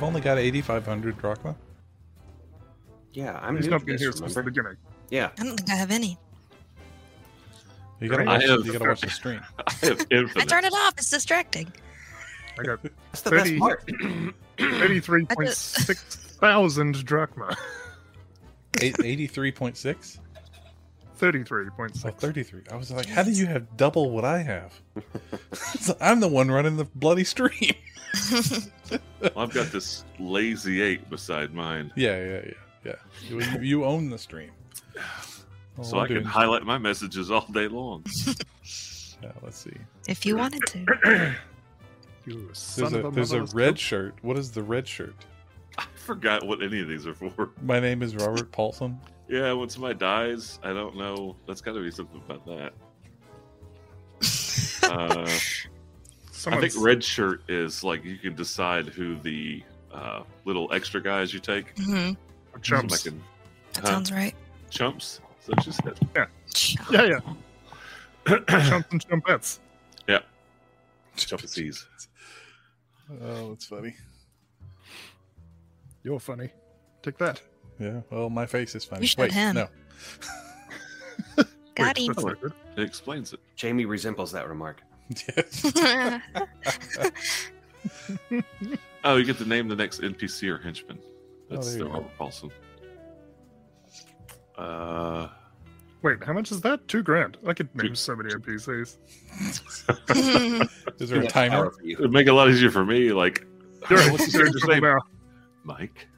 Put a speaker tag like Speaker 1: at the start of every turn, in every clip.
Speaker 1: only got 8,500 drachma?
Speaker 2: Yeah, I'm
Speaker 3: He's
Speaker 2: new
Speaker 3: not
Speaker 2: to
Speaker 3: been
Speaker 2: this,
Speaker 3: here since the
Speaker 2: remember?
Speaker 3: beginning.
Speaker 2: Yeah,
Speaker 4: I don't think I have any.
Speaker 1: You gotta,
Speaker 3: Great.
Speaker 1: watch,
Speaker 5: I have-
Speaker 1: you gotta watch the stream.
Speaker 5: I have
Speaker 4: I
Speaker 5: infinite.
Speaker 4: turn it off. It's distracting.
Speaker 3: I got
Speaker 2: that's the best
Speaker 3: Thirty-
Speaker 2: part.
Speaker 3: 33.6 thousand drachma.
Speaker 1: Eight- 83.6?
Speaker 3: 33.6.
Speaker 1: Oh, 33. I was like, how do you have double what I have? So I'm the one running the bloody stream.
Speaker 5: Well, I've got this lazy eight beside mine,
Speaker 1: Yeah, yeah, yeah. yeah. You, you own the stream. All
Speaker 5: so
Speaker 1: I'm
Speaker 5: I can
Speaker 1: doing-
Speaker 5: highlight my messages all day long.
Speaker 1: Yeah, let's see.
Speaker 4: if you wanted to.
Speaker 3: You son
Speaker 1: There's
Speaker 3: of
Speaker 1: a, there's a
Speaker 3: motherless
Speaker 1: red
Speaker 3: goat.
Speaker 1: shirt. What is the red shirt?
Speaker 5: I forgot what any of these are for.
Speaker 1: My name is Robert Paulson.
Speaker 5: Yeah, when somebody dies, I don't know. That's got to be something about that. Uh, I think
Speaker 3: Someone's-
Speaker 5: red shirt is like you can decide who the uh, little extra guys you take.
Speaker 4: Mhm,
Speaker 3: Chumps.
Speaker 5: Like in
Speaker 4: That
Speaker 5: Huh?
Speaker 4: sounds right.
Speaker 5: chumps. Is that what you said?
Speaker 3: Yeah, yeah. Chumps and chumpettes.
Speaker 5: Chumpies.
Speaker 1: Oh, that's funny.
Speaker 3: You're funny. Take that.
Speaker 1: Yeah. Well, my face is funny.
Speaker 4: You should
Speaker 1: Wait,
Speaker 4: have him.
Speaker 1: no.
Speaker 4: Got
Speaker 3: Wait,
Speaker 4: him.
Speaker 3: that's not good.
Speaker 5: It explains it.
Speaker 2: Jamie resembles that remark.
Speaker 1: Yes.
Speaker 5: Oh, you get to name the next NPC or henchman. That's
Speaker 1: Oh, there
Speaker 5: the
Speaker 1: you go.
Speaker 5: Robert Paulson. Uh,
Speaker 3: Wait, how much is that? Two grand. I could name
Speaker 5: Two-
Speaker 3: so many NPCs.
Speaker 1: Is there a timer?
Speaker 2: Power for you.
Speaker 5: it would make it a lot easier for me. Like,
Speaker 3: You're in-
Speaker 5: what's his
Speaker 3: you're in
Speaker 5: character's
Speaker 3: trouble
Speaker 5: name?
Speaker 3: now.
Speaker 5: Mike.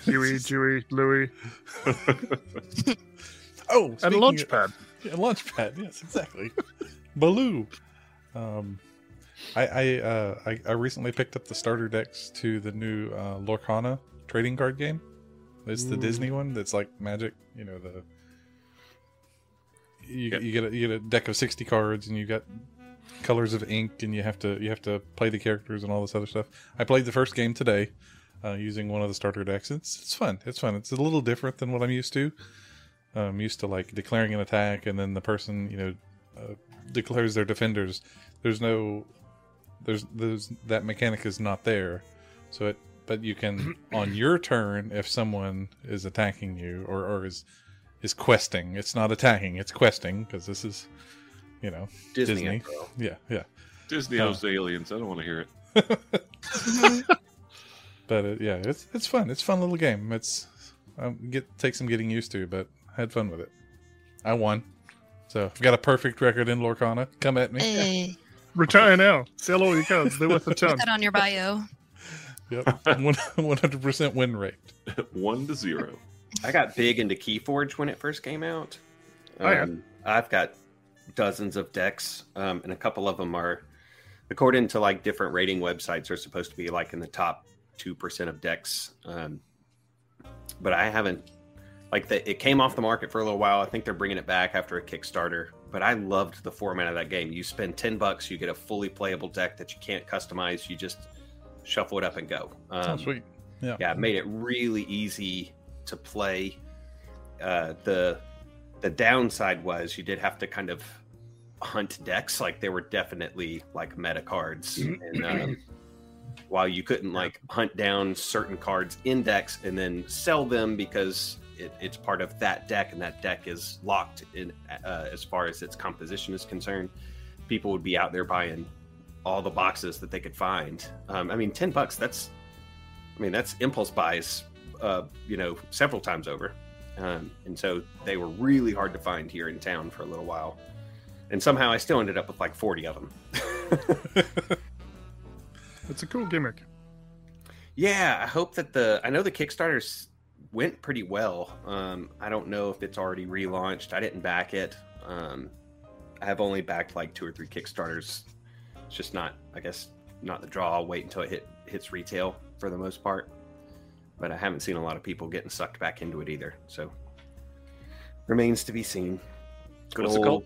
Speaker 3: Huey, Dewey, Louie,
Speaker 1: Oh,
Speaker 3: and
Speaker 1: speaking of-
Speaker 3: Launchpad.
Speaker 1: Yeah, Launchpad. Yes, exactly. Baloo. Um, I I, uh, I I recently picked up the starter decks to the new uh, Lorcana trading card game. It's the
Speaker 3: Ooh.
Speaker 1: Disney one that's like Magic. You know the. You,
Speaker 5: Yep.
Speaker 1: you get a, you get a deck of sixty cards and you got colors of ink and you have to you have to play the characters and all this other stuff. I played the first game today uh, using one of the starter decks. It's it's fun. It's fun. It's a little different than what I'm used to. I'm um, used to like declaring an attack and then the person you know uh, declares their defenders. There's no there's there's that mechanic is not there. So it but you can on your turn if someone is attacking you or or is is questing. It's not attacking. It's questing because this is you know
Speaker 2: Disney.
Speaker 1: Disney.
Speaker 2: bro.
Speaker 1: yeah yeah
Speaker 5: Disney
Speaker 1: Uh.
Speaker 5: owns the aliens. I don't want to hear it.
Speaker 1: but uh yeah it's it's fun it's a fun little game it's um, get takes some getting used to but I had fun with it i won so i've got a perfect record in lorcana come at me
Speaker 4: hey,
Speaker 3: Retire now. Sell all your cards. They're worth a
Speaker 4: put
Speaker 3: ton.
Speaker 4: that on your bio.
Speaker 1: yep 100% win rate
Speaker 5: One to zero.
Speaker 2: I got big into Keyforge when it first came out. Um,
Speaker 3: Oh, yeah.
Speaker 2: I've got dozens of decks, um, and a couple of them are, according to like different rating websites, are supposed to be like in the top two percent of decks. Um, but I haven't. Like the, it came off the market for a little while. I think they're bringing it back after a Kickstarter. But I loved the format of that game. You spend ten bucks, you get a fully playable deck that you can't customize. You just shuffle it up and go.
Speaker 1: oh
Speaker 2: Um,
Speaker 1: sweet
Speaker 2: yeah, it made it really easy to play. Uh, the the downside was you did have to kind of hunt decks. Like there were definitely like meta cards, and um, while you couldn't like hunt down certain cards in decks and then sell them because it, it's part of that deck, and that deck is locked in uh, as far as its composition is concerned. People would be out there buying all the boxes that they could find. Um, I mean, ten bucks—that's I mean, that's impulse buys, uh, you know, several times over. Um, and so they were really hard to find here in town for a little while. And somehow I still ended up with like 40 of them.
Speaker 3: It's a cool gimmick.
Speaker 2: yeah, I hope that the, I know the Kickstarters went pretty well. Um, I don't know if it's already relaunched. I didn't back it. Um, I have only backed like two or three Kickstarters. It's just not, I guess, not the draw. I'll wait until it hit, hits retail for the most part. But I haven't seen a lot of people getting sucked back into it either. So remains to be seen.
Speaker 5: What's it called?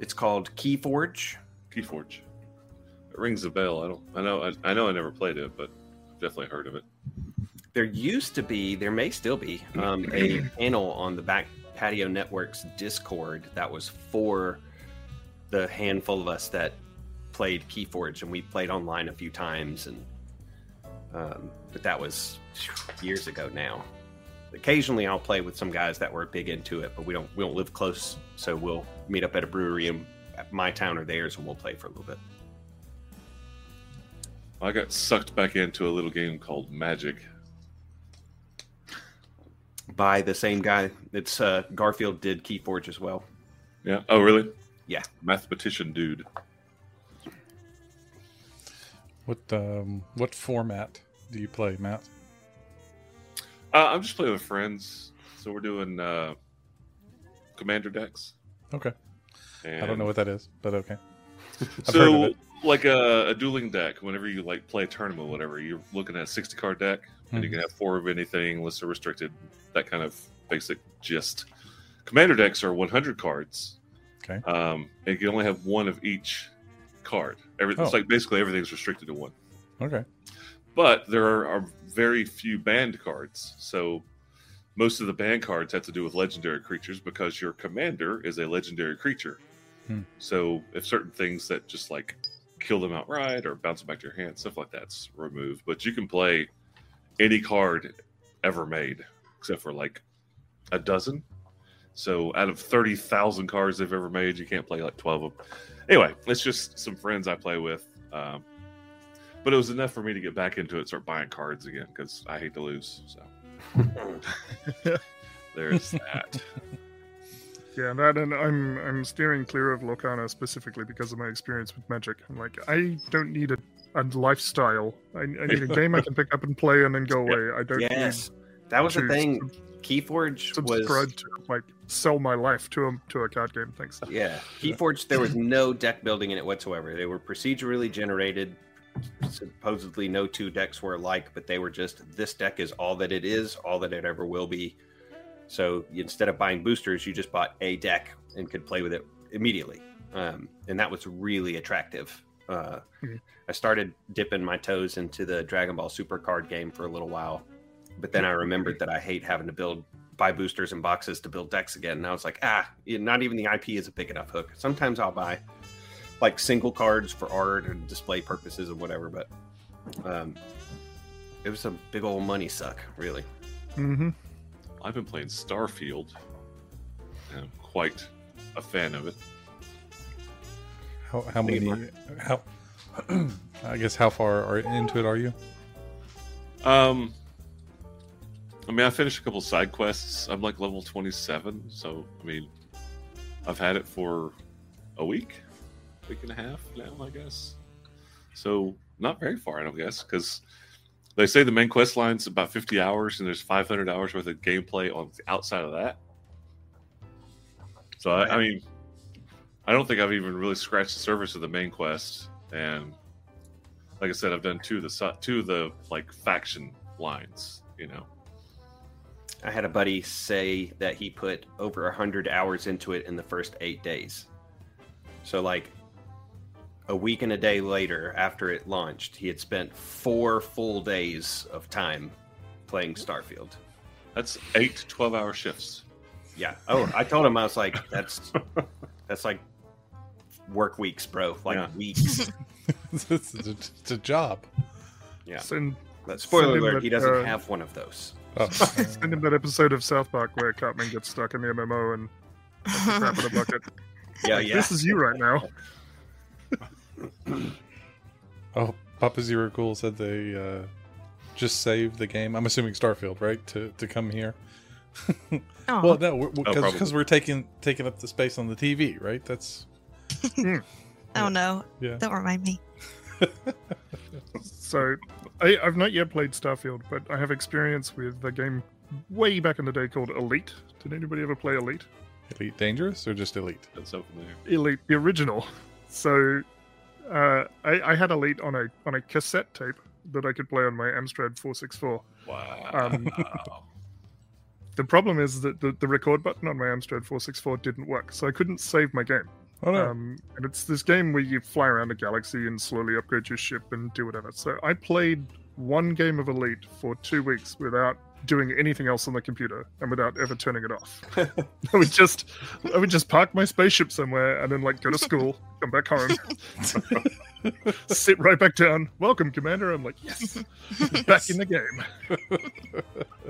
Speaker 2: It's called Keyforge.
Speaker 5: Keyforge. It rings a bell. I don't. I know. I, I know. I never played it, but I've definitely heard of it.
Speaker 2: There used to be, there may still be, um, a panel on the Back Patio Network's Discord that was for the handful of us that played Keyforge, and we played online a few times, and um, but that was years ago now. Occasionally, I'll play with some guys that were big into it, but we don't we don't live close, so we'll meet up at a brewery in at my town or theirs, and we'll play for a little bit.
Speaker 5: I got sucked back into a little game called Magic.
Speaker 2: By the same guy, it's uh, Garfield did Keyforge as well.
Speaker 5: Yeah. Oh, really?
Speaker 2: Yeah.
Speaker 5: Mathematician dude.
Speaker 1: What um what format do you play, Matt?
Speaker 5: Uh, I'm just playing with friends, so we're doing uh, commander decks.
Speaker 1: Okay.
Speaker 5: And
Speaker 1: I
Speaker 3: Um,
Speaker 1: don't know what that is, but okay. I've heard of
Speaker 5: so
Speaker 1: it.
Speaker 5: like uh, a, a dueling deck. Whenever you like play a tournament, or whatever, you're looking at a 60 card deck, and you
Speaker 1: Hmm.
Speaker 5: can have four of anything, listed, restricted, that kind of basic gist. Commander decks are 100 cards.
Speaker 1: Okay.
Speaker 5: Um, and you can only have one of each card. Every,
Speaker 1: Oh.
Speaker 5: It's like basically everything's restricted to one.
Speaker 1: Okay.
Speaker 5: but there are, are very few banned cards. So most of the banned cards have to do with legendary creatures because your commander is a legendary creature.
Speaker 1: Hmm.
Speaker 5: So if certain things that just like kill them outright or bounce them back to your hand, stuff like that's removed. But you can play any card ever made, except for like a dozen. So out of thirty thousand cards they've ever made, you can't play like twelve of them. Anyway, it's just some friends I play with. Um, but it was enough for me to get back into it, start buying cards again because I hate to lose. So there's that.
Speaker 3: Yeah, and that, and I'm I'm steering clear of Locana specifically because of my experience with magic. I'm like, I don't need a, a lifestyle. I, I need a game I can pick up and play and then go
Speaker 5: Yeah.
Speaker 3: away. I don't
Speaker 2: Yes, that
Speaker 3: need
Speaker 2: was the
Speaker 3: to
Speaker 2: thing. Keyforge
Speaker 3: sub-
Speaker 2: was
Speaker 3: subscribe to like sell my life to a to a card game. Thanks.
Speaker 2: Yeah, Keyforge. There was no deck building in it whatsoever. They were procedurally generated. Supposedly, no two decks were alike, but they were just this deck is all that it is, all that it ever will be. So instead of buying boosters, you just bought a deck and could play with it immediately, um, and that was really attractive. Uh,
Speaker 3: Mhm.
Speaker 2: I started dipping my toes into the Dragon Ball Super card game for a little while, but then I remembered that I hate having to build buy boosters and boxes to build decks again. And I was like, ah, not even the IP is a big enough hook. Sometimes I'll buy like single cards for art and display purposes and whatever, but um, it was a big old money suck, really.
Speaker 3: Mm-hmm.
Speaker 5: I've been playing Starfield. And I'm quite a fan of it.
Speaker 1: How how
Speaker 2: Think it
Speaker 1: many how I guess how far are into it are you?
Speaker 5: Um, I mean, I finished a couple side quests. I'm like level 27, so I mean, I've had it for a week, week and a half now, I guess. So not very far, I don't guess, because they say the main quest line's about 50 hours, and there's 500 hours worth of gameplay on outside of that. So I, I mean, I don't think I've even really scratched the surface of the main quest, and like I said, I've done two of the si- two of the like faction lines. You know,
Speaker 2: I had a buddy say that he put over 100 hours into it in the first eight days. So, like, a week and a day later, after it launched, he had spent four full days of time playing Starfield.
Speaker 5: that's eight to twelve hour shifts.
Speaker 2: Yeah. Oh, I told him I was like, that's that's like work weeks, bro. Like
Speaker 5: Yeah.
Speaker 2: weeks.
Speaker 1: it's, a, it's a job.
Speaker 2: Yeah.
Speaker 3: Send
Speaker 2: But spoiler
Speaker 3: Send him
Speaker 2: alert,
Speaker 3: that,
Speaker 2: he doesn't
Speaker 3: uh,
Speaker 2: have one of those.
Speaker 1: Oh,
Speaker 3: send him that episode of South Park where Cartman gets stuck in the MMO and crap in a bucket.
Speaker 2: Yeah,
Speaker 3: Like,
Speaker 2: Oh, yeah.
Speaker 3: This is you right now.
Speaker 1: oh, Papa Zero Cool said they uh, just saved the game. I'm assuming Starfield, right? To to come here.
Speaker 4: Oh,
Speaker 3: Uh-huh.
Speaker 1: Well, no, we're,
Speaker 5: Oh,
Speaker 1: because
Speaker 5: probably.
Speaker 1: we're taking taking up the space on the TV, right? That's
Speaker 4: oh no.
Speaker 1: yeah.
Speaker 4: Don't remind me.
Speaker 3: So, I, I've not yet played Starfield, but I have experience with the game way back in the day called Elite. Did anybody ever play Elite?
Speaker 1: elite dangerous or just elite.
Speaker 5: That's up from there.
Speaker 3: Elite, the original. So, uh, I, I had Elite on a on a cassette tape that I could play on my Amstrad 464.
Speaker 5: Wow.
Speaker 3: Um, the problem is that the, the record button on my Amstrad 464 didn't work, so I couldn't save my game.
Speaker 1: Oh no,
Speaker 3: Um, and it's this game where you fly around a galaxy and slowly upgrade your ship and do whatever. So I played one game of Elite for two weeks without doing anything else on the computer and without ever turning it off. I would just, I would just park my spaceship somewhere and then like go to school, come back home, sit right back down. Welcome, Commander. I'm like, yes, back in the game.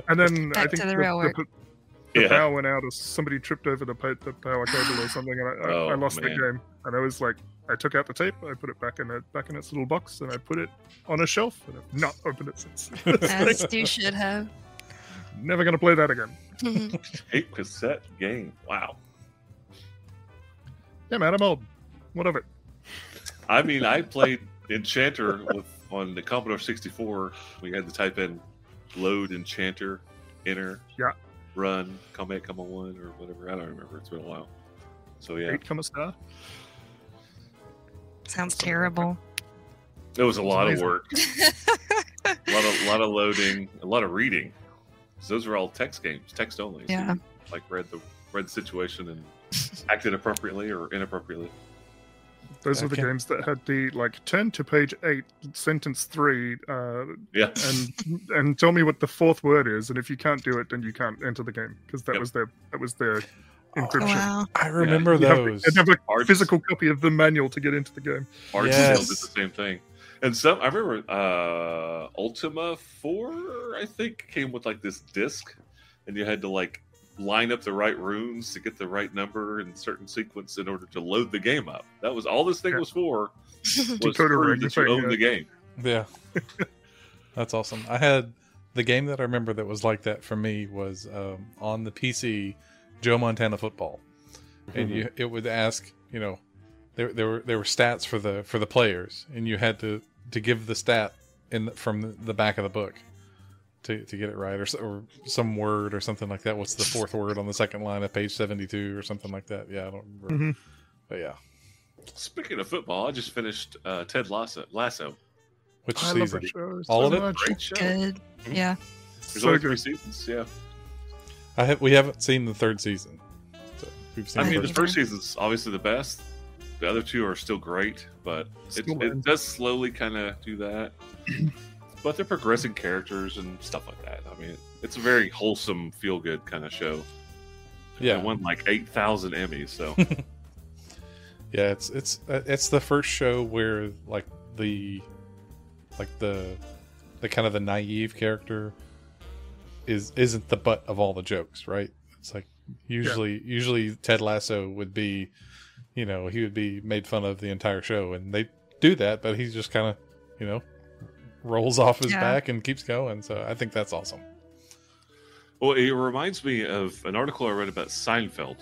Speaker 3: and then I
Speaker 4: Back
Speaker 3: think
Speaker 4: to the real world.
Speaker 3: the, the
Speaker 5: Yeah.
Speaker 3: power went out, or somebody tripped over the, pa- the power cable or something, and I, I, I
Speaker 5: Oh,
Speaker 3: lost the
Speaker 5: man.
Speaker 3: game. And I was like, I took out the tape, I put it back in it, back in its little box, and I put it on a shelf, and I've not opened it since.
Speaker 4: As you should have.
Speaker 3: Never gonna play that again.
Speaker 5: Tape cassette game. Wow.
Speaker 3: Yeah, man, I'm old. What of it?
Speaker 5: I mean, I played Enchanter with on the Commodore 64. We had to type in load Enchanter, enter,
Speaker 3: Yeah.
Speaker 5: run, comma eight, comma one, or whatever. I don't remember. It's been a while. So yeah,
Speaker 3: Eight comma star.
Speaker 4: Sounds terrible.
Speaker 5: it was a lot of
Speaker 3: amazing.
Speaker 5: work, a lot of lot of loading, a lot of reading. 'Cause those were all text games, text only. So
Speaker 4: Yeah.
Speaker 5: you, like read the read the situation and acted appropriately or inappropriately.
Speaker 3: Those were the
Speaker 1: Okay.
Speaker 3: games that had the like turn to page eight, sentence three, uh,
Speaker 5: Yeah.
Speaker 3: and and tell me what the fourth word is, and if you can't do it, then you can't enter the game because that
Speaker 5: Yep.
Speaker 3: was their that was their
Speaker 4: Oh,
Speaker 3: encryption.
Speaker 4: wow.
Speaker 1: I remember
Speaker 3: You have to-
Speaker 1: those.
Speaker 3: you'd have a
Speaker 5: Arts-
Speaker 3: physical copy of the manual to get into the game.
Speaker 5: Arts
Speaker 1: Yes.
Speaker 5: did the same thing. And some I remember uh Ultima 4 I think came with like this disc and you had to like line up the right rooms to get the right number in certain sequence in order to load the game up. That was all this thing
Speaker 3: Yeah.
Speaker 5: was for was
Speaker 3: Decoder
Speaker 5: prove
Speaker 3: ring,
Speaker 5: that
Speaker 3: thing,
Speaker 5: you own
Speaker 3: yeah.
Speaker 5: the game.
Speaker 1: Yeah. That's awesome. I had the game that I remember that was like that for me was um, on the PC, Joe Montana Football, and you
Speaker 5: Mm-hmm.
Speaker 1: it would ask you know there there were there were stats for the for the players, and you had to to give the stat in the, from the, the back of the book to to get it right or s- or some word or something like that. What's the fourth word on the second line of page seventy two or something like that? Yeah, I don't remember.
Speaker 5: Mm-hmm.
Speaker 3: Mhm.
Speaker 1: But yeah,
Speaker 5: Speaking of football, I just finished uh, Ted Lasso. Lasso.
Speaker 1: which
Speaker 3: I love
Speaker 1: season?
Speaker 3: that show
Speaker 1: All
Speaker 3: so
Speaker 1: of it?
Speaker 3: much.
Speaker 5: Great show.
Speaker 4: Good. Yeah.
Speaker 5: There's
Speaker 3: So
Speaker 5: only three
Speaker 3: good.
Speaker 5: seasons. Yeah.
Speaker 1: I have, we haven't seen the third season. So we've seen
Speaker 5: I
Speaker 1: the
Speaker 5: mean,
Speaker 1: first
Speaker 5: the first season's obviously the best. The other two are still great, but it,
Speaker 3: Still
Speaker 5: it
Speaker 3: bad.
Speaker 5: does slowly kind of do that. but they're progressing characters and stuff like that. I mean, it's a very wholesome, feel good kind of show.
Speaker 1: Yeah,
Speaker 5: It won like 8,000 Emmys, so
Speaker 1: yeah. It's it's uh, it's the first show where like the like the the kind of the naive character is isn't the butt of all the jokes, right? It's like usually usually Ted Lasso would be, you know, he would be made fun of the entire show, and they do that, but he's just kind of you know rolls off his
Speaker 4: Yeah.
Speaker 1: back and keeps going. So I think that's awesome.
Speaker 5: Well, it reminds me of an article I read about Seinfeld.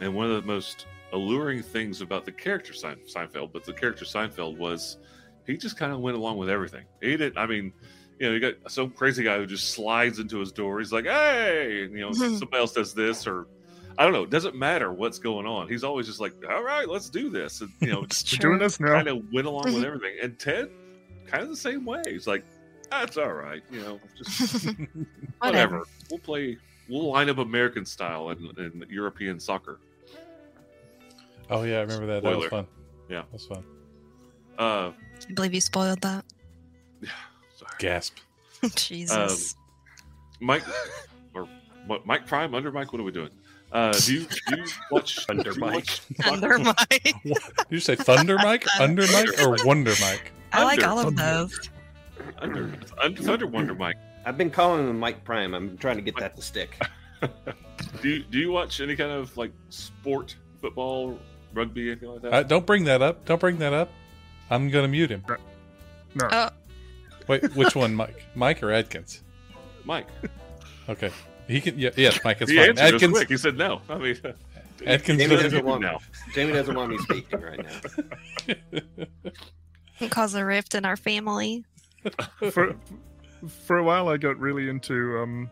Speaker 5: And one of the most alluring things about the character Sein- Seinfeld, but the character Seinfeld was he just kind of went along with everything. He didn't, I mean, you know, you got some crazy guy who just slides into his door. He's like, hey, and, you know,
Speaker 4: Mhm.
Speaker 5: somebody else does this or. I don't know. It doesn't matter what's going on. He's always just like, "All right, let's do this," and you know,
Speaker 4: It's
Speaker 3: We're doing
Speaker 4: true.
Speaker 3: this now.
Speaker 5: kind of went along with
Speaker 4: Mhm.
Speaker 5: everything. And Ted, kind of the same way. He's like, "That's all right," you know, just whatever. We'll play. We'll line up American style and, and European soccer.
Speaker 1: Oh yeah, I remember that. That was
Speaker 5: Spoiler.
Speaker 1: fun.
Speaker 5: Yeah.
Speaker 1: that was fun.
Speaker 5: Uh,
Speaker 4: I believe you spoiled that.
Speaker 5: sorry.
Speaker 1: Gasp.
Speaker 4: Jesus.
Speaker 5: Mike or what? Mike Prime under Mike. What are we doing? Uh, do you do you watch
Speaker 2: Under
Speaker 5: do you
Speaker 2: Mike.
Speaker 5: watch soccer?
Speaker 4: Under my.
Speaker 1: Did you say Thunder Mike, Under Mike, or Wonder Mike?
Speaker 4: I like
Speaker 5: Under-
Speaker 4: all of
Speaker 3: Under.
Speaker 4: those.
Speaker 5: under, under Thunder Wonder Mike.
Speaker 2: I've been calling him Mike Prime. I'm trying to get that to stick.
Speaker 5: Do you, do you watch any kind of like sport, football, rugby, anything like that?
Speaker 1: Uh, don't bring that up. Don't bring that up. I'm gonna mute him.
Speaker 3: No,
Speaker 4: Oh,
Speaker 1: Wait, which one, Mike? Mike or Adkins?
Speaker 5: Mike,
Speaker 1: Okay, he can. Yeah, yes, Mike is
Speaker 5: he
Speaker 1: fine.
Speaker 5: answered us
Speaker 1: Adkins.
Speaker 5: quick. He said no. I mean,
Speaker 1: Adkins
Speaker 5: he
Speaker 1: doesn't-
Speaker 2: Maybe
Speaker 5: doesn't
Speaker 2: doesn't
Speaker 5: even
Speaker 2: want-
Speaker 5: now.
Speaker 2: Jamie doesn't want me speaking right now.
Speaker 4: it caused a rift in our family.
Speaker 3: for for a while I got really into um,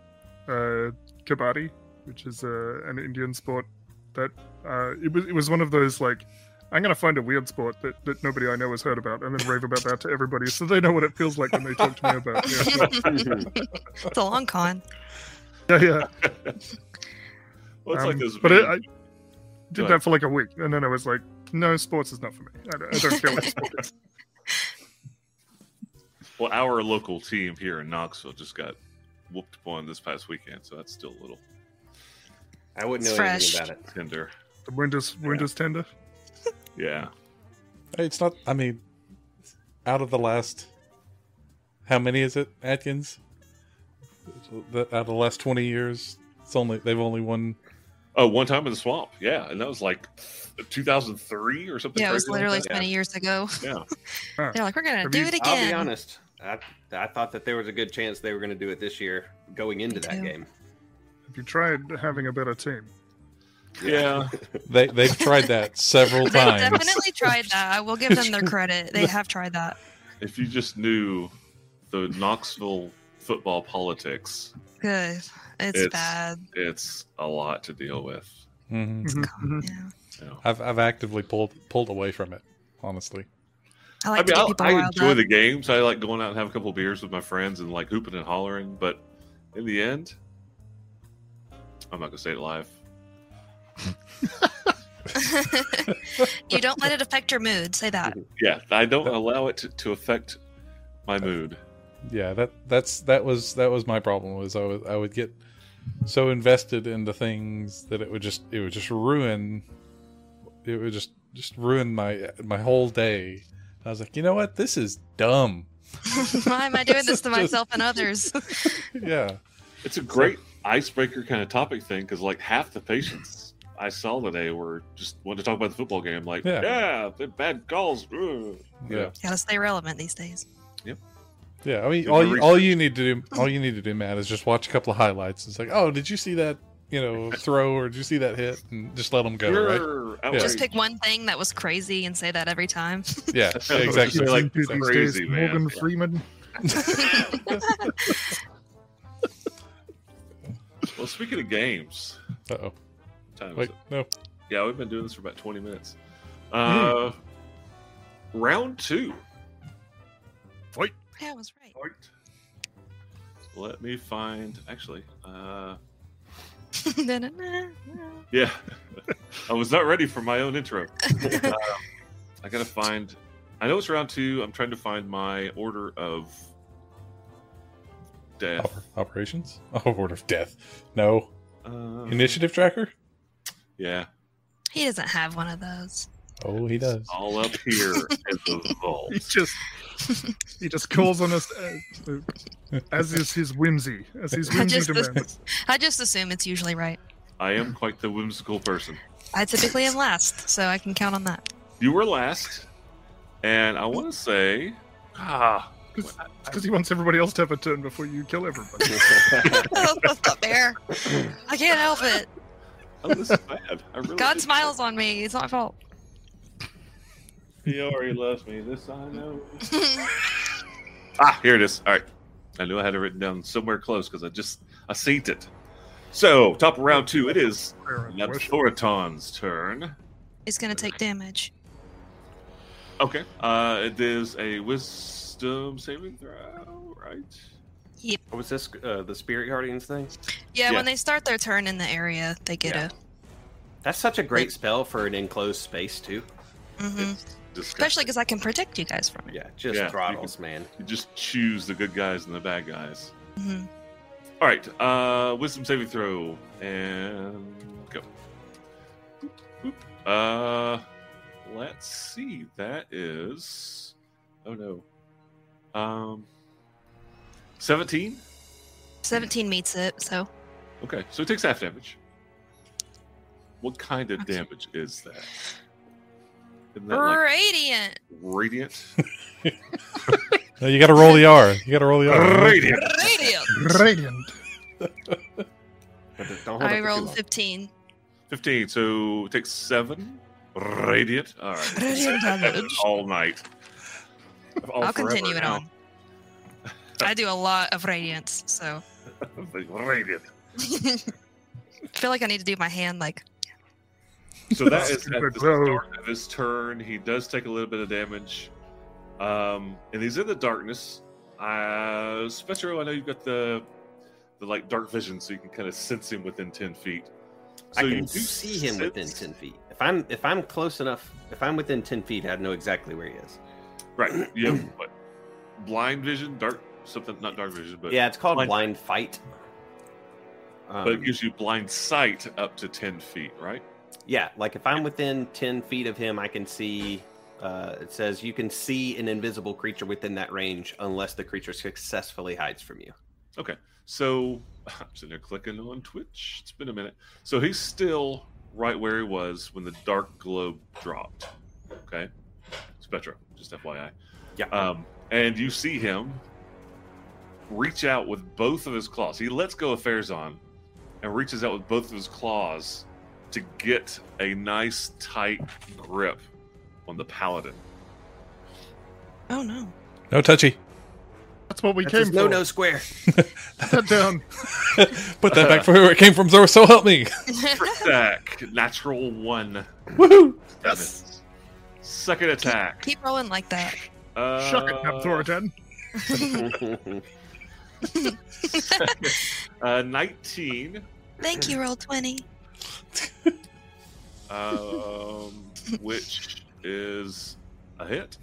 Speaker 3: uh, kabaddi, which is uh, an Indian sport that uh, it was it was one of those like I'm gonna find a weird sport that, that nobody I know has heard about and then rave about that to everybody so they know what it feels like when they talk to me about it. Yeah,
Speaker 4: it's a long con.
Speaker 3: yeah, yeah.
Speaker 5: Well, it's
Speaker 3: Um,
Speaker 5: like this.
Speaker 3: but it, I
Speaker 5: Go
Speaker 3: did
Speaker 5: ahead.
Speaker 3: that for like a week and then I was like, no, sports is not for me. I don't, I don't care what sport is.
Speaker 5: Well, our local team here in Knoxville just got whooped upon this past weekend, so that's still a little
Speaker 2: I wouldn't
Speaker 4: It's
Speaker 2: know
Speaker 4: fresh.
Speaker 2: anything about it.
Speaker 5: tender.
Speaker 3: The wind is wind is tender.
Speaker 5: Yeah.
Speaker 1: It's not. I mean, out of the last, how many is it, Atkins? The- Out of the last twenty years, it's only they've only won.
Speaker 5: Oh, one time in the swamp, yeah, and that was like 2003 or something.
Speaker 4: Yeah, it was
Speaker 5: crazy like
Speaker 4: literally
Speaker 5: that.
Speaker 4: 20 years ago.
Speaker 5: Yeah.
Speaker 3: Huh.
Speaker 4: They're like, we're going to
Speaker 3: Have
Speaker 4: do
Speaker 3: you-
Speaker 4: it again.
Speaker 2: I'll be honest. I, I thought that there was a good chance they were going to do it this year going into
Speaker 4: Me
Speaker 2: that
Speaker 4: too.
Speaker 2: game.
Speaker 3: Have you tried having a better team?
Speaker 5: Yeah,
Speaker 1: They they've tried that several
Speaker 4: They
Speaker 1: times.
Speaker 4: definitely tried that. I will give them their credit. They have tried that.
Speaker 5: if you just knew the Knoxville football politics,
Speaker 4: Good. It's,
Speaker 5: It's-
Speaker 4: bad.
Speaker 5: it's a lot to deal with.
Speaker 1: Mhm.
Speaker 3: Mhm.
Speaker 4: Yeah.
Speaker 5: you know.
Speaker 1: I've I've actively pulled pulled away from it. Honestly,
Speaker 4: I like
Speaker 5: I mean,
Speaker 4: to get
Speaker 5: I,
Speaker 4: people
Speaker 5: I
Speaker 4: riled
Speaker 5: enjoy
Speaker 4: up.
Speaker 5: the games. I like going out and having a couple beers with my friends and like hooping and hollering. But in the end, I'm not gonna say it live.
Speaker 4: you don't let it affect your mood. Say that.
Speaker 5: Yeah, I don't allow it to, to affect my mood.
Speaker 1: yeah that that's that was that was my problem was I was I would get so invested in the things that it would just it would just ruin it would just just ruin my my whole day. I was like, you know what, this is dumb.
Speaker 4: Why am I doing this to
Speaker 1: Just-
Speaker 4: myself and others?
Speaker 1: Yeah.
Speaker 5: It's a great icebreaker kind of topic thing because like half the patients I saw today were just wanted to talk about the football game. Like,
Speaker 1: Yeah.
Speaker 5: yeah, the bad calls. ugh."
Speaker 1: Yeah.
Speaker 4: Gotta stay relevant these days.
Speaker 1: Yeah, I mean,
Speaker 5: Do
Speaker 1: all
Speaker 5: your
Speaker 1: you, all you need to do, all you need to do, Matt, is just watch a couple of highlights. It's like, oh, did you see that, you know, throw or did you see that hit, and just let them go, right?
Speaker 5: Grr, outrage.
Speaker 4: Just pick one thing that was crazy and say that every time.
Speaker 1: Yeah,
Speaker 5: Just
Speaker 3: Mm-hmm.
Speaker 1: exactly.
Speaker 5: like
Speaker 3: Who these days,
Speaker 5: crazy, man.
Speaker 3: Morgan Freeman.
Speaker 5: Well, speaking of games,
Speaker 1: Uh oh,
Speaker 5: what time is
Speaker 1: wait,
Speaker 5: it?
Speaker 1: no.
Speaker 5: yeah, we've been doing this for about 20 minutes.
Speaker 1: Hmm.
Speaker 5: Uh, Round two.
Speaker 4: yeah, I was right.
Speaker 5: Let me find. Actually, uh,
Speaker 4: Da-na-na-na.
Speaker 5: yeah, I was not ready for my own intro. Um, I gotta find. I know it's round two. I'm trying to find my order of death.
Speaker 1: Oper- operations. Oh, word of death. No
Speaker 5: Uh,
Speaker 1: initiative tracker.
Speaker 5: Yeah,
Speaker 4: he doesn't have one of those.
Speaker 1: Oh, he does.
Speaker 5: all up here in the vault.
Speaker 3: He just he just calls on us uh, as is his whimsy, as his
Speaker 4: I
Speaker 3: whimsy
Speaker 4: just-
Speaker 3: demands.
Speaker 4: I just assume it's usually right.
Speaker 5: I am quite the whimsical person.
Speaker 4: I typically am last, so I can count on that.
Speaker 5: You were last, and I want to say, ah,
Speaker 3: Because he wants everybody else to have a turn before you kill everybody.
Speaker 4: Oh, that's not fair. I can't help it.
Speaker 5: oh, this is bad. I really
Speaker 4: God
Speaker 5: did-
Speaker 4: smiles on me. It's not my fault.
Speaker 5: He already loves me. This I know. Ah, here it is. All right. I knew I had it written down somewhere close because I just I seen it. So top of round two, it is
Speaker 3: Prayer and worship.
Speaker 5: Nabthoriton's turn.
Speaker 4: He's gonna take damage.
Speaker 5: Okay. Uh, it is a wisdom saving throw, right?
Speaker 2: What was this? Uh, the Spirit Guardians thing?
Speaker 4: Yeah,
Speaker 5: Yeah.
Speaker 4: when they start their turn in the area, they get
Speaker 2: Yeah. That's such a great spell for an enclosed space, too.
Speaker 4: a. hmm
Speaker 5: It's disgusting.
Speaker 4: Especially because I can protect you guys from it.
Speaker 2: Yeah, just
Speaker 5: Yeah, you
Speaker 2: throttles, man.
Speaker 5: you just choose the good guys and the bad guys.
Speaker 4: Mhm.
Speaker 5: All right. Uh, wisdom saving throw and go. Boop, boop. Uh, let's see. That is. Oh no. Um. Seventeen.
Speaker 4: 17 meets it, so
Speaker 5: Okay, so it takes half damage. What kind of
Speaker 4: Okay.
Speaker 5: damage is that? Isn't that like
Speaker 4: radiant.
Speaker 5: radiant?
Speaker 1: No, you got to roll the R. You got to roll the R.
Speaker 5: radiant.
Speaker 4: Radiant.
Speaker 3: Radiant.
Speaker 2: But Don't hold
Speaker 4: I
Speaker 2: it for too
Speaker 4: rolled
Speaker 2: long.
Speaker 4: 15.
Speaker 5: Fifteen. So it takes seven. Radiant. All right.
Speaker 4: Radiant damage.
Speaker 5: all night. All
Speaker 4: I'll
Speaker 5: forever
Speaker 4: continue it
Speaker 5: now.
Speaker 4: on. I do a lot of radiance, so
Speaker 5: Radiant.
Speaker 4: I feel like I need to do my hand like
Speaker 5: So that is at the
Speaker 3: Stupid blow.
Speaker 5: start of his turn. He does take a little bit of damage, um, and he's in the darkness. Uh, Spectro, I know you've got the the like dark vision, so you can kind of sense him within ten feet.
Speaker 2: I
Speaker 5: So you
Speaker 2: can
Speaker 5: do
Speaker 2: see him within
Speaker 5: sense-
Speaker 2: ten feet. If I'm if I'm close enough, if I'm within ten feet, I know exactly where he is.
Speaker 5: Right. You have what? Blind vision, dark something, not dark vision, but
Speaker 2: yeah, it's called
Speaker 5: blind-
Speaker 2: blind, fight. Um,
Speaker 5: but it gives you blind sight up to ten feet, right?
Speaker 2: yeah, like if I'm within ten feet of him, I can see Uh, it says you can see an invisible creature within that range unless the creature successfully hides from you.
Speaker 5: So I'm sitting there clicking on Twitch. It's been a minute. So he's still right where he was when the dark globe dropped. Okay. It's Petra, just FYI.
Speaker 2: Yeah.
Speaker 5: Um, and you see him reach out with both of his claws. He lets go of Farazan and reaches out with both of his claws to get a nice tight grip on the paladin.
Speaker 4: Oh no.
Speaker 1: No touchy.
Speaker 3: That's what we
Speaker 2: That
Speaker 3: came
Speaker 2: says,
Speaker 3: for.
Speaker 2: no, no square.
Speaker 3: Put that down.
Speaker 1: Put that
Speaker 5: Uh,
Speaker 1: back for where it came from, Zoro. So help me.
Speaker 5: Attack, natural one.
Speaker 1: Woohoo!
Speaker 5: Yes. Second attack.
Speaker 4: Keep rolling like that.
Speaker 5: Uh,
Speaker 3: Shuck it, Capthoratan.
Speaker 5: Uh, 19
Speaker 4: Thank you, roll twenty.
Speaker 5: um, which is a hit.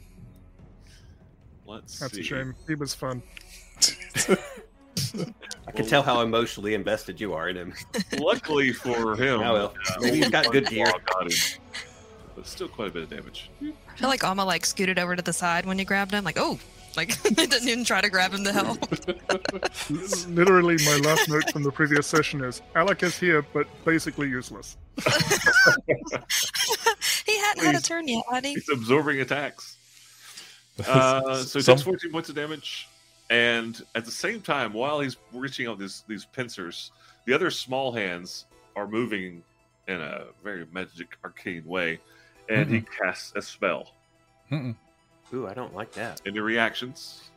Speaker 5: Let's
Speaker 3: That's
Speaker 5: see.
Speaker 3: a shame. He was fun.
Speaker 2: I can tell how emotionally invested you are in him.
Speaker 5: Luckily for him,
Speaker 2: Oh, well.
Speaker 5: uh,
Speaker 2: Maybe he's got good
Speaker 5: one
Speaker 2: gear.
Speaker 5: claw got him, but still quite a bit of damage.
Speaker 4: I feel like Alma like scooted over to the side when you grabbed him. Like oh, like didn't even try to grab him to help.
Speaker 3: Literally, my last note from the previous session is Alec is here, but basically useless.
Speaker 4: He hadn't had a
Speaker 5: Please.
Speaker 4: turn yet, had he?
Speaker 5: He's absorbing attacks. Uh, so he
Speaker 1: Some-
Speaker 5: takes 14 points of damage, and at the same time, while he's reaching out these these pincers, the other small hands are moving in a very magic arcane way, and he
Speaker 2: Mm-hmm.
Speaker 5: casts a spell.
Speaker 1: Mm-mm.
Speaker 2: Ooh, I don't like that.
Speaker 5: Any reactions?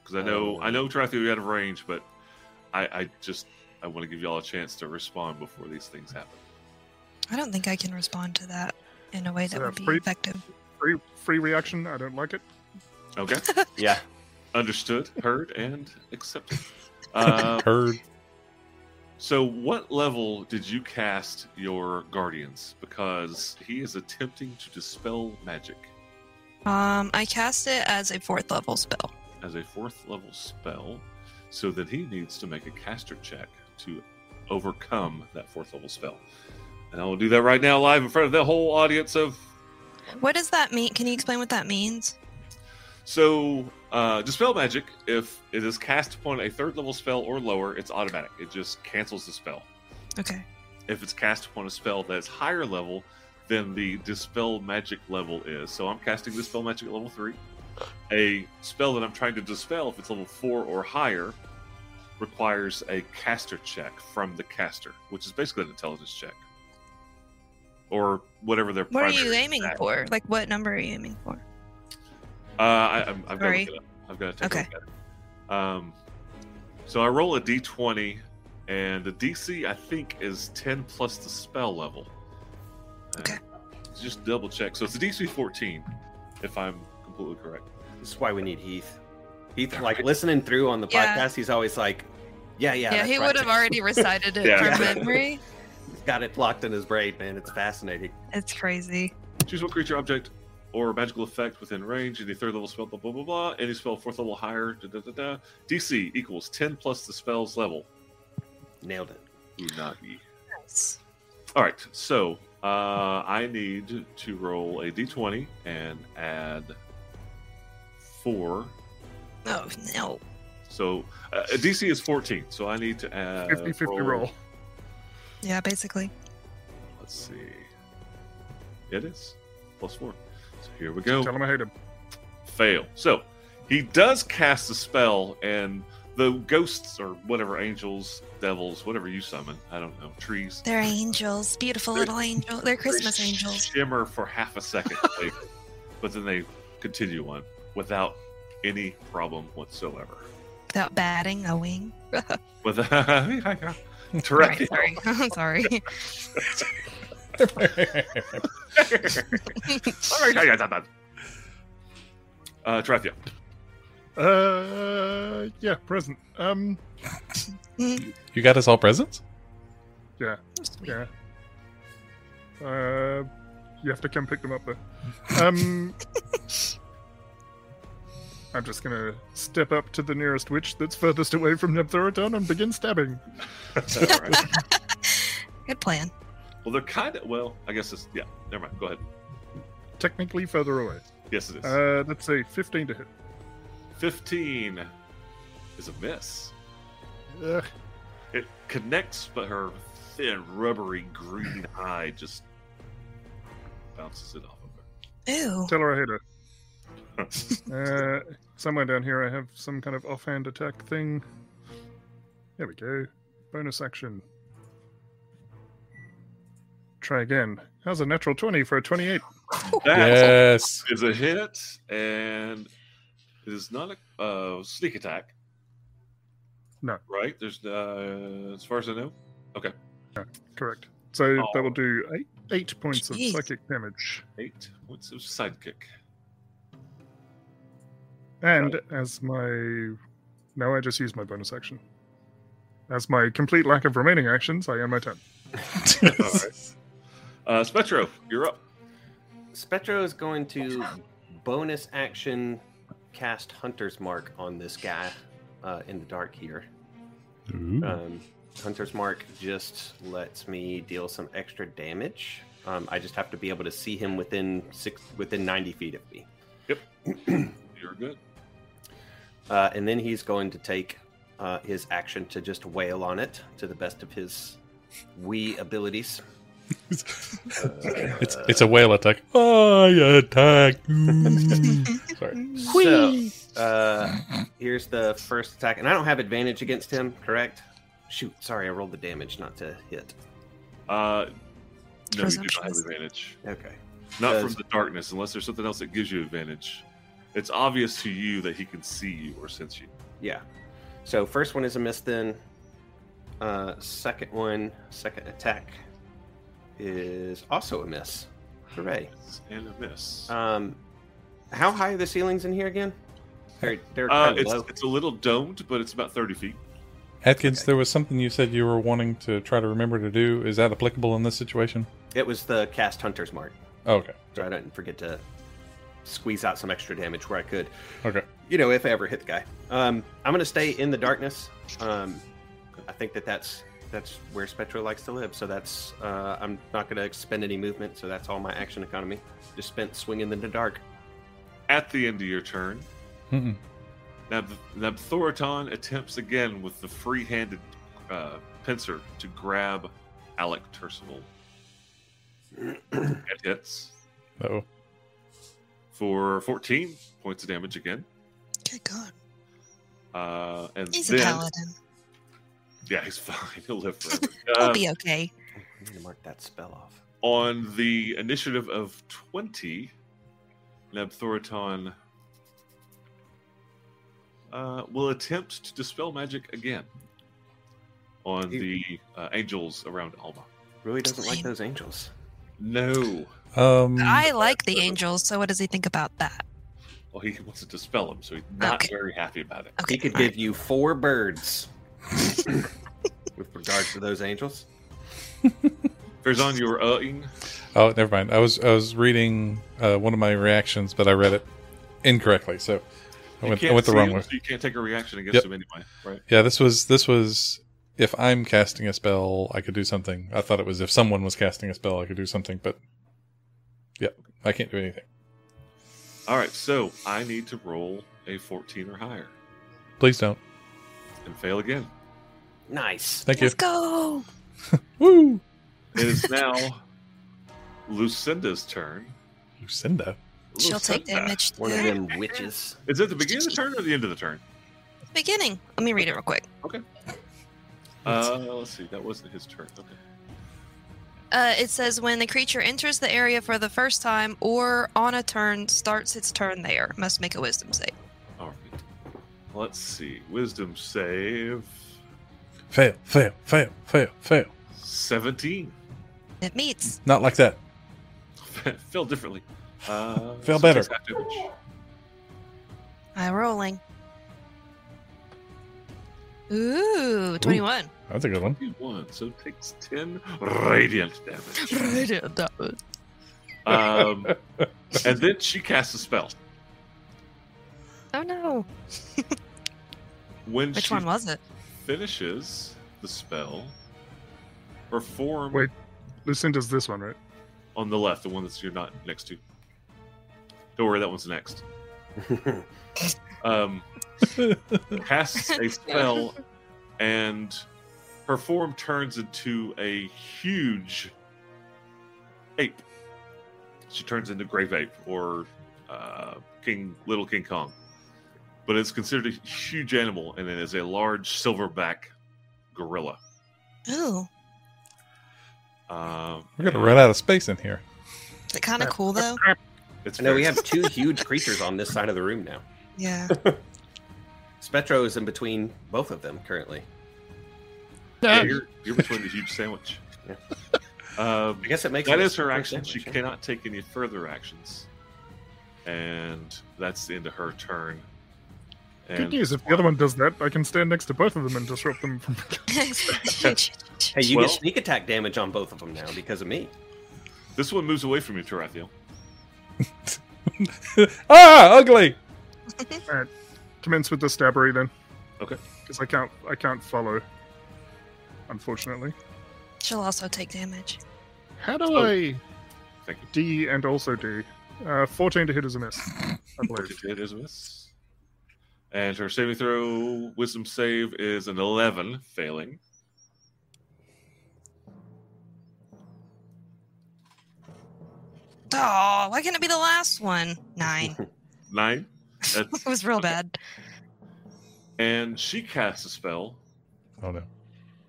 Speaker 5: Because I know I know Trithu you're out of range, but I, I just I want to give y'all a chance to respond before these things happen.
Speaker 4: I don't think I can respond to that in a way that
Speaker 3: Uh,
Speaker 4: would be
Speaker 3: free-
Speaker 4: effective.
Speaker 3: Free, free reaction. I don't like it.
Speaker 5: Okay,
Speaker 2: Yeah.
Speaker 5: understood, heard, and accepted. Uh,
Speaker 1: Heard.
Speaker 5: So, what level did you cast your guardians? Because he is attempting to dispel magic
Speaker 4: Um, I cast it as a fourth level spell.
Speaker 5: as a fourth level spell, so that he needs to make a caster check to overcome that fourth level spell. And I will do that right now, live in front of the whole audience of.
Speaker 4: What does that mean? Can you explain what that means?
Speaker 5: So, uh, dispel magic. If it is cast upon a third level spell or lower, it's automatic. It just cancels the spell.
Speaker 4: Okay.
Speaker 5: if it's cast upon a spell that is higher level than the dispel magic level is. So I'm casting dispel magic at level three. A spell that I'm trying to dispel, if it's level four or higher, requires a caster check from the caster, which is basically an intelligence check, or whatever their.
Speaker 4: What are
Speaker 5: primary
Speaker 4: you aiming
Speaker 5: attack-
Speaker 4: for? Like, what number are you aiming for?
Speaker 5: Uh, I, I'm, I've got to
Speaker 4: Sorry.
Speaker 5: look it up. I've got to take
Speaker 4: Okay.
Speaker 5: a look at it. Um, so I roll a d20, and the DC I think is 10 plus the spell level. Uh,
Speaker 4: Okay.
Speaker 5: just double check. So it's a DC 14, if I'm completely correct.
Speaker 2: That's why we need Heath. Heath, like listening through on the
Speaker 4: Yeah.
Speaker 2: podcast, he's always like, yeah, yeah.
Speaker 4: Yeah,
Speaker 2: that's
Speaker 4: he
Speaker 2: right.
Speaker 4: would have already recited it
Speaker 5: Yeah.
Speaker 4: from
Speaker 2: Yeah.
Speaker 4: memory.
Speaker 2: He's got it blocked in his brain, man. It's fascinating.
Speaker 4: It's crazy.
Speaker 5: Choose one creature, object, or magical effect within range. Any third level spell, blah blah blah blah. Any spell fourth level higher. Da, da, da, da. DC equals 10 plus the spell's level.
Speaker 2: Nailed it.
Speaker 5: Unagi.
Speaker 4: Nice.
Speaker 5: All right, so uh, I need to roll a d20 and add four.
Speaker 4: Oh no.
Speaker 5: So uh, a DC is 14, so I need to add
Speaker 3: 50 50 roll.
Speaker 4: Yeah, basically.
Speaker 5: Let's see. It is plus four. So here we
Speaker 3: Tell
Speaker 5: go.
Speaker 3: him I hate him.
Speaker 5: Fail. So he does cast a spell, and the ghosts or whatever angels, devils, whatever you summon, I don't know, trees,
Speaker 4: They're angels, beautiful
Speaker 5: They're-
Speaker 4: little angel. They're Christmas
Speaker 5: they
Speaker 4: angels.
Speaker 5: Shimmer for half a second, later, but then they continue on without any problem whatsoever.
Speaker 4: Without batting a wing.
Speaker 5: With yeah, yeah. Terrestrial.
Speaker 4: Right, sorry. I'm sorry.
Speaker 5: Sorry, yeah, yeah, that, that. Uh, Terrestrial.
Speaker 3: Uh, yeah, present. Um,
Speaker 1: you got us all presents?
Speaker 4: Sweet.
Speaker 3: yeah. Uh, you have to come pick them up though. Um, I'm just gonna step up to the nearest witch that's furthest away from Nebthorodon and begin stabbing.
Speaker 5: All right.
Speaker 4: Good plan.
Speaker 5: Well, they're kind of well. I guess it's yeah. Never mind. Go ahead.
Speaker 3: technically further away.
Speaker 5: Yes, it is.
Speaker 3: Uh, let's see, 15 to hit.
Speaker 5: 15 is a miss.
Speaker 3: Ugh.
Speaker 5: It connects, but her thin, rubbery green eye just bounces it off of her.
Speaker 4: Ew.
Speaker 3: Tell her I hit her. uh, somewhere down here, I have some kind of offhand attack thing. There we go. Bonus action. Try again. How's a natural 20 for a 28?
Speaker 5: That
Speaker 1: Yes.
Speaker 5: is a hit, and it is not a uh, sneak attack.
Speaker 3: No.
Speaker 5: Right? There's, uh, as far as I know,
Speaker 3: Correct. So that will do eight, eight points
Speaker 4: Jeez.
Speaker 3: of psychic damage.
Speaker 5: eight points of sidekick.
Speaker 3: And as my. No, I just used my bonus action. As my complete lack of remaining actions, I end my turn.
Speaker 5: All right. Uh, Spectro, you're up.
Speaker 2: Spectro is going to bonus action cast Hunter's Mark on this guy uh, in the dark here. Um, Hunter's Mark just lets me deal some extra damage. Um, I just have to be able to see him within six, within 90 feet of me.
Speaker 5: You're good.
Speaker 2: Uh, and then he's going to take uh, his action to just wail on it to the best of his wee abilities.
Speaker 1: it's it's a whale attack. I attack. you. Sorry.
Speaker 2: So, uh, here's the first attack, and I don't have advantage against him, correct? Shoot, sorry, I rolled the damage, not to hit.
Speaker 5: Uh, no, you do not have
Speaker 4: Presumptuous.
Speaker 5: advantage.
Speaker 2: Okay.
Speaker 5: Not
Speaker 2: Does-
Speaker 5: from the darkness, unless there's something else that gives you advantage. It's obvious to you that he can see you or sense you.
Speaker 2: Yeah. So first one is a miss. Then uh, second one, second attack is also a miss. Hooray!
Speaker 5: It's and a miss. Uh,
Speaker 2: Um, how high are the ceilings in here again? They're they're kind of
Speaker 5: Uh, it's,
Speaker 2: low.
Speaker 5: it's a little domed, but it's about 30 feet.
Speaker 1: Atkins,
Speaker 2: Okay.
Speaker 1: there was something you said you were wanting to try to remember to do. Is that applicable in this situation?
Speaker 2: It was the cast hunter's mark,
Speaker 1: Okay.
Speaker 2: so I didn't forget to squeeze out some extra damage where I could.
Speaker 1: Okay.
Speaker 2: you know, if I ever hit the guy. Um, I'm gonna stay in the darkness. Um, I think that that's that's where Spectro likes to live. So that's uh, I'm not gonna expend any movement. So that's all my action economy. Just spent swinging in the dark.
Speaker 5: At the end of your turn,
Speaker 1: Mm-mm.
Speaker 5: Nab- Nabthoriton attempts again with the free handed uh, pincer to grab Alec Turcival. it hits
Speaker 1: Oh,
Speaker 5: for 14 points of damage again.
Speaker 4: Good God.
Speaker 5: Uh, and
Speaker 4: He's a
Speaker 5: then,
Speaker 4: paladin.
Speaker 5: Yeah, he's fine. He'll live forever.
Speaker 4: He'll
Speaker 5: Um,
Speaker 4: be okay.
Speaker 2: I'm gonna mark that spell off.
Speaker 5: on the initiative of 20, Nebthoriton uh, will attempt to dispel magic again on the uh, angels around Alma.
Speaker 2: Really doesn't like
Speaker 4: Lame.
Speaker 2: those angels.
Speaker 5: No.
Speaker 1: um,
Speaker 2: Mm.
Speaker 4: But I like the angels, so what does he think about that?
Speaker 5: Well, he wants to dispel them, so he's not
Speaker 4: Okay.
Speaker 5: very happy about it.
Speaker 4: Okay.
Speaker 2: He could
Speaker 4: all right.
Speaker 2: give you four birds. With regard to those angels,
Speaker 5: Ferzon, uh, you were uhing.
Speaker 1: oh, never mind. I was I was reading uh, one of my reactions, but I read it incorrectly, so I
Speaker 5: You
Speaker 1: went, I
Speaker 5: can't
Speaker 1: went the
Speaker 5: see
Speaker 1: wrong
Speaker 5: him,
Speaker 1: way.
Speaker 5: so you can't take a reaction against
Speaker 1: Yep.
Speaker 5: him anyway, right?
Speaker 1: Yeah, this was this was if I'm casting a spell, I could do something. I thought it was if someone was casting a spell, I could do something, but yeah, I can't do anything.
Speaker 5: All right, so I need to roll a 14 or higher
Speaker 1: Please don't.
Speaker 5: and fail again.
Speaker 2: nice.
Speaker 1: Thank you.
Speaker 4: Let's go.
Speaker 1: Woo,
Speaker 5: It is now Lucinda's turn.
Speaker 1: Lucinda.
Speaker 4: She'll take
Speaker 5: Lucinda.
Speaker 4: damage.
Speaker 2: One of
Speaker 4: too.
Speaker 2: them witches.
Speaker 5: Is it the beginning of the turn or the end of the turn?
Speaker 4: Beginning. Let me read it real quick.
Speaker 5: Uh, let's see. That wasn't his turn. Okay.
Speaker 4: Uh, it says when the creature enters the area for the first time or on a turn starts its turn there, must make a wisdom save.
Speaker 5: All right. Let's see. Wisdom save
Speaker 1: Fail, fail, fail, fail, fail.
Speaker 5: 17.
Speaker 4: It meets.
Speaker 1: Not like that.
Speaker 5: Fell differently. Uh,
Speaker 1: Fell
Speaker 5: so
Speaker 1: better.
Speaker 5: takes half damage.
Speaker 4: I'm rolling. Ooh, 21.
Speaker 1: That's a good one.
Speaker 5: One, so it takes 10 radiant damage.
Speaker 4: That was-
Speaker 5: Um, and then she casts a spell.
Speaker 4: oh no.
Speaker 5: When
Speaker 4: Which
Speaker 5: she
Speaker 4: one was it?
Speaker 5: finishes the spell, her form
Speaker 3: Wait. Lucinda's this one, right?
Speaker 5: on the left, the one that's you're not next to, Don't worry, that one's next. Um, casts a spell and her form turns into a huge ape. She turns into Grave Ape or uh, King Little King Kong, but it's considered a huge animal and it is a large silverback gorilla.
Speaker 4: Ooh,
Speaker 5: Um,
Speaker 1: We're gonna run out of space in here.
Speaker 4: is it
Speaker 2: Uh,
Speaker 4: kind of cool though?
Speaker 5: It's
Speaker 2: I know we
Speaker 5: very-
Speaker 2: have two huge creatures on this side of the room now.
Speaker 4: Yeah.
Speaker 2: Spectro is in between both of them currently.
Speaker 5: yeah, you're, you're between the huge sandwich. Um,
Speaker 2: I guess it makes
Speaker 5: that
Speaker 2: it a
Speaker 5: is her
Speaker 2: super
Speaker 5: action.
Speaker 2: sandwich,
Speaker 5: She
Speaker 2: yeah.
Speaker 5: cannot take any further actions, and that's the end of her turn.
Speaker 3: Good
Speaker 5: And
Speaker 3: news. If the other one does that, I can stand next to both of them and disrupt them from.
Speaker 2: uh, Hey, you
Speaker 5: Well-
Speaker 2: get sneak attack damage on both of them now because of me.
Speaker 5: this one moves away from you, Tarathiel.
Speaker 1: ah, ugly.
Speaker 3: Commence with the stabbery then.
Speaker 5: Okay.
Speaker 3: Because I can't. I can't follow. Unfortunately.
Speaker 4: She'll also take damage.
Speaker 3: How do
Speaker 5: Oh.
Speaker 3: I
Speaker 5: Thank you.
Speaker 3: D and also D? Uh, Fourteen to hit is a miss. I believe.
Speaker 5: It is a miss. And her saving throw, wisdom save, is an 11, failing.
Speaker 4: Oh, why can't it be the last one? Nine.
Speaker 5: Nine. That's,
Speaker 4: it was real bad.
Speaker 5: and she casts a spell
Speaker 1: Oh no.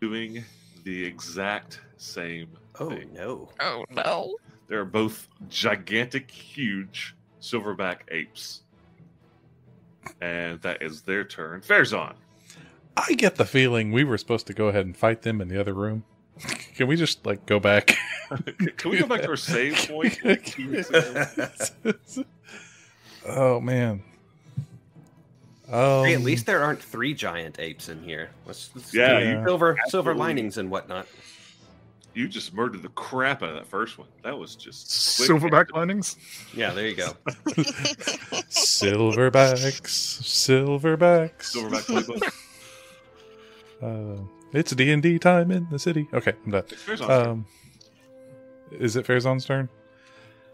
Speaker 5: doing the exact same
Speaker 2: Oh
Speaker 5: thing.
Speaker 2: no.
Speaker 4: Oh no.
Speaker 5: They're both gigantic, huge silverback apes. And that is their turn. Fair's on.
Speaker 1: I get the feeling we were supposed to go ahead and fight them in the other room. Can we just like go back?
Speaker 5: Can we go back to our save point?
Speaker 1: oh man. Oh,
Speaker 4: Um,
Speaker 2: Hey, at least there aren't three giant apes in here. Let's, let's
Speaker 5: Yeah,
Speaker 2: do
Speaker 1: you-
Speaker 2: silver silver
Speaker 5: absolutely.
Speaker 2: linings and whatnot.
Speaker 5: You just murdered the crap out of that first one. That was just quick.
Speaker 3: Silverback linings.
Speaker 2: Yeah, there you go.
Speaker 1: silverbacks, silverbacks.
Speaker 5: Silverback playbook.
Speaker 1: Uh, it's D and D time in the city. Okay, I'm done.
Speaker 5: It's Fair's on.
Speaker 1: Um, is it Fairzon's turn?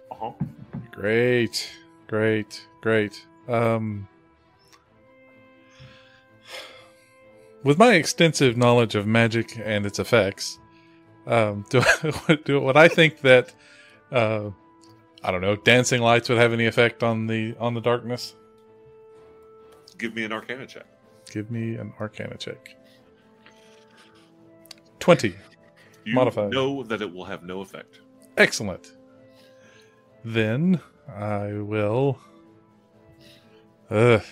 Speaker 5: uh-huh.
Speaker 1: Great, great, great. Um, with my extensive knowledge of magic and its effects, um, do, do would I think that uh, I don't know dancing lights would have any effect on the on the darkness?
Speaker 5: Give me an Arcana check.
Speaker 1: Give me an Arcana check. Twenty.
Speaker 5: You
Speaker 1: Modifier.
Speaker 5: know that it will have no effect.
Speaker 1: Excellent. Then I will. Ugh.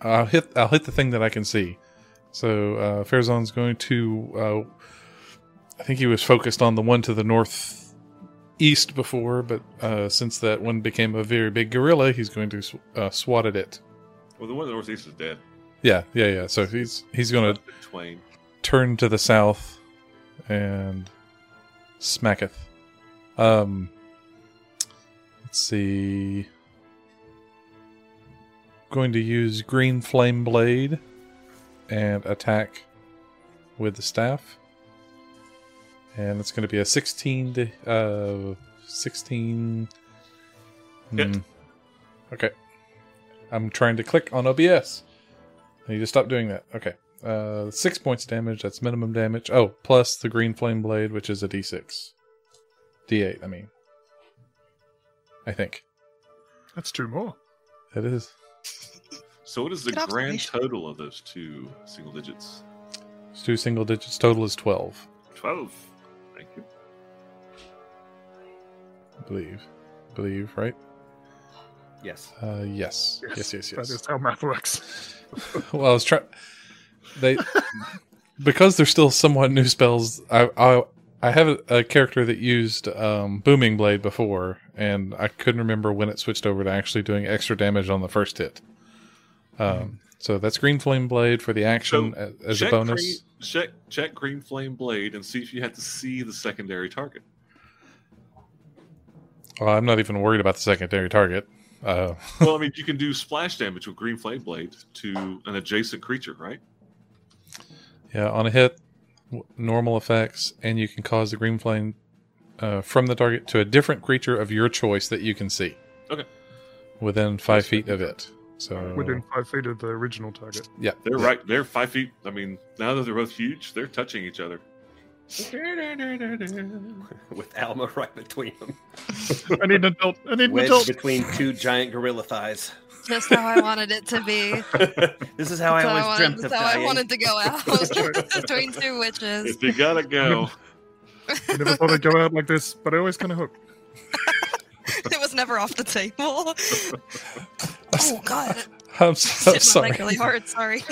Speaker 1: I'll hit. I'll hit the thing that I can see. So uh, Farazan's going to. Uh, I think he was focused on the one to the north east before, but uh, since that one became a very big gorilla, he's going to sw- uh, swat at it.
Speaker 5: Well, the one in the northeast is dead.
Speaker 1: Yeah, yeah, yeah. So he's he's going to
Speaker 5: Twain.
Speaker 1: turn to the south and smacketh. Um, let's see. Going to use green flame blade and attack with the staff, and it's going to be a sixteen to uh sixteen.
Speaker 5: Hit.
Speaker 1: Hmm. Okay, I'm trying to click on OBS. I need to stop doing that. Okay. Uh, six points damage. That's minimum damage. Oh, plus the green flame blade, which is a d6, d8. I mean, I think
Speaker 3: That's two more.
Speaker 1: that is
Speaker 5: So what is the
Speaker 4: Good
Speaker 5: grand
Speaker 4: observation.
Speaker 5: total of those two single digits?
Speaker 1: it's two single digits. Total is twelve,
Speaker 5: Twelve. Thank you.
Speaker 1: I believe. Believe right?
Speaker 2: Yes.
Speaker 1: Uh, yes. Yes. Yes. Yes.
Speaker 3: That is how math works.
Speaker 1: well, I was trying. They because they're still somewhat new spells. I I I have a, a character that used um, booming blade before, and I couldn't remember when it switched over to actually doing extra damage on the first hit. Um, so that's green flame blade for the action a- as a bonus.
Speaker 5: Green, check check green flame blade and see if you had to see the secondary target.
Speaker 1: Well, I'm not even worried about the secondary target. Uh,
Speaker 5: well, I mean, you can do splash damage with green flame blade to an adjacent creature, right?
Speaker 1: yeah, on a hit, w- normal effects, and you can cause the green flame uh, from the target to a different creature of your choice that you can see. within five feet of it. So
Speaker 3: within five feet of the original target.
Speaker 5: They're
Speaker 1: Yeah.
Speaker 5: right. They're five feet. I mean, now that they're both huge, they're touching each other.
Speaker 2: with Alma right between them,
Speaker 3: I need an adult. I need an
Speaker 2: wedged
Speaker 3: adult.
Speaker 2: between two giant gorilla thighs.
Speaker 4: That's how I wanted it to be.
Speaker 2: this is how
Speaker 4: That's
Speaker 2: I
Speaker 4: how, I
Speaker 2: always
Speaker 4: wanted,
Speaker 2: dreamt of
Speaker 4: that's how I
Speaker 2: dying.
Speaker 4: wanted to go out between two witches.
Speaker 5: If you gotta go,
Speaker 3: I never thought I'd go out like this, but I always kind of hook.
Speaker 4: it was never off the table. oh God, that
Speaker 1: I'm so
Speaker 4: hit my
Speaker 1: sorry.
Speaker 4: leg really hard. Sorry.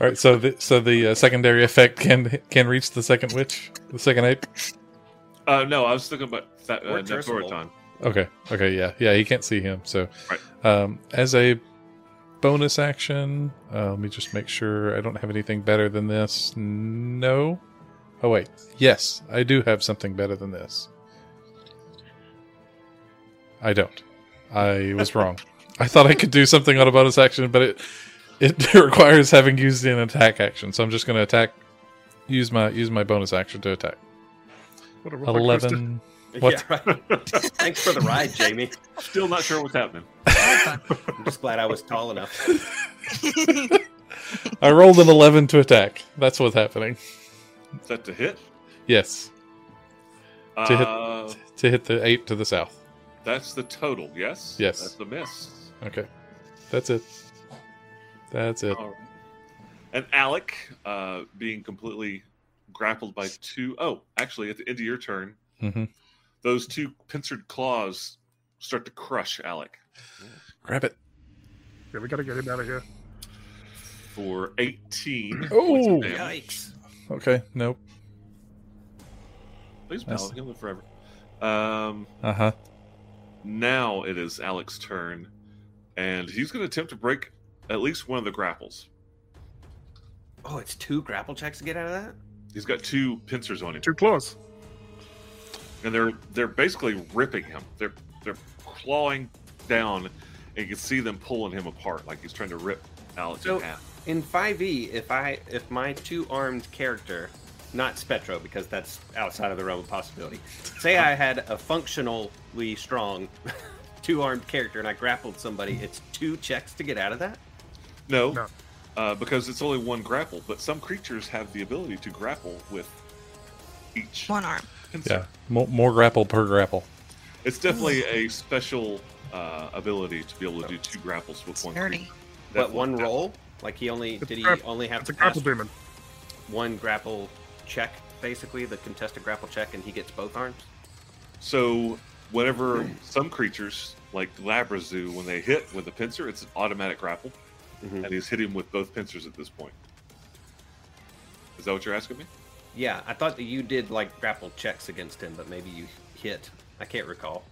Speaker 1: All right, so the so the uh, secondary effect can can reach the second witch, the second ape.
Speaker 5: uh, no, I was thinking about that uh,
Speaker 2: Or traceable.
Speaker 5: Nephoroton.
Speaker 1: Okay, okay, yeah, yeah. He can't see him. So,
Speaker 5: Right.
Speaker 1: um, as a bonus action, uh, let me just make sure I don't have anything better than this. No. Oh wait, yes, I do have something better than this. I don't. I was wrong. I thought I could do something on a bonus action, but it it requires having used an attack action. So I'm just going to attack. Use my use my bonus action to attack.
Speaker 3: What a roller coaster.
Speaker 1: Eleven. What?
Speaker 2: Yeah, right. Thanks for the ride, Jamie.
Speaker 5: Still not sure what's happening.
Speaker 2: I'm just glad I was tall enough.
Speaker 1: I rolled an eleven to attack. That's what's happening.
Speaker 5: Is that to hit?
Speaker 1: Yes,
Speaker 5: Uh,
Speaker 1: hit. to hit the eight to the south.
Speaker 5: That's the total. Yes.
Speaker 1: Yes.
Speaker 5: That's the miss.
Speaker 1: Okay, that's it. That's it.
Speaker 5: All right. And Alec, uh, being completely grappled by two oh, actually, at the end of your turn,
Speaker 1: hmm
Speaker 5: those two pincered claws start to crush Alec
Speaker 1: Grab it.
Speaker 3: Yeah, we gotta get him out of here.
Speaker 5: for 18.
Speaker 1: Oh.
Speaker 5: points of damage.
Speaker 2: Yikes!
Speaker 1: Okay. Nope.
Speaker 5: Please,
Speaker 1: That's-
Speaker 5: pal, he'll live forever. Um,
Speaker 1: Uh huh.
Speaker 5: now it is Alec's turn, and he's going to attempt to break at least one of the grapples.
Speaker 2: Oh, it's two grapple checks to get out of that.
Speaker 5: He's got two pincers on him,
Speaker 3: Two claws.
Speaker 5: and they're they're basically ripping him. They're they're clawing down, and you can see them pulling him apart, like he's trying to rip Alec
Speaker 2: So-
Speaker 5: in half.
Speaker 2: In 5e, if I if my two-armed character, not Spectro, because that's outside of the realm of possibility. Say I had a functionally strong two-armed character and I grappled somebody, it's two checks to get out of that.
Speaker 5: No,
Speaker 3: No.
Speaker 5: Uh, because it's only one grapple. But some creatures have the ability to grapple with each
Speaker 4: One arm.
Speaker 5: pincer.
Speaker 1: Yeah. More, more grapple per grapple.
Speaker 5: It's definitely a special uh, ability to be able to do two grapples with one.
Speaker 4: Ernie.
Speaker 5: creature.
Speaker 2: But
Speaker 5: That's
Speaker 2: one
Speaker 5: what-
Speaker 2: roll, like he only
Speaker 3: It's
Speaker 2: did he
Speaker 3: grapple-
Speaker 2: only have
Speaker 3: It's a
Speaker 2: to
Speaker 3: grapple
Speaker 2: pass
Speaker 3: demon.
Speaker 2: one grapple check, basically the contested grapple check, and he gets both arms.
Speaker 5: So whenever some creatures like Labrazu, when they hit with a pincer, it's an automatic grapple,
Speaker 2: Mhm.
Speaker 5: and he's hitting with both pincers at this point. Is that what you're asking me?
Speaker 2: Yeah, I thought that you did like grapple checks against him, but maybe you hit. I can't recall.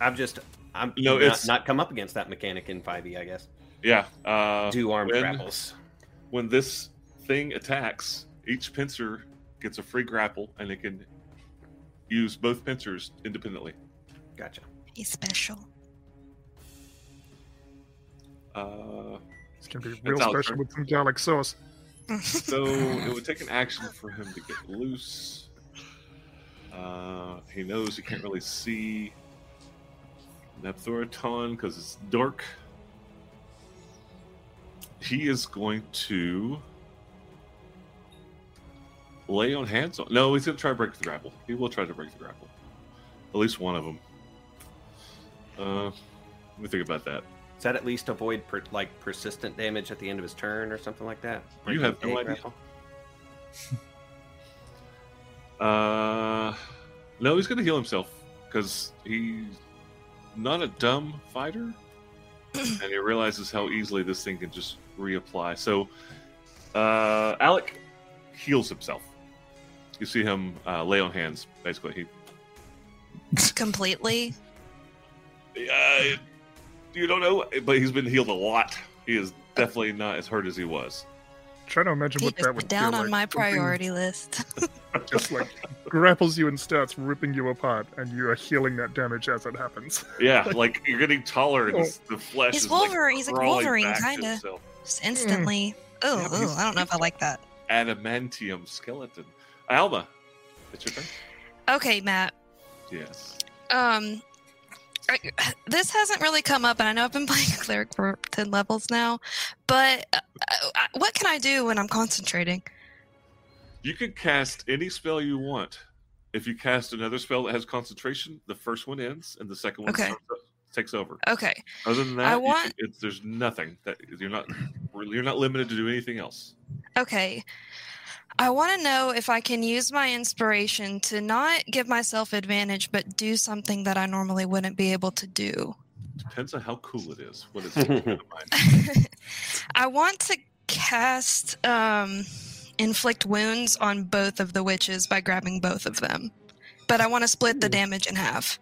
Speaker 2: I've just I'm
Speaker 5: No,
Speaker 2: not,
Speaker 5: it's-
Speaker 2: not come up against that mechanic in 5e, I guess.
Speaker 5: Yeah. Uh,
Speaker 2: Do armed
Speaker 5: when-
Speaker 2: grapples.
Speaker 5: When this thing attacks, each pincer gets a free grapple, and it can use both pincers independently.
Speaker 2: Gotcha.
Speaker 4: He's special.
Speaker 5: Uh,
Speaker 3: It's gonna be
Speaker 5: That's
Speaker 3: real
Speaker 5: all
Speaker 3: special
Speaker 5: true.
Speaker 3: with some garlic sauce.
Speaker 5: So it would take an action for him to get loose. Uh, he knows he can't really see Nephthoroton because it's dark. He is going to lay on hands on. No, he's going to try to break the grapple. He will try to break the grapple. At least one of them. Uh, let me think about that.
Speaker 2: Does that at least avoid per, like persistent damage at the end of his turn or something like that?
Speaker 5: You
Speaker 2: Breaking
Speaker 5: have no
Speaker 2: a
Speaker 5: idea.
Speaker 2: grapple?
Speaker 5: Uh, no, he's gonna heal himself because he's not a dumb fighter, and he realizes how easily this thing can just reapply. So, uh, Alec heals himself. You see him uh, lay on hands. Basically,
Speaker 4: Completely.
Speaker 5: he uh, you don't know, but he's been healed a lot. He is definitely not as hurt as he was.
Speaker 3: Trying to imagine
Speaker 4: He
Speaker 3: what that
Speaker 4: just
Speaker 3: would
Speaker 4: put down
Speaker 3: feel
Speaker 4: on
Speaker 3: like.
Speaker 4: my
Speaker 3: Something
Speaker 4: priority list.
Speaker 3: Just like grapples you and starts ripping you apart, and you are healing that damage as it happens.
Speaker 5: Yeah, like you're getting taller, and this- the flesh
Speaker 4: He's
Speaker 5: is
Speaker 4: Wolverine- he's like
Speaker 5: crawling
Speaker 4: Wolverine,
Speaker 5: back to
Speaker 4: kinda.
Speaker 5: itself.
Speaker 4: Just instantly. Oh,
Speaker 5: Yeah, but he's-
Speaker 4: I don't know if I like that.
Speaker 5: adamantium skeleton. Alma, it's your turn.
Speaker 4: Okay, Matt.
Speaker 5: Yes.
Speaker 4: Um, this hasn't really come up, and I know I've been playing cleric for ten levels now, but uh, uh, what can I do when I'm concentrating?
Speaker 5: You can cast any spell you want. If you cast another spell that has concentration, the first one ends and the second one
Speaker 4: Okay.
Speaker 5: starts up- takes over.
Speaker 4: Okay,
Speaker 5: Other than that,
Speaker 4: I
Speaker 5: you
Speaker 4: want-
Speaker 5: can- it's, there's nothing that you're not you're not limited to do anything else.
Speaker 4: okay. I want to know if I can use my inspiration to not give myself advantage, but do something that I normally wouldn't be able to do.
Speaker 5: Depends on how cool it is. What is it?
Speaker 4: I want to cast um, inflict wounds on both of the witches by grabbing both of them, but I want to split the damage in half.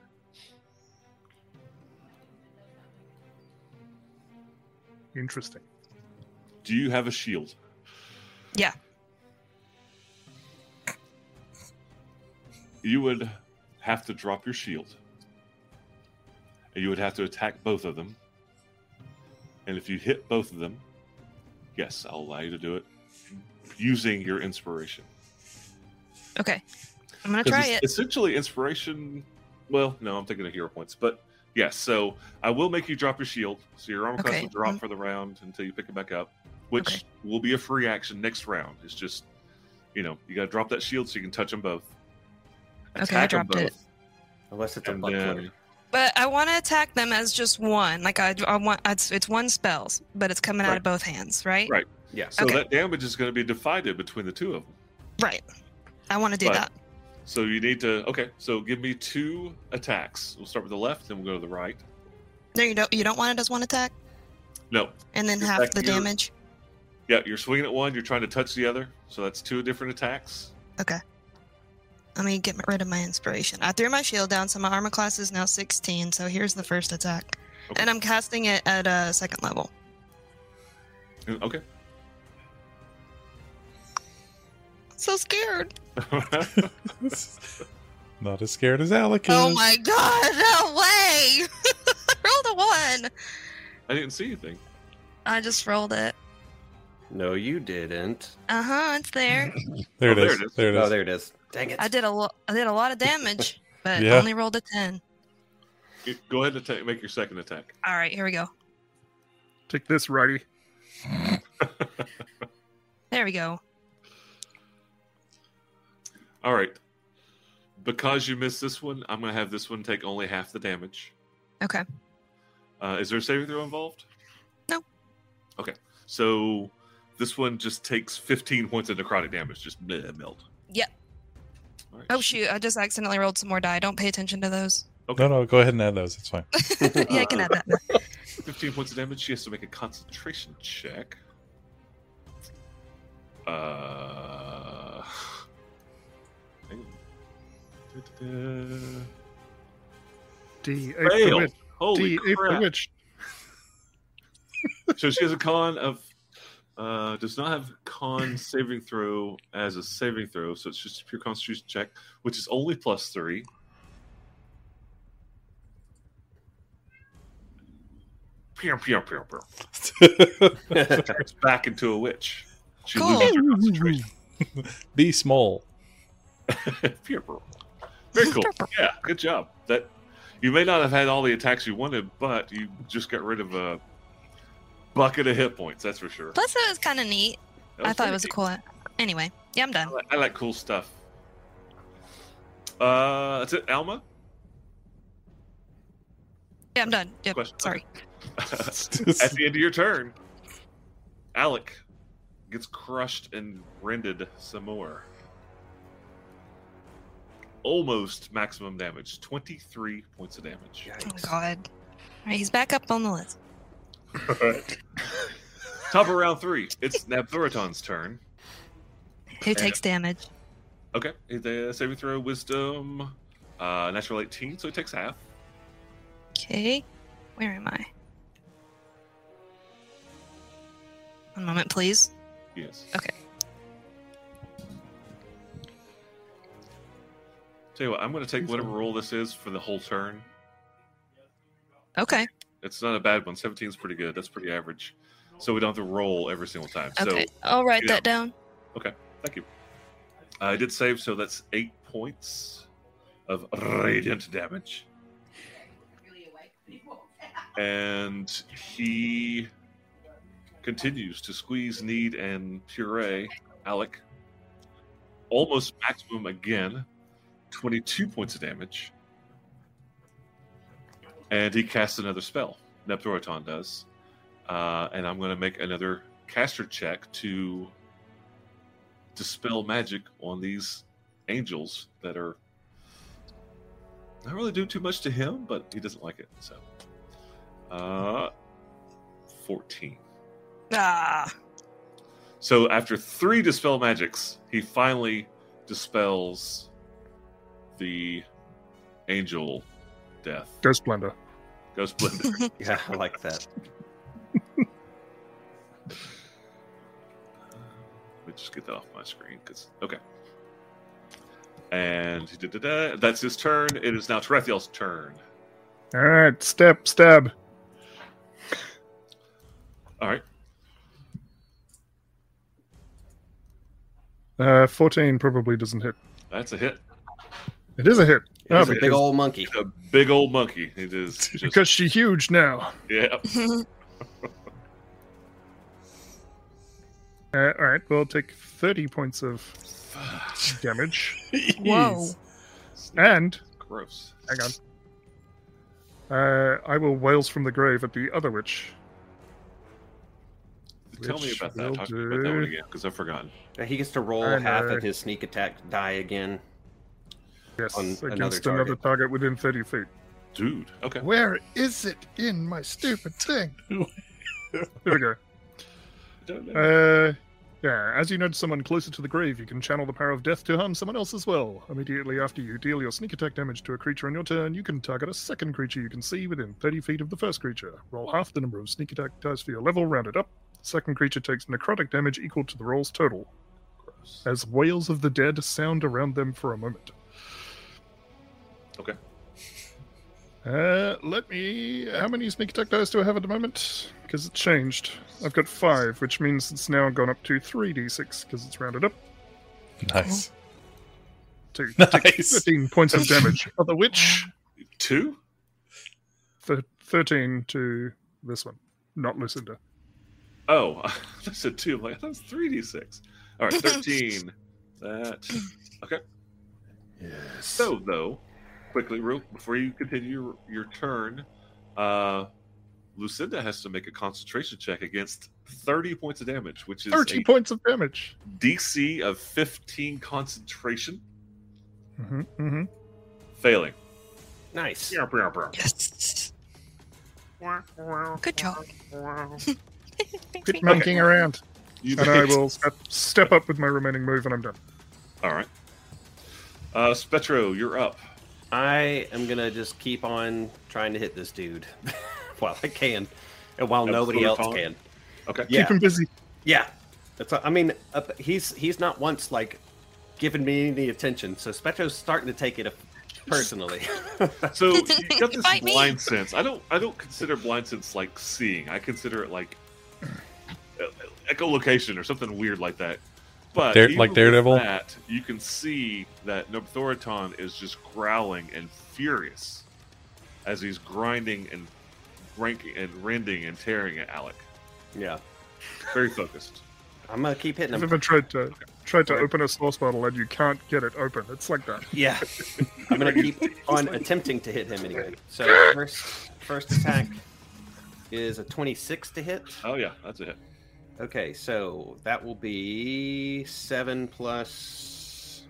Speaker 3: Interesting.
Speaker 5: Do you have a shield?
Speaker 4: Yeah.
Speaker 5: You would have to drop your shield. And you would have to attack both of them. And if you hit both of them, yes, I'll allow you to do it using your inspiration.
Speaker 4: Okay, I'm gonna
Speaker 5: 'Cause
Speaker 4: try
Speaker 5: it's
Speaker 4: it.
Speaker 5: Essentially, inspiration. Well, no, I'm thinking of hero points, but yes. so I will make you drop your shield, so your armor class
Speaker 4: Okay.
Speaker 5: will drop
Speaker 4: Mhm.
Speaker 5: for the round until you pick it back up, which
Speaker 4: Okay.
Speaker 5: will be a free action next round. It's just, you know, you got to drop that shield so you can touch them both.
Speaker 4: I
Speaker 5: Attack 'em
Speaker 4: dropped it.
Speaker 2: Unless it's a
Speaker 5: and
Speaker 2: butt
Speaker 5: then,
Speaker 4: But I want to attack them as just one. Like I, I want it's, it's one spell, but it's coming out
Speaker 5: Right.
Speaker 4: of both hands, right?
Speaker 5: Right.
Speaker 2: Yes.
Speaker 5: so
Speaker 4: Okay.
Speaker 5: that damage is going to be divided between the two of them.
Speaker 4: Right. I want to do
Speaker 5: Right.
Speaker 4: that.
Speaker 5: So you need to okay. So give me two attacks. We'll start with the left, then we'll go to the right.
Speaker 4: No, you don't. You don't want it as one attack,
Speaker 5: No,
Speaker 4: and then
Speaker 5: Just
Speaker 4: half
Speaker 5: like
Speaker 4: the
Speaker 5: your-
Speaker 4: damage.
Speaker 5: yeah, you're swinging at one. You're trying to touch the other. So that's two different attacks.
Speaker 4: Let me get rid of my inspiration. I threw my shield down, so my armor class is now 16. So here's the first attack,
Speaker 5: Okay.
Speaker 4: and I'm casting it at a uh, second level.
Speaker 5: Mm, Okay.
Speaker 4: So scared.
Speaker 1: Not as scared as Alec is.
Speaker 4: Oh my god! No way. rolled a one.
Speaker 5: I didn't see anything.
Speaker 4: I just rolled it.
Speaker 2: No, you didn't.
Speaker 4: Uh huh. It's there.
Speaker 1: There,
Speaker 5: Oh,
Speaker 1: it is. There it is.
Speaker 2: Oh, there it is. Dang it.
Speaker 4: I did a lo- I did a lot of damage, but
Speaker 1: Yeah.
Speaker 4: only rolled a ten.
Speaker 5: You- Go ahead and atta- make your second attack.
Speaker 4: All right, here we go.
Speaker 3: Take this, righty.
Speaker 4: There we go.
Speaker 5: All right. Because you missed this one, I'm going to have this one take only half the damage.
Speaker 4: Okay.
Speaker 5: Uh, is there a saving throw involved?
Speaker 4: No.
Speaker 5: Okay. So this one just takes 15 points of necrotic damage. Just bleh, melt.
Speaker 4: Yep.
Speaker 5: All right.
Speaker 4: Oh shoot, I just accidentally rolled some more die. Don't pay attention to those.
Speaker 5: Okay.
Speaker 1: No, no, go ahead and add those. It's fine.
Speaker 4: yeah, I can add that. now.
Speaker 5: 15 points of damage. She has to make a concentration check. Uh. hang on. Da-da-da.
Speaker 3: D8 the
Speaker 5: Fail.
Speaker 3: witch.
Speaker 5: Holy
Speaker 3: D8 the
Speaker 5: crap.
Speaker 3: witch.
Speaker 5: So she has a con of uh does not have con saving throw as a saving throw, so it's just a pure constitution check, which is only plus three. Pew, pew, pew, pew. Turns back into a witch. She loses her concentration.
Speaker 1: Be small.
Speaker 5: Pew, pew. Very cool. Yeah, good job. That you may not have had all the attacks you wanted, but you just got rid of a bucket of hit points. That's for sure.
Speaker 4: Plus, that was kind of neat.
Speaker 5: That
Speaker 4: I thought
Speaker 5: very
Speaker 4: it was a
Speaker 5: neat.
Speaker 4: cool. Anyway, yeah, I'm done.
Speaker 5: I like, I like cool stuff. Uh, that's it, Alma.
Speaker 4: Yeah, I'm done. Yep.
Speaker 5: Question.
Speaker 4: Sorry.
Speaker 5: At the end of your turn, Alec gets crushed and rended some more. Almost maximum damage, twenty-three points of damage.
Speaker 4: Oh
Speaker 2: Yikes.
Speaker 4: God. All right, he's back up on the list.
Speaker 5: Top of round three, it's Nabthuraton's turn.
Speaker 4: Who takes damage?
Speaker 5: Okay, the saving throw, wisdom, uh, natural eighteen, so it takes half.
Speaker 4: Okay. Where am I? One moment, please.
Speaker 5: Yes.
Speaker 4: Okay.
Speaker 5: Tell you what, I'm going to take whatever roll this is for the whole turn.
Speaker 4: Okay.
Speaker 5: It's not a bad one. 17 is pretty good. That's pretty average. So we don't have to roll every single time.
Speaker 4: Okay.
Speaker 5: So
Speaker 4: I'll write
Speaker 5: yeah.
Speaker 4: that down.
Speaker 5: thank you. I did save, so that's eight points of radiant damage. and he continues to squeeze, knead, and puree Alec. Almost maximum again, 22 points of damage. And he casts another spell. Nepthoraton does. Uh, and I'm going to make another caster check to dispel magic on these angels that are not really doing too much to him, but he doesn't like it. So, uh, 14.
Speaker 4: Ah,
Speaker 5: So after three dispel magics, he finally dispels the angel death.
Speaker 3: Ghost Blender.
Speaker 5: Ghost Blender.
Speaker 2: Yeah, I like that.
Speaker 5: Let me just get that off my screen. Cause okay. And he did da, da, that's his turn. It is now Terethiel's turn.
Speaker 3: All right, step, stab.
Speaker 5: All right.
Speaker 3: Uh, 14 probably doesn't hit.
Speaker 5: That's a hit.
Speaker 3: It is a hit.
Speaker 2: It was
Speaker 3: Oh,
Speaker 2: a big
Speaker 3: because-
Speaker 2: old monkey.
Speaker 5: A big old monkey. It is just
Speaker 3: Because she's huge now.
Speaker 5: yeah.
Speaker 3: Uh, all right, we'll take 30 points of damage.
Speaker 4: whoa.
Speaker 3: And,
Speaker 5: Gross.
Speaker 3: hang on. Uh, I will wails from the grave at the other witch.
Speaker 5: Tell me
Speaker 3: Which
Speaker 5: about that.
Speaker 3: will
Speaker 5: Talk to me about that one
Speaker 3: do-
Speaker 5: again because I've forgotten.
Speaker 2: Yeah, He gets to roll
Speaker 3: I
Speaker 2: half
Speaker 3: know.
Speaker 2: of his sneak attack die again.
Speaker 3: Yes,
Speaker 2: On
Speaker 3: against
Speaker 2: another
Speaker 3: another target.
Speaker 2: target.
Speaker 3: within 30 feet.
Speaker 5: Dude. Okay.
Speaker 3: Where is it in my stupid thing? there we go.
Speaker 5: Don't know.
Speaker 3: Uh, yeah, as you nudge someone closer to the grave, you can channel the power of death to harm someone else as well. Immediately after you deal your sneak attack damage to a creature on your turn, you can target a second creature you can see within 30 feet of the first creature. Roll half the number of sneak attack dice for your level, rounded up. Second creature takes necrotic damage equal to the roll's total.
Speaker 5: Gross.
Speaker 3: As wails of the dead sound around them for a moment.
Speaker 5: Okay.
Speaker 3: Uh, let me. How many sneak attack dice do I have at the moment? Because it changed. I've got five, which means it's now gone up to three d6 because it's rounded up
Speaker 1: Nice.
Speaker 3: to
Speaker 1: Nice.
Speaker 3: fifteen points of damage. Other which
Speaker 5: Two.
Speaker 3: th- thirteen to this one, not Lucinda.
Speaker 5: Oh, I said two. I'm like, that's 3d6. All right, 13. that. Okay. So, though, quickly, real, before you continue your, your turn, uh, Lucinda has to make a concentration check against 30 points of damage, which is
Speaker 3: Thirty
Speaker 5: a
Speaker 3: points of damage.
Speaker 5: DC of 15 concentration,
Speaker 3: hmm hmm
Speaker 5: failing.
Speaker 2: Nice.
Speaker 4: Yes. Good job.
Speaker 3: Quit monkeying around,
Speaker 5: You
Speaker 3: and I
Speaker 5: make-
Speaker 3: will step, step up with my remaining move, and I'm done.
Speaker 5: All right. Uh, Spetro, you're up.
Speaker 2: I am gonna just keep on trying to hit this dude while I can, and while
Speaker 5: That's
Speaker 2: nobody
Speaker 5: what
Speaker 2: else
Speaker 5: we're calling
Speaker 2: can.
Speaker 5: Okay.
Speaker 2: Yeah.
Speaker 3: Keep him busy.
Speaker 2: Yeah, that's. I mean, uh, he's he's not once like giving me any attention, so Spectro's starting to take it uh, personally.
Speaker 5: So you got this
Speaker 4: Bite me.
Speaker 5: blind sense. I don't. I don't consider blind sense like seeing. I consider it like uh, echolocation or something weird like that. But
Speaker 1: Dare-
Speaker 5: even
Speaker 1: like
Speaker 5: with
Speaker 1: Daredevil?
Speaker 5: that you can see that Nobthoriton is just growling and furious as he's grinding and ranking and rending and tearing at Alec.
Speaker 2: yeah,
Speaker 5: Very focused.
Speaker 2: I'm gonna keep hitting
Speaker 3: I've
Speaker 2: him.
Speaker 3: ever tried to tried to
Speaker 2: Alright.
Speaker 3: open a source bottle and you can't get it open. It's like that.
Speaker 2: Yeah, I'm gonna keep on attempting to hit him anyway. So first first attack is a 26 to hit.
Speaker 5: Oh yeah, that's a hit.
Speaker 2: Okay, so that will be 7 plus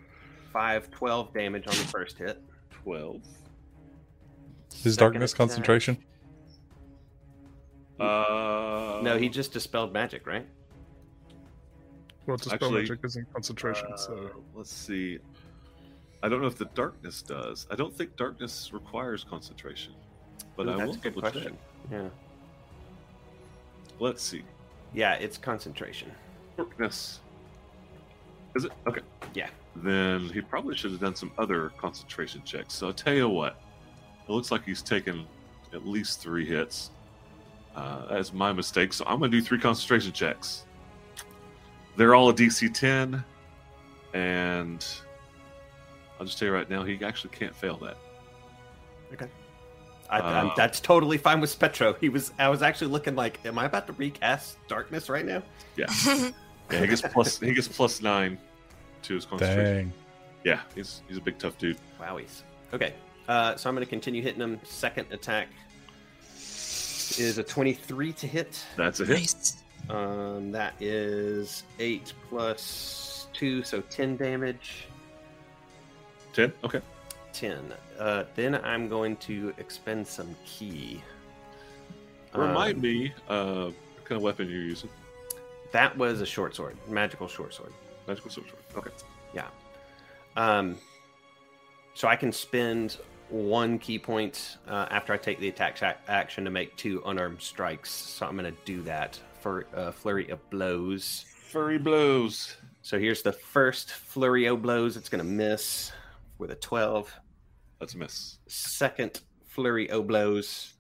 Speaker 2: 5, 12 damage on the first hit.
Speaker 5: Twelve.
Speaker 1: Is
Speaker 2: Second
Speaker 1: darkness
Speaker 2: attack.
Speaker 1: concentration?
Speaker 5: Uh,
Speaker 2: No, he just dispelled magic, right?
Speaker 3: Well, dispel
Speaker 5: Actually,
Speaker 3: magic isn't concentration, so
Speaker 5: Uh, let's see. I don't know if the darkness does. I don't think darkness requires concentration, but
Speaker 2: Ooh,
Speaker 5: I
Speaker 2: that's
Speaker 5: will
Speaker 2: a good
Speaker 5: double
Speaker 2: question.
Speaker 5: check.
Speaker 2: Yeah.
Speaker 5: Let's see.
Speaker 2: Yeah, it's concentration.
Speaker 5: Darkness. Is it okay?
Speaker 2: Yeah.
Speaker 5: Then he probably should have done some other concentration checks. So I'll tell you what. It looks like he's taken at least three hits. Uh, that's my mistake. So I'm gonna do three concentration checks. They're all a DC 10, and I'll just tell you right now, he actually can't fail that.
Speaker 2: I, I'm,
Speaker 5: Uh.
Speaker 2: that's totally fine with Spectro. He was. I was actually looking like, am I about to recast Darkness right now?
Speaker 5: Yeah, he gets plus he gets plus nine to his concentration.
Speaker 1: Dang.
Speaker 5: Yeah, he's he's a big tough dude.
Speaker 2: Wowies. Okay. Uh, so I'm going to continue hitting him. Second attack is a 23 to hit.
Speaker 5: That's a hit.
Speaker 4: nice.
Speaker 2: Um, that is eight plus two, so 10 damage.
Speaker 5: Ten. Okay.
Speaker 2: 10. Uh, then I'm going to expend some key.
Speaker 5: Remind
Speaker 2: Um,
Speaker 5: me uh, what kind of weapon you're using.
Speaker 2: That was a short sword, magical short sword.
Speaker 5: Magical sword. Okay.
Speaker 2: Um, so I can spend one key point uh, after I take the attack ac- action to make two unarmed strikes. So I'm going to do that for a flurry of blows.
Speaker 5: Furry blows.
Speaker 2: So here's the first flurry of blows. It's going to miss with a 12.
Speaker 5: That's a miss.
Speaker 2: Second flurry of blows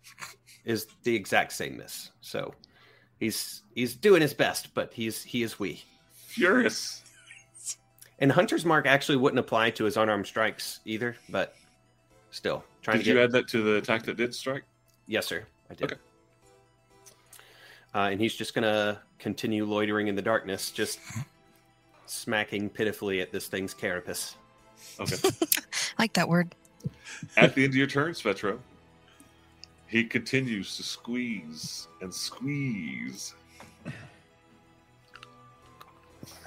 Speaker 2: is the exact same miss. So he's he's doing his best, but he's he is weak.
Speaker 5: Furious.
Speaker 2: And Hunter's Mark actually wouldn't apply to his unarmed strikes either, but still trying
Speaker 5: Did
Speaker 2: to get.
Speaker 5: you add that to the attack that did strike?
Speaker 2: Yes, sir. I did.
Speaker 5: Okay.
Speaker 2: Uh, and he's just gonna continue loitering in the darkness, just smacking pitifully at this thing's carapace.
Speaker 5: Okay.
Speaker 4: like that word.
Speaker 5: At the end of your turn, Svetro, he continues to squeeze and squeeze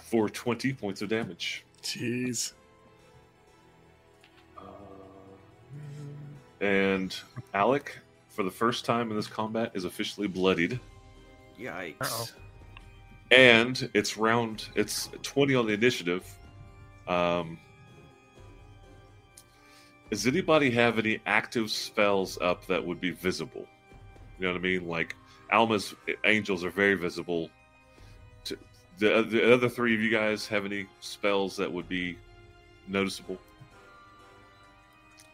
Speaker 5: for 20 points of damage.
Speaker 1: Jeez.
Speaker 5: And Alec, for the first time in this combat, is officially bloodied.
Speaker 2: Yikes!
Speaker 3: Uh-oh.
Speaker 5: And it's round, it's 20 on the initiative. Um, does anybody have any active spells up that would be visible? You know what I mean? Like Alma's angels are very visible. To, the, the other three of you guys have any spells that would be noticeable?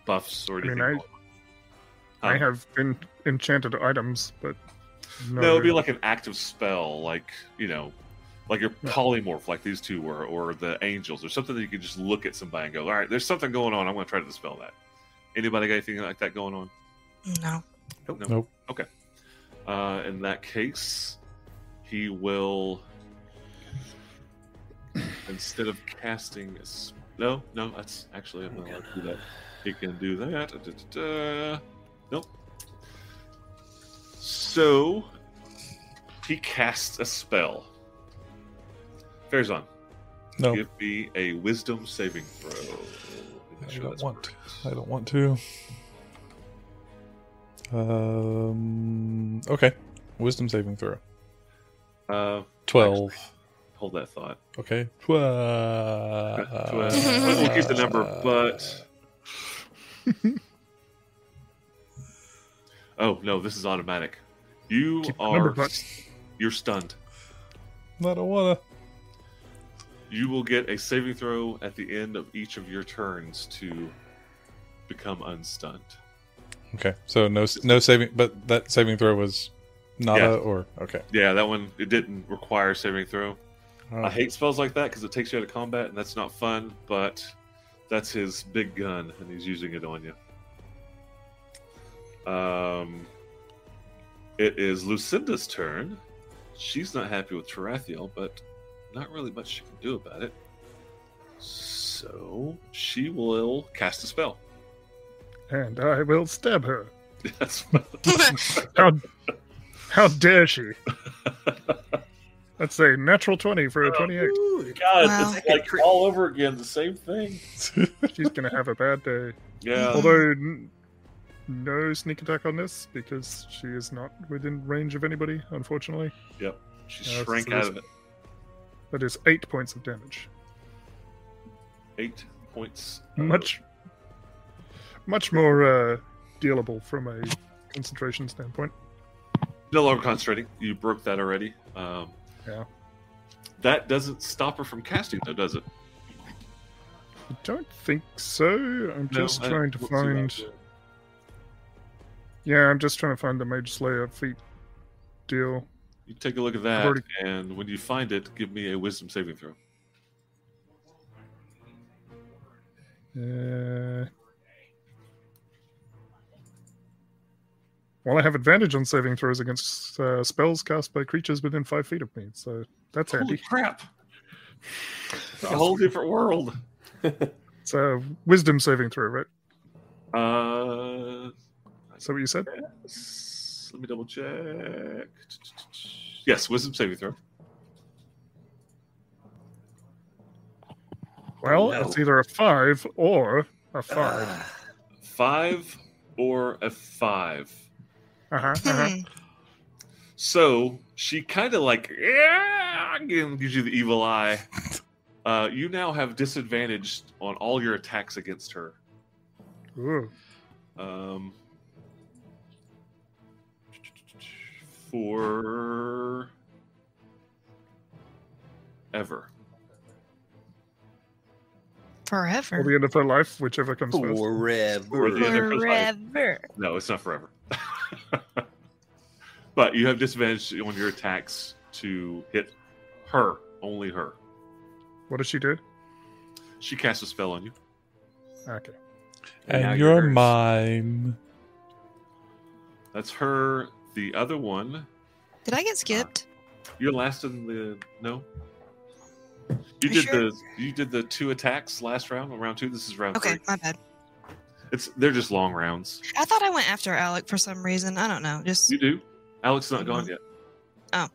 Speaker 5: Buffs or
Speaker 3: I mean,
Speaker 5: anything?
Speaker 3: I
Speaker 5: Huh?
Speaker 3: have en- enchanted items, but no.
Speaker 5: No, it'd be like an active spell, like you know, like your polymorph, like these two were, or the angels, or something that you could just look at somebody and go, "All right, there's something going on. I'm going to try to dispel that." Anybody got anything like that going on?
Speaker 4: No.
Speaker 5: Nope.
Speaker 1: Nope.
Speaker 5: Okay. Uh, in that case, he will instead of casting. a s- No, no, that's actually I'm not allowed to do that. He can do that. Da, da, da, da. Nope. So he casts a spell. Fairzon,
Speaker 1: No,
Speaker 5: give me a wisdom saving throw. Make
Speaker 1: I
Speaker 5: sure
Speaker 1: don't
Speaker 5: that's
Speaker 1: want
Speaker 5: correct.
Speaker 1: I don't want to. Um. Okay. Wisdom saving throw.
Speaker 5: Uh,
Speaker 1: Twelve.
Speaker 5: hold that thought.
Speaker 1: Okay. Twelve.
Speaker 5: Twelve. we'll keep the number,
Speaker 1: Uh,
Speaker 5: but oh no, this is automatic. You
Speaker 3: Keep the number,
Speaker 5: are
Speaker 3: but-
Speaker 5: you're stunned.
Speaker 1: I don't wanna.
Speaker 5: You will get a saving throw at the end of each of your turns to become unstunned.
Speaker 1: Okay. So no no saving, but that saving throw was nada
Speaker 5: Yeah.
Speaker 1: or okay.
Speaker 5: Yeah, that one it didn't require a saving throw.
Speaker 1: Oh,
Speaker 5: I hate spells like that because it takes you out of combat and that's not fun. But that's his big gun and he's using it on you. Um, it is Lucinda's turn. She's not happy with Tarathiel, but not really much she can do about it. So she will cast a spell.
Speaker 3: And I will stab her.
Speaker 5: That's what.
Speaker 3: How, how dare she? That's a natural 20 for a 28.
Speaker 5: God,
Speaker 4: Wow.
Speaker 5: it's like all over again, the same thing.
Speaker 3: She's going to have a bad day.
Speaker 5: Yeah,
Speaker 3: Although, n- no sneak attack on this because she is not within range of anybody, unfortunately.
Speaker 5: she
Speaker 3: Yeah,
Speaker 5: shrank
Speaker 3: so
Speaker 5: out
Speaker 3: this-
Speaker 5: of it.
Speaker 3: That is eight points of damage.
Speaker 5: Eight points. of-
Speaker 3: Much, much more uh, dealable from a concentration standpoint.
Speaker 5: No longer concentrating. You broke that already. Um,
Speaker 3: Yeah.
Speaker 5: That doesn't stop her from casting, though, does it?
Speaker 3: I don't think so. I'm
Speaker 5: No,
Speaker 3: just
Speaker 5: I-
Speaker 3: trying to
Speaker 5: we'll see about
Speaker 3: find.
Speaker 5: that.
Speaker 3: Yeah, I'm just trying to find the Mage Slayer feat deal.
Speaker 5: You take a look at that,
Speaker 3: already-
Speaker 5: and when you find it, give me a wisdom saving throw.
Speaker 3: Uh, Well, I have advantage on saving throws against uh, spells cast by creatures within five feet of me, so that's
Speaker 5: Holy
Speaker 3: handy.
Speaker 5: crap! It's a whole different world.
Speaker 3: It's a wisdom saving throw, right?
Speaker 5: Uh,
Speaker 3: Is that what you said?
Speaker 5: yes. let me double check. Yes, wisdom saving throw.
Speaker 3: Well,
Speaker 5: No. Ah.
Speaker 3: it's either a five or a five.
Speaker 2: Ugh.
Speaker 5: Five or a five.
Speaker 3: Uh-huh, uh-huh.
Speaker 4: Hmm.
Speaker 5: So she kind of like yeah, gives you the evil eye. Uh, you now have disadvantage on all your attacks against her.
Speaker 3: Ooh.
Speaker 5: Um, for ever.
Speaker 3: Or
Speaker 4: Forever.
Speaker 3: the end of her life, whichever comes first.
Speaker 5: Or the
Speaker 2: Forever.
Speaker 5: other person.
Speaker 4: Forever.
Speaker 5: No, it's not forever. but you have disadvantage on your attacks to hit her, only her.
Speaker 3: What does she do?
Speaker 5: She casts a spell on you.
Speaker 3: Okay.
Speaker 1: And
Speaker 2: now
Speaker 1: you're
Speaker 2: yours.
Speaker 1: mine.
Speaker 5: That's her. The other one,
Speaker 4: Did
Speaker 5: Uh,
Speaker 4: I get skipped?
Speaker 5: you're last in the no. You
Speaker 4: Are you
Speaker 5: did
Speaker 4: sure?
Speaker 5: the you did the two attacks last round, round two. This is round
Speaker 4: Okay,
Speaker 5: three.
Speaker 4: my bad.
Speaker 5: It's they're just long rounds.
Speaker 4: I thought I went after Alec for some reason. I don't know. Just
Speaker 5: You do. Alex's not gone yet.
Speaker 4: Oh.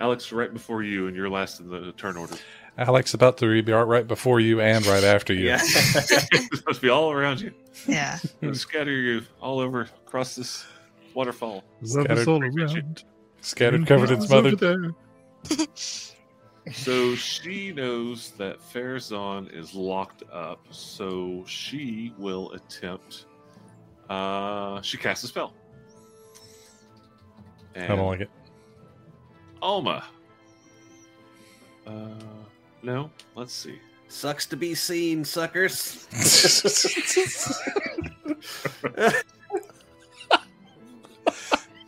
Speaker 5: Alex, right before you, and you're last in the turn order.
Speaker 1: Alex about to be right before you and right after you.
Speaker 2: Yeah.
Speaker 5: it's supposed to be all around you.
Speaker 4: yeah.
Speaker 5: Gonna scatter you all over across this waterfall.
Speaker 3: Love is
Speaker 1: Scattered,
Speaker 3: all
Speaker 5: creatures.
Speaker 3: around.
Speaker 1: scattered covered
Speaker 3: Love
Speaker 1: its
Speaker 3: is over
Speaker 1: mother.
Speaker 3: there.
Speaker 5: So she knows that Farazan is locked up, so she will attempt. Uh, she casts a spell.
Speaker 1: I
Speaker 5: And
Speaker 1: don't like it.
Speaker 5: Alma. Uh, no, let's see.
Speaker 2: Sucks to be seen, suckers.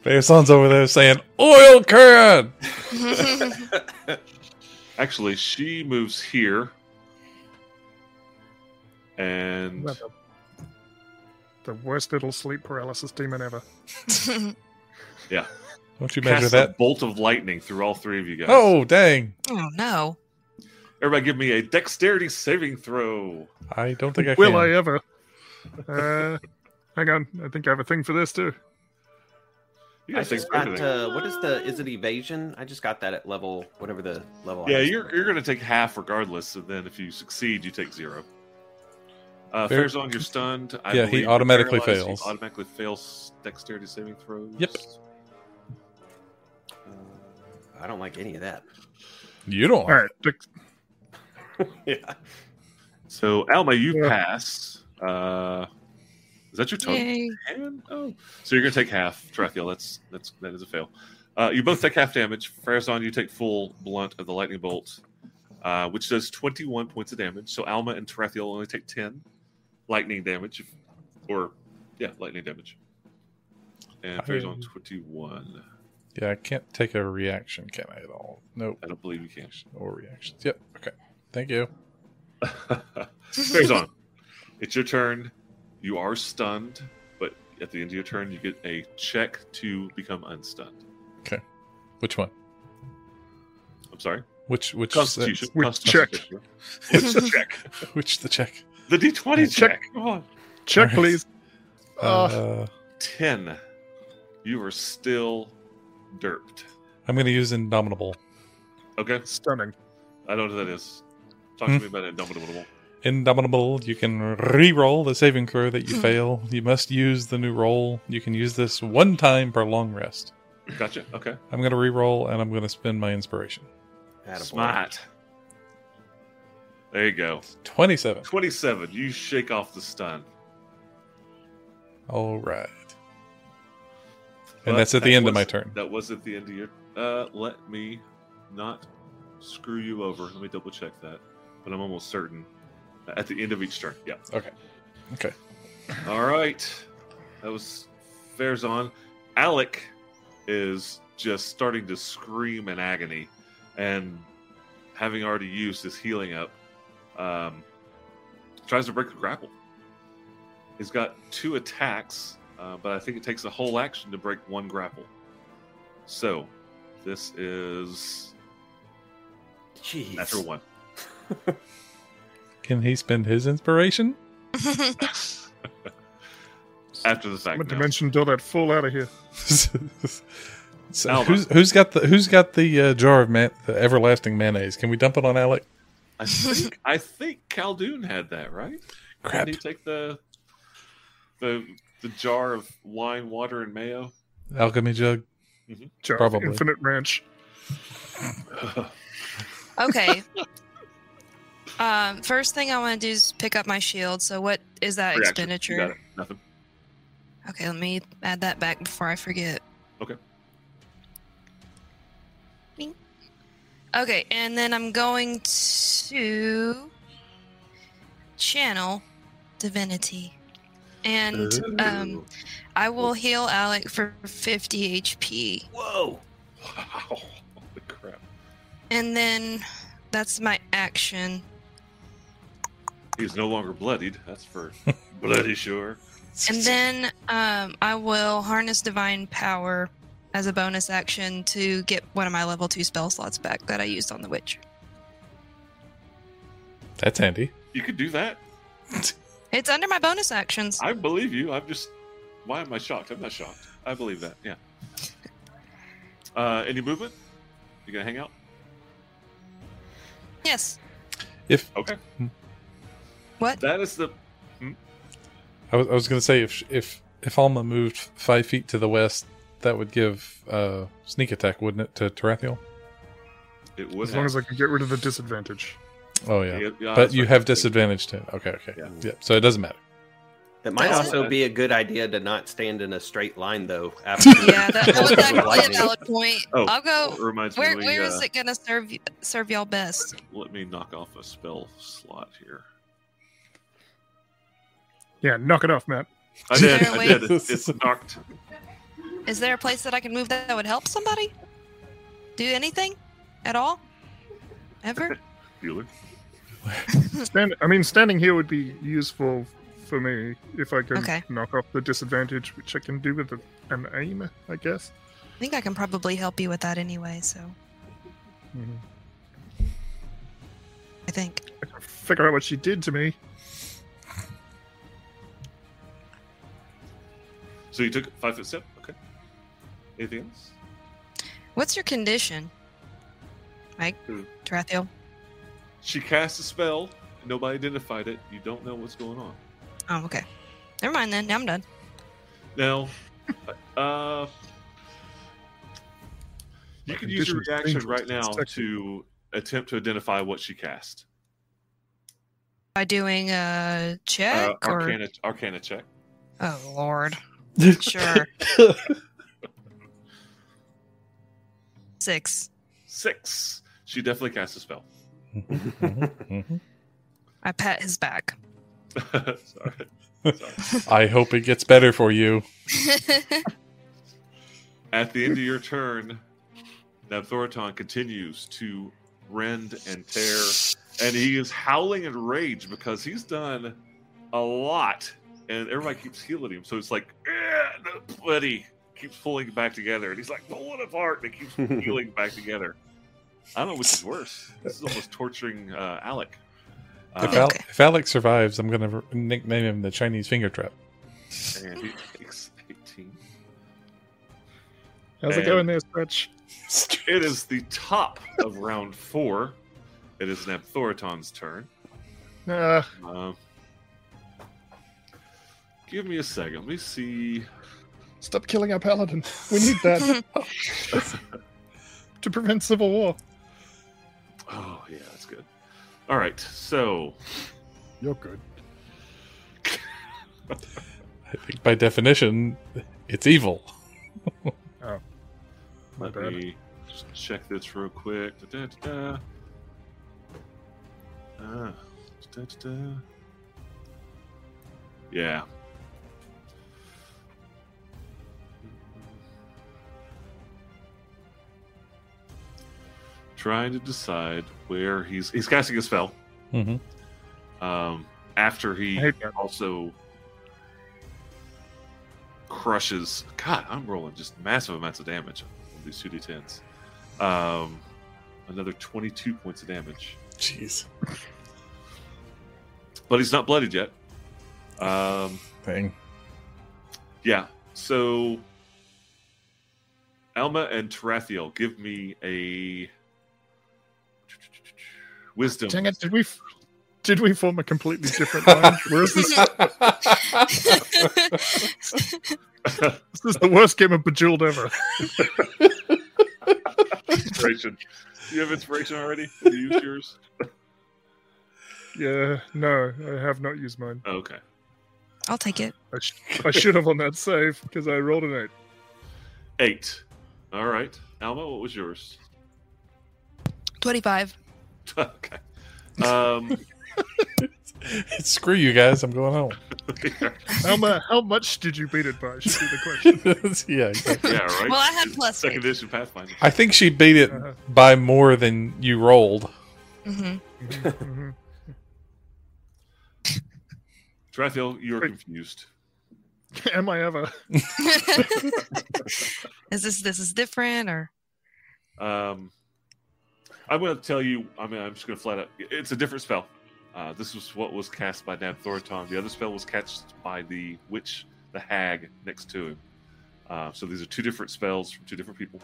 Speaker 1: Faison's over there saying, Oil can!
Speaker 5: Actually, she moves here. And
Speaker 3: Not the- The worst little sleep paralysis demon ever.
Speaker 1: Don't you measure
Speaker 5: casts a
Speaker 1: that?
Speaker 5: bolt of lightning through all three of you guys.
Speaker 1: Oh, dang.
Speaker 4: oh no.
Speaker 5: Everybody give me a dexterity saving throw.
Speaker 1: I don't think I
Speaker 3: Will
Speaker 1: can.
Speaker 3: I ever? Uh, hang on, I think I have a thing for this too.
Speaker 5: You
Speaker 2: I
Speaker 5: guys think
Speaker 2: just got uh, what is the is it evasion? I just got that at level whatever the level. I
Speaker 5: Yeah,
Speaker 2: was.
Speaker 5: you're you're gonna take half regardless, and then if you succeed, you take zero. Uh,
Speaker 1: Fair-
Speaker 5: Farazan, you're stunned. I
Speaker 1: Yeah, he
Speaker 5: believe you're
Speaker 1: automatically
Speaker 5: paralyzed.
Speaker 1: fails.
Speaker 5: You automatically fails dexterity saving throws.
Speaker 1: Yep.
Speaker 5: Uh,
Speaker 2: I don't like any of that.
Speaker 1: You don't.
Speaker 3: All right, Dick,
Speaker 2: yeah.
Speaker 5: So Alma, you
Speaker 3: Yeah.
Speaker 5: pass. Uh, is that your total?
Speaker 4: Yay.
Speaker 5: And- oh, so you're gonna take half, Tarathiel. That's that's that is a fail. Uh, you both take half damage. Farazan, you take full blunt of the lightning bolt, uh, which does 21 points of damage. So Alma and Tarathiel only take 10 lightning damage, if- or yeah, lightning damage. And
Speaker 1: I-
Speaker 5: Farazan 21.
Speaker 1: Yeah, I can't take a reaction, can I at all? Nope.
Speaker 5: I don't believe you can.
Speaker 1: Or reactions. Yep. Okay. Thank you.
Speaker 5: Farazan, it's your turn. You are stunned, but at the end of your turn, you get a check to become unstunned.
Speaker 1: Which one?
Speaker 5: I'm sorry.
Speaker 1: Which which
Speaker 5: Constitution.
Speaker 3: Which
Speaker 5: Constitution.
Speaker 3: check?
Speaker 5: Which check?
Speaker 1: which the check?
Speaker 5: The D20
Speaker 3: Check.
Speaker 5: check. Come on.
Speaker 3: check
Speaker 1: All right.
Speaker 3: please.
Speaker 1: Uh,
Speaker 3: Uh,
Speaker 5: 10. You are still derped.
Speaker 1: I'm going to use indomitable.
Speaker 5: Okay.
Speaker 3: stunning.
Speaker 5: I don't know what that is. Talk to
Speaker 1: Hmm.
Speaker 5: me about Indomitable.
Speaker 1: Indomitable. You can re-roll the saving throw that you
Speaker 4: Hmm.
Speaker 1: fail. You must use the new roll. You can use this one time per long rest.
Speaker 5: Gotcha. Okay.
Speaker 1: I'm going to re-roll and I'm going to spend my inspiration.
Speaker 2: Attaboy.
Speaker 5: Smart. There you go.
Speaker 1: 27.
Speaker 5: 27. You shake off the stun.
Speaker 1: All right.
Speaker 5: But
Speaker 1: And that's at the
Speaker 5: that
Speaker 1: end of
Speaker 5: was-
Speaker 1: my turn.
Speaker 5: That was at the end of your. Uh, let me not screw you over. Let me double check that. But I'm almost certain. At the end of each turn. Yeah.
Speaker 1: Okay. Okay.
Speaker 5: All right. That was fares on. Alec is just starting to scream in agony and having already used his healing up, um, tries to break the grapple. He's got two attacks. uh, but I think it takes a whole action to break one grapple. So, this is
Speaker 2: Jeez.
Speaker 5: natural one.
Speaker 1: Can he spend his inspiration?
Speaker 5: After the
Speaker 3: I'm
Speaker 5: fact,
Speaker 3: a
Speaker 5: now.
Speaker 3: dimension door that fall out of here.
Speaker 1: so
Speaker 5: Alma.
Speaker 1: who's who's got the who's got the uh, jar of man, the everlasting mayonnaise? Can we dump it on Alec?
Speaker 5: I think I think Caldoun had that right.
Speaker 1: Crap.
Speaker 5: Did he take the the the jar of wine, water, and mayo?
Speaker 1: Alchemy jug.
Speaker 3: Jar of
Speaker 1: Probably.
Speaker 3: Infinite Ranch.
Speaker 4: okay. Um, first thing I want to do is pick up my shield. So what is that
Speaker 5: Reaction. You got
Speaker 4: expenditure?
Speaker 5: it. Nothing.
Speaker 4: Okay, let me add that back before I forget.
Speaker 5: Okay.
Speaker 4: Bing. Okay, and then I'm going to channel divinity, and
Speaker 5: Uh-huh.
Speaker 4: um, I will heal Alec for 50 HP,
Speaker 2: Whoa.
Speaker 5: Wow! Holy crap!
Speaker 4: and then that's my action.
Speaker 5: He's no longer bloodied. That's for bloody sure.
Speaker 4: And then um, I will harness divine power as a bonus action to get one of my level two spell slots back that I used on the witch.
Speaker 1: That's handy.
Speaker 5: You could do that.
Speaker 4: It's under my bonus actions.
Speaker 5: I believe you. I'm just. Why am I shocked? I'm not shocked. I believe that. Yeah. Uh, any movement? You gonna hang out?
Speaker 4: Yes.
Speaker 1: If
Speaker 5: Okay.
Speaker 4: What?
Speaker 5: That is the.
Speaker 1: I was, I was going to say if if if Alma moved five feet to the west, that would give uh, sneak attack, wouldn't it, to Tarathiel?
Speaker 5: It would.
Speaker 3: As long as
Speaker 5: happen.
Speaker 3: I can get rid of the disadvantage.
Speaker 1: Oh yeah.
Speaker 5: Yeah, yeah,
Speaker 1: But
Speaker 5: that's
Speaker 1: you
Speaker 5: right.
Speaker 1: have disadvantage to. Okay, okay. Yeah.
Speaker 5: Yeah.
Speaker 1: So it doesn't matter.
Speaker 2: That might
Speaker 4: Does
Speaker 2: also
Speaker 5: it?
Speaker 2: be a good idea to not stand in a straight line, though. After
Speaker 4: Yeah, that, well, that's actually a
Speaker 2: Lightning.
Speaker 4: valid point.
Speaker 5: Oh,
Speaker 4: I'll go.
Speaker 5: It reminds
Speaker 4: Where
Speaker 5: me.
Speaker 4: where
Speaker 5: uh,
Speaker 4: is it gonna serve y- serve y'all best?
Speaker 5: Let me knock off a spell slot here.
Speaker 3: Yeah, knock it off, Matt.
Speaker 5: I did.
Speaker 4: there a
Speaker 5: I
Speaker 4: way-
Speaker 5: did. It's, it's knocked.
Speaker 4: Is there a place that I can move that would help somebody? Do anything, at all, ever?
Speaker 5: Bueller.
Speaker 3: Stand, I mean, standing here would be useful for me if I can
Speaker 4: Okay.
Speaker 3: knock off the disadvantage, which I can do with a, an aim, I guess.
Speaker 4: I think I can probably help you with that anyway. So
Speaker 3: Mhm.
Speaker 4: I think.
Speaker 3: I can figure out what she did to me.
Speaker 5: So you took a five foot step. Okay. Anything else?
Speaker 4: What's your condition, Mike?
Speaker 5: Hmm.
Speaker 4: Tarathiel.
Speaker 5: She cast a spell. Nobody identified it. You don't know what's going on.
Speaker 4: Oh, okay. Never mind then. Now I'm done.
Speaker 5: Now, uh, you
Speaker 3: My
Speaker 5: could use your
Speaker 3: condition is
Speaker 5: reaction
Speaker 3: dangerous.
Speaker 5: right now
Speaker 3: It's sexy.
Speaker 5: to attempt to identify what she cast.
Speaker 4: By doing a
Speaker 5: Uh,
Speaker 4: check or
Speaker 5: arcana, arcana check.
Speaker 4: oh lord, sure six.
Speaker 5: Six. She definitely cast a spell.
Speaker 1: Mm-hmm.
Speaker 4: I pat his back.
Speaker 5: Sorry. Sorry.
Speaker 1: I hope it gets better for you.
Speaker 5: At the end of your turn, Nabthoraton continues to rend and tear, and he is howling in rage because he's done a lot, and everybody keeps healing him. So it's like, "Eh, no, buddy, keeps pulling back together, and he's like, pull it apart, and it keeps healing back together. I don't know which is worse. This is almost torturing uh, Alec.
Speaker 1: If,
Speaker 5: Uh,
Speaker 1: Al-
Speaker 4: Oh, Okay.
Speaker 1: if Alex survives, I'm going to nickname him the Chinese finger trap.
Speaker 5: and he takes 18.
Speaker 3: How's it
Speaker 5: And-
Speaker 3: going there, Stretch?
Speaker 5: It is the top of round four. It is Napthoraton's turn.
Speaker 3: Nah,
Speaker 5: Um, give me a second. Let me see.
Speaker 3: stop killing our paladin. We need that to prevent civil war.
Speaker 5: Oh, yeah, that's good. All right, so
Speaker 3: You're good.
Speaker 1: I think by definition, it's evil.
Speaker 3: My
Speaker 5: let
Speaker 3: bad.
Speaker 5: me just check this real quick. Da, da, da, da. Ah, da, da, da. Yeah. Trying to decide where he's he's casting a spell.
Speaker 1: Mm-hmm.
Speaker 5: Um, after
Speaker 3: I
Speaker 5: he
Speaker 3: hate that.
Speaker 5: also crushes. God, I'm rolling just massive amounts of damage on these two d10s. Um, another 22 points of damage,
Speaker 1: Jeez.
Speaker 5: but he's not blooded yet. Um,
Speaker 1: Thing.
Speaker 5: yeah. So, Alma and Tarathiel, give me a wisdom.
Speaker 3: Dang it! Did we f- did we form a completely different line? Where is this? This is the worst game of Bejeweled ever.
Speaker 5: inspiration. You have inspiration already? Have you used yours?
Speaker 3: Yeah, no, I have not used mine.
Speaker 5: Oh, okay.
Speaker 4: I'll take it.
Speaker 3: I, sh- I should have on that save because I rolled an eight.
Speaker 5: Eight. All right. Alma, what was yours?
Speaker 4: 25.
Speaker 5: okay. Um,
Speaker 1: Screw you guys. I'm going home.
Speaker 3: How, mu- how much did you beat it by? Should be the question.
Speaker 1: yeah. Exactly.
Speaker 5: yeah, right.
Speaker 4: Well, I had plus
Speaker 5: second
Speaker 4: eight.
Speaker 5: edition Pathfinder.
Speaker 1: I think she beat it
Speaker 3: Uh,
Speaker 1: by more than you rolled.
Speaker 4: hmm
Speaker 3: mhm,
Speaker 5: Tarathiel, you are
Speaker 3: Wait.
Speaker 5: confused.
Speaker 3: mhm. Am I ever?
Speaker 4: is this this is different or
Speaker 5: Um, I'm going to tell you. I mean, I'm just going to flat out. It's a different spell. Uh, this was what was cast by Nab Thoriton. The other spell was cast by the witch, the hag next to him. Uh, so these are two different spells from two different people.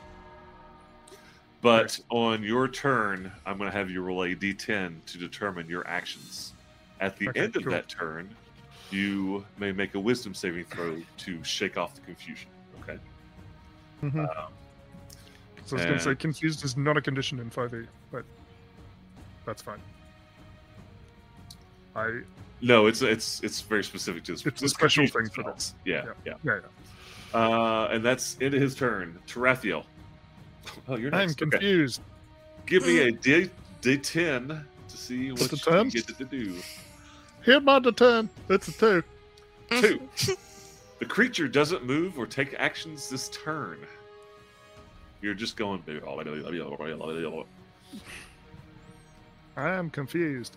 Speaker 5: But on your turn, I'm going to have you roll a d10 to determine your actions. At the
Speaker 3: Okay,
Speaker 5: end of
Speaker 3: cool.
Speaker 5: that turn, you may make a wisdom saving throw to shake off the confusion. Okay.
Speaker 3: Mhm. So I was going
Speaker 5: Mm-hmm.
Speaker 3: to
Speaker 5: and-
Speaker 3: say, confused is not a condition in 5e, but that's fine. I
Speaker 5: No, it's it's it's very specific to this.
Speaker 3: It's a
Speaker 5: this
Speaker 3: special
Speaker 5: confusion
Speaker 3: thing for
Speaker 5: spell.
Speaker 3: this.
Speaker 5: Yeah, yeah.
Speaker 3: yeah,
Speaker 5: Uh, and that's into his turn. Tarathiel. Oh, you're
Speaker 3: yeah. I'm
Speaker 5: next. Okay.
Speaker 3: confused.
Speaker 5: Give me a D D10 to see what
Speaker 3: the
Speaker 5: you
Speaker 3: terms?
Speaker 5: get it to do.
Speaker 3: Here, my turn. It's a two.
Speaker 4: Mm.
Speaker 5: Two. the creature doesn't move or take actions this turn. You're just going.
Speaker 3: I am confused.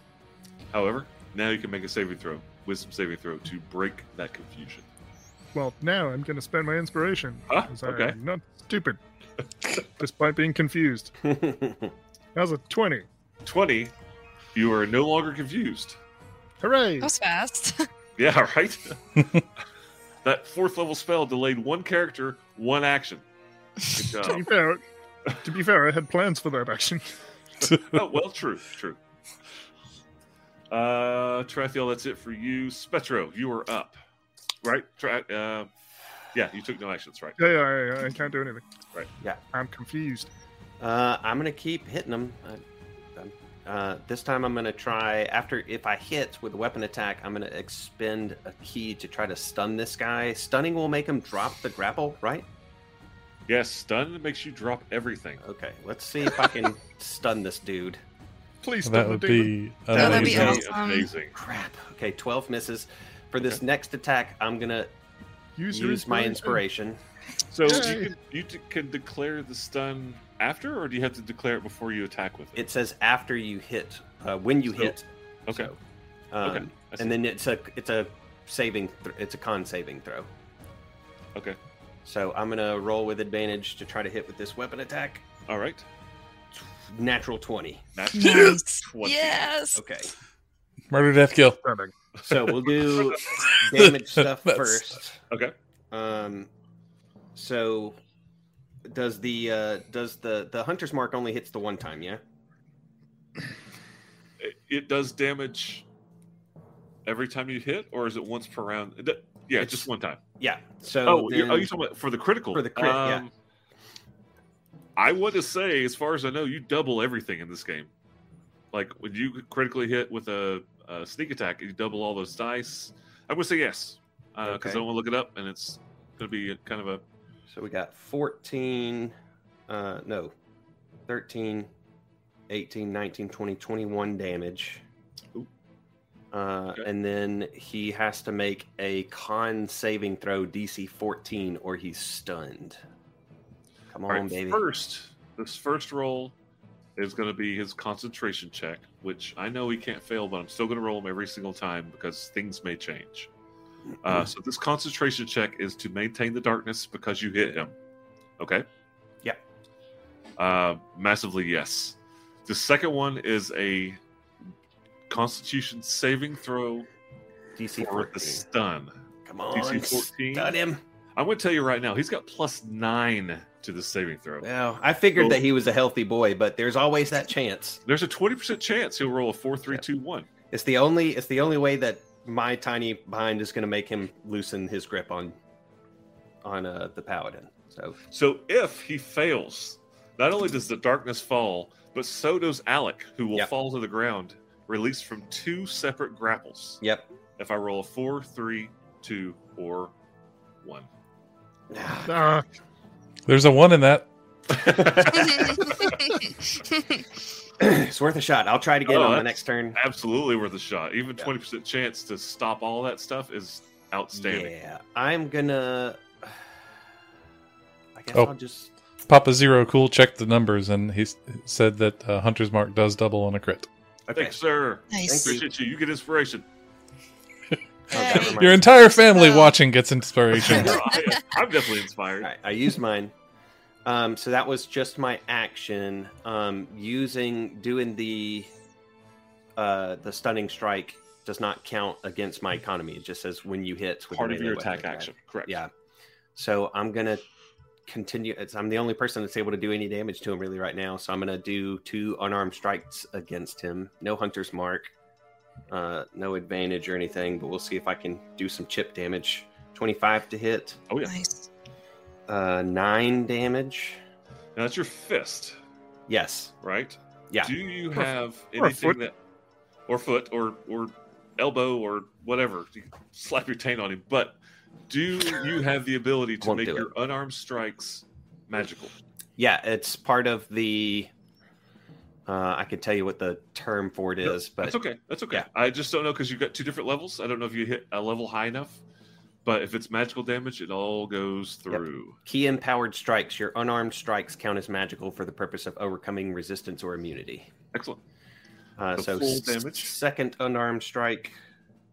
Speaker 5: However, now you can make a saving throw, wisdom saving throw, to break that confusion.
Speaker 3: Well, now I'm going to spend my inspiration.
Speaker 5: Huh?
Speaker 3: 'cause I'm
Speaker 5: Okay.
Speaker 3: not stupid, despite being confused. How's a 20?
Speaker 5: 20. You are no longer confused.
Speaker 3: Hooray!
Speaker 4: that was fast.
Speaker 5: Yeah, right? that fourth level spell delayed one character, one action. Good
Speaker 3: To be
Speaker 5: job.
Speaker 3: fair, to be fair, I had plans for that action.
Speaker 5: oh, well, true, true. Uh, Tarathiel, that's it for you. Spetro, you are up. Right? Tra- uh, yeah, you took no actions, right?
Speaker 3: Yeah, yeah, yeah, yeah, I can't do anything.
Speaker 5: Right.
Speaker 2: Yeah.
Speaker 3: I'm confused.
Speaker 2: Uh, I'm gonna keep hitting them. I, I'm- uh, this time I'm gonna try after if I hit with a weapon attack, I'm gonna expend a key to try to stun this guy. Stunning will make him drop the grapple, right?
Speaker 5: Yes, stun makes you drop everything.
Speaker 2: Okay, let's see if I can stun this dude.
Speaker 3: Please stop
Speaker 1: That
Speaker 3: the
Speaker 1: would
Speaker 3: demon.
Speaker 1: be
Speaker 4: That would
Speaker 5: would
Speaker 4: Oh, be
Speaker 1: amazing.
Speaker 4: awesome.
Speaker 5: amazing.
Speaker 2: Crap. Okay, twelve misses. For this next attack, I'm gonna
Speaker 3: Use, your
Speaker 2: use my inspiration.
Speaker 5: So
Speaker 3: Yay.
Speaker 5: you can, you t- can declare the stun after, or do you have to declare it before you attack with it?
Speaker 2: It says after you hit, uh, when you
Speaker 5: So-
Speaker 2: hit.
Speaker 5: Oh, okay.
Speaker 2: so, um,
Speaker 5: Okay, I see.
Speaker 2: And then it's a it's a saving th- it's a con saving throw.
Speaker 5: Okay.
Speaker 2: So I'm gonna roll with advantage to try to hit with this weapon attack.
Speaker 5: All right.
Speaker 2: Natural twenty.
Speaker 5: Natural
Speaker 4: Nice.
Speaker 5: 20.
Speaker 4: yes.
Speaker 2: Okay.
Speaker 1: Murder, death, kill.
Speaker 3: Stunning.
Speaker 2: So we'll do damage stuff
Speaker 1: That's-
Speaker 2: first.
Speaker 5: Okay.
Speaker 2: Um. So does the uh does the the hunter's mark only hits the one time? Yeah.
Speaker 5: it, it does damage every time you hit, or is it once per round? It do- yeah,
Speaker 2: It's-
Speaker 5: just one time.
Speaker 2: Yeah. So
Speaker 5: Oh, you,
Speaker 2: then-
Speaker 5: oh, you're talking about for the critical. Um,
Speaker 2: For the crit, yeah.
Speaker 5: I want to say, as far as I know, you double everything in this game. Like when you critically hit with a, a sneak attack, you double all those dice. I'm going to say yes because
Speaker 2: Okay.
Speaker 5: I don't want to look it up, and it's going to be kind of a
Speaker 2: So we got 14, uh, no, 13, 18, 19, 20, 21 damage.
Speaker 5: Ooh.
Speaker 2: Uh,
Speaker 5: Okay.
Speaker 2: And then he has to make a con saving throw DC 14 or he's stunned. Come on,
Speaker 5: All right,
Speaker 2: baby.
Speaker 5: First, this first roll is going to be his concentration check, which I know he can't fail, but I'm still going to roll him every single time because things may change.
Speaker 2: Mm-hmm.
Speaker 5: Uh, so this concentration check is to maintain the darkness because you hit him. Okay.
Speaker 2: Yeah.
Speaker 5: Uh, massively yes. The second one is a Constitution saving throw
Speaker 2: DC
Speaker 5: for the
Speaker 2: 14.
Speaker 5: stun.
Speaker 2: Come on,
Speaker 5: DC 14.
Speaker 2: stun him.
Speaker 5: I'm going to tell you right now, he's got plus nine to the saving throw.
Speaker 2: Well, I figured that he was a healthy boy, but there's always that chance.
Speaker 5: There's a 20% chance he'll roll a four, three, two, one.
Speaker 2: It's the only it's the only way that my tiny mind is going to make him loosen his grip on on uh, the paladin. So
Speaker 5: So if he fails, not only does the darkness fall, but so does Alec, who will
Speaker 2: Yeah.
Speaker 5: fall to the ground, released from two separate grapples.
Speaker 2: yep,
Speaker 5: If I roll a four, three, two, or one.
Speaker 3: Ah,
Speaker 1: There's a one in that.
Speaker 2: it's worth a shot. I'll try to get
Speaker 5: Oh,
Speaker 2: on the
Speaker 5: that's-
Speaker 2: next turn.
Speaker 5: Absolutely worth a shot. Even
Speaker 2: Yeah.
Speaker 5: twenty percent chance to stop all that stuff is outstanding.
Speaker 2: Yeah, I'm gonna. I guess
Speaker 1: Oh.
Speaker 2: I'll just.
Speaker 1: Papa Zero Cool checked the numbers and he s- said that uh, Hunter's Mark does double on a crit.
Speaker 2: Okay.
Speaker 5: Thanks, sir.
Speaker 4: Nice.
Speaker 2: Thank you.
Speaker 5: Appreciate you. You get inspiration.
Speaker 2: Oh, never
Speaker 4: Hey.
Speaker 2: mind.
Speaker 1: Your entire family
Speaker 4: Wow.
Speaker 1: watching gets inspiration.
Speaker 5: I, am definitely
Speaker 2: All
Speaker 5: inspired.
Speaker 2: right, I used mine. Um, so that was just my action. Um, using doing the uh, the stunning strike does not count against my economy. It just says when you hit with a
Speaker 5: Part of
Speaker 2: melee
Speaker 5: your
Speaker 2: weapon
Speaker 5: attack
Speaker 2: attack.
Speaker 5: action. Correct.
Speaker 2: Yeah. So I'm gonna continue. It's, I'm the only person that's able to do any damage to him really right now. So I'm gonna do two unarmed strikes against him. No hunter's mark, uh, no advantage or anything. But we'll see if I can do some chip damage. 25 to hit,
Speaker 4: Nice.
Speaker 2: uh, nine damage.
Speaker 5: Now that's your fist,
Speaker 2: Yes.
Speaker 5: right?
Speaker 2: Yeah.
Speaker 5: Do you
Speaker 3: Or-
Speaker 5: have
Speaker 3: or a
Speaker 5: anything
Speaker 3: foot.
Speaker 5: that, or foot, or or elbow, or whatever? You can slap your taint on him. But do you have the ability to
Speaker 2: Won't
Speaker 5: make
Speaker 2: do
Speaker 5: your unarmed strikes magical?
Speaker 2: Yeah, it's part of the. Uh, I could tell you what the term for it
Speaker 5: No,
Speaker 2: is, but
Speaker 5: That's okay. That's okay.
Speaker 2: yeah.
Speaker 5: I just don't know because you've got two different levels. I don't know if you hit a level high enough, but if it's magical damage, it all goes through.
Speaker 2: key empowered strikes. Your unarmed strikes count as magical for the purpose of overcoming resistance or immunity.
Speaker 5: Excellent.
Speaker 2: Uh,
Speaker 5: The
Speaker 2: so
Speaker 5: full
Speaker 2: s-
Speaker 5: damage.
Speaker 2: Second unarmed strike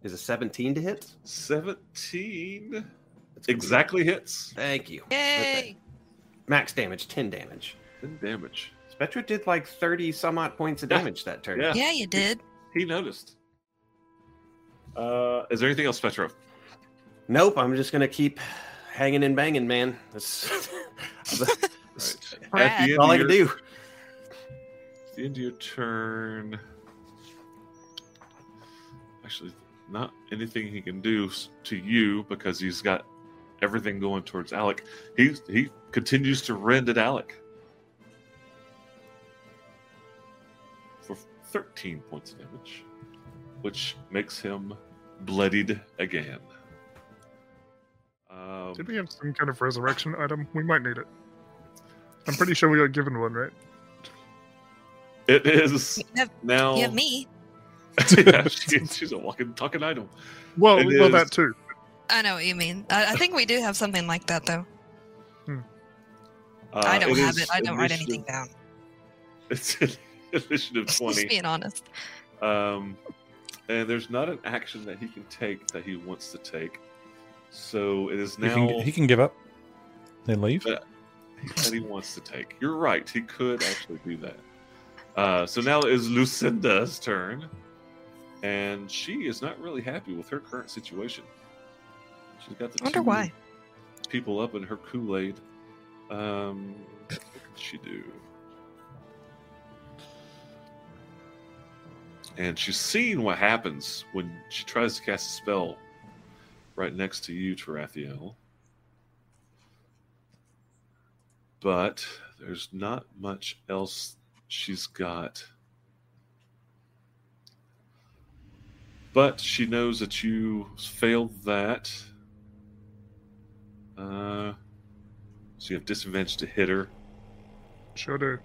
Speaker 2: is a 17 to hit.
Speaker 5: 17
Speaker 2: That's gonna be-
Speaker 5: exactly hits.
Speaker 2: Thank you.
Speaker 4: Yay!
Speaker 2: Max damage, 10 damage.
Speaker 5: 10 damage.
Speaker 2: Spectra did like 30 some odd points of
Speaker 5: Yeah.
Speaker 2: damage that turn.
Speaker 5: Yeah.
Speaker 4: Yeah, you did.
Speaker 5: He noticed. Uh, is there anything else, Petro?
Speaker 2: Nope, I'm just gonna keep hanging and banging, man. That's, that's
Speaker 4: Brad.
Speaker 5: end
Speaker 2: all
Speaker 5: of
Speaker 2: I can
Speaker 5: your-
Speaker 2: do.
Speaker 5: the end of your turn. Actually, not anything he can do s- to you because he's got everything going towards Alec. He he continues to rend at Alec for thirteen points of damage, which makes him bloodied again. Um,
Speaker 3: did we have some kind of resurrection item? We might need it. I'm pretty sure we got given one, right?
Speaker 5: It is
Speaker 4: You have,
Speaker 5: now.
Speaker 4: you have me.
Speaker 5: yeah, she- she's a walking, talking item.
Speaker 3: Well,
Speaker 5: It
Speaker 3: well,
Speaker 5: is.
Speaker 3: that too.
Speaker 4: I know what you mean. I, I think we do have something like that, though.
Speaker 5: Uh,
Speaker 4: I don't have
Speaker 5: is
Speaker 4: it. I don't write
Speaker 5: initiative-
Speaker 4: anything down.
Speaker 5: It's in initiative
Speaker 4: Just
Speaker 5: 20.
Speaker 4: being honest.
Speaker 5: Um, and there's not an action that he can take that he wants to take. So it is
Speaker 1: He
Speaker 5: now
Speaker 1: can, he can give up and leave.
Speaker 5: that he wants to take. You're right. He could actually do that. Uh, so now it is Lucinda's turn. And she is not really happy with her current situation. She's got the
Speaker 4: I wonder
Speaker 5: two
Speaker 4: why.
Speaker 5: people up in her Kool Aid. Um, what can she do? And she's seen what happens when she tries to cast a spell right next to you, Tarathiel. But there's not much else she's got. But she knows that you failed that. Uh, so you have disadvantage to hit her.
Speaker 3: Sure do.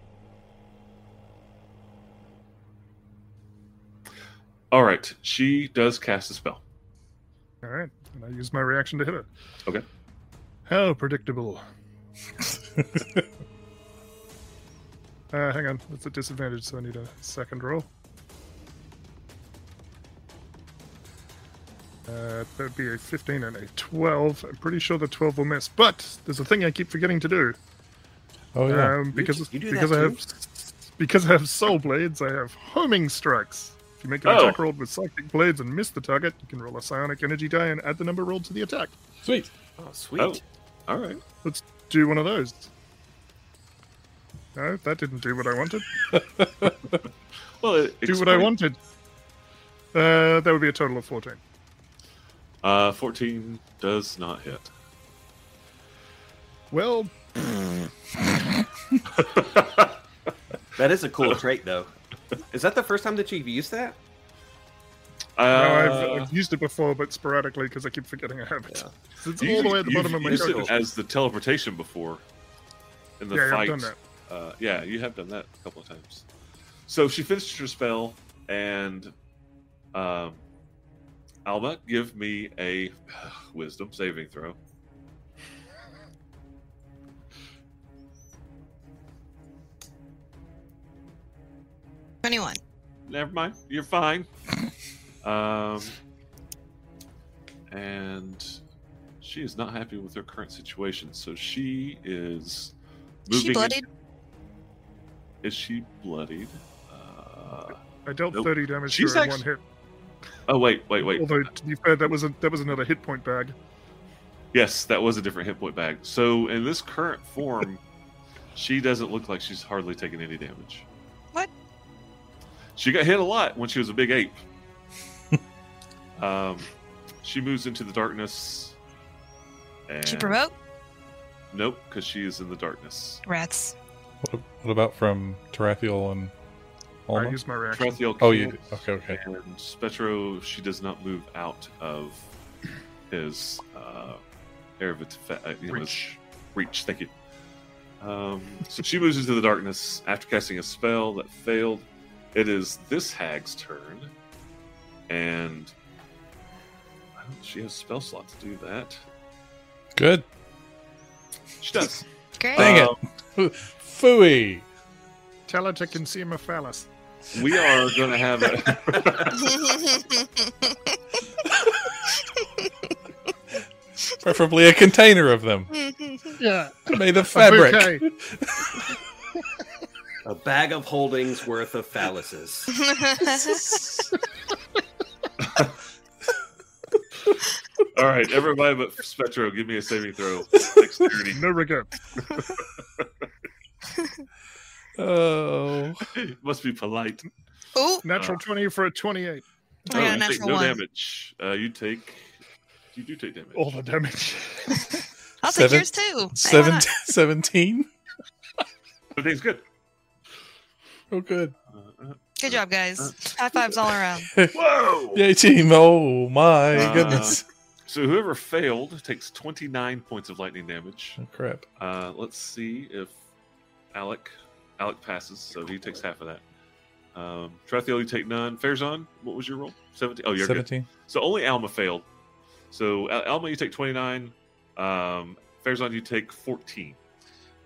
Speaker 5: All right, she does cast a spell.
Speaker 3: All right, and I use my reaction to hit it.
Speaker 5: Okay.
Speaker 3: How predictable. uh, hang on, that's a disadvantage, so I need a second roll. Uh, that'd be a 15 and a 12. I'm pretty sure the 12 will miss, but there's a thing I keep forgetting to do.
Speaker 1: Oh yeah.
Speaker 3: Um, because
Speaker 2: you do that
Speaker 3: because I have
Speaker 2: too?
Speaker 3: because I have soul blades, I have homing strikes. If you make an
Speaker 5: Oh.
Speaker 3: attack roll with psychic blades and miss the target, you can roll a psionic energy die and add the number rolled to the attack.
Speaker 1: Sweet.
Speaker 2: Oh, sweet.
Speaker 5: Oh. All right.
Speaker 3: Let's do one of those. No, that didn't do what I wanted.
Speaker 5: Well, it,
Speaker 3: Do what I wanted. Uh, that would be a total of 14.
Speaker 5: Uh, 14 does not hit.
Speaker 3: Well,
Speaker 2: That is a cool trait, though. Is that the first time that you've used that?
Speaker 3: no,
Speaker 5: Uh,
Speaker 3: I've, I've used it before, but sporadically because I keep forgetting I have it.
Speaker 2: Yeah.
Speaker 3: So It's all the way at the
Speaker 5: you've
Speaker 3: bottom of my
Speaker 5: used
Speaker 3: character
Speaker 5: it as the teleportation before in the
Speaker 3: Yeah, yeah, I've
Speaker 5: fight.
Speaker 3: done that.
Speaker 5: Uh, yeah, you have done that a couple of times. So she finishes her spell, and um, Alma, give me a wisdom saving throw.
Speaker 4: Twenty-one.
Speaker 5: Never mind, you're fine. um, and she is not happy with her current situation, so she is moving.
Speaker 4: She bloodied.
Speaker 5: Is she bloodied? Uh,
Speaker 3: I dealt
Speaker 5: Nope.
Speaker 3: 30 damage
Speaker 5: She's
Speaker 3: to her
Speaker 5: actually-
Speaker 3: in one
Speaker 5: oh wait, wait,
Speaker 3: hit.
Speaker 5: wait.
Speaker 3: Although to be fair, that was a, that was another hit point bag.
Speaker 5: Yes, that was a different hit point bag. So in this current form, she doesn't look like she's hardly taking any damage.
Speaker 4: What?
Speaker 5: She got hit a lot when she was a big ape. um, she moves into the darkness. And
Speaker 4: She provoked.
Speaker 5: Nope, because she is in the darkness.
Speaker 4: Rats.
Speaker 1: What, what about from Tarathiel and
Speaker 3: I
Speaker 1: Alma?
Speaker 3: used my reaction.
Speaker 5: Tarathiel
Speaker 1: Oh, you
Speaker 5: kills,
Speaker 1: did. Okay, okay.
Speaker 5: And Spectro, she does not move out of his uh, area of effect- uh, you know, his
Speaker 3: Reach.
Speaker 5: reach. Thank you. Um, so she moves into the darkness after casting a spell that failed. It is this hag's turn, and I don't- she has a spell slot to do that.
Speaker 1: Good.
Speaker 5: She does.
Speaker 4: Great.
Speaker 1: Dang it. Fooey.
Speaker 3: Tell her to consume a phallus.
Speaker 5: We are going to have a.
Speaker 1: Preferably a container of them
Speaker 3: Yeah,
Speaker 1: made of fabric.
Speaker 3: Okay.
Speaker 2: A bag of holdings worth of phalluses.
Speaker 5: All right, everybody but Spectro, give me a saving throw. Dexterity.
Speaker 3: No regret.
Speaker 1: Oh.
Speaker 5: Must be polite.
Speaker 4: oh,
Speaker 3: Natural
Speaker 1: Ah.
Speaker 3: 20 for a 28.
Speaker 4: I got a
Speaker 5: Uh,
Speaker 4: Oh,
Speaker 5: you take
Speaker 4: natural
Speaker 5: no
Speaker 4: one.
Speaker 5: damage. Uh, you take. You do take damage.
Speaker 3: All the damage.
Speaker 4: I'll
Speaker 1: Seven-
Speaker 4: take yours too. Hey, why
Speaker 1: Seven-
Speaker 4: not?
Speaker 1: 17?
Speaker 5: Everything's good.
Speaker 1: Oh, good.
Speaker 5: Uh,
Speaker 4: Good job, guys. High fives all around.
Speaker 5: Whoa!
Speaker 1: Yay, team. Oh, my
Speaker 5: Uh,
Speaker 1: goodness.
Speaker 5: So whoever failed takes 29 points of lightning damage.
Speaker 1: Oh, crap.
Speaker 5: Uh, let's see if Alec Alec passes, so he takes half of that. Um, Trathiel, you take none. Fairzon, what was your roll? 17. Oh, you're good.
Speaker 1: 17.
Speaker 5: So only Alma failed. So Al- Alma, you take 29. Um, Fairzon, you take 14.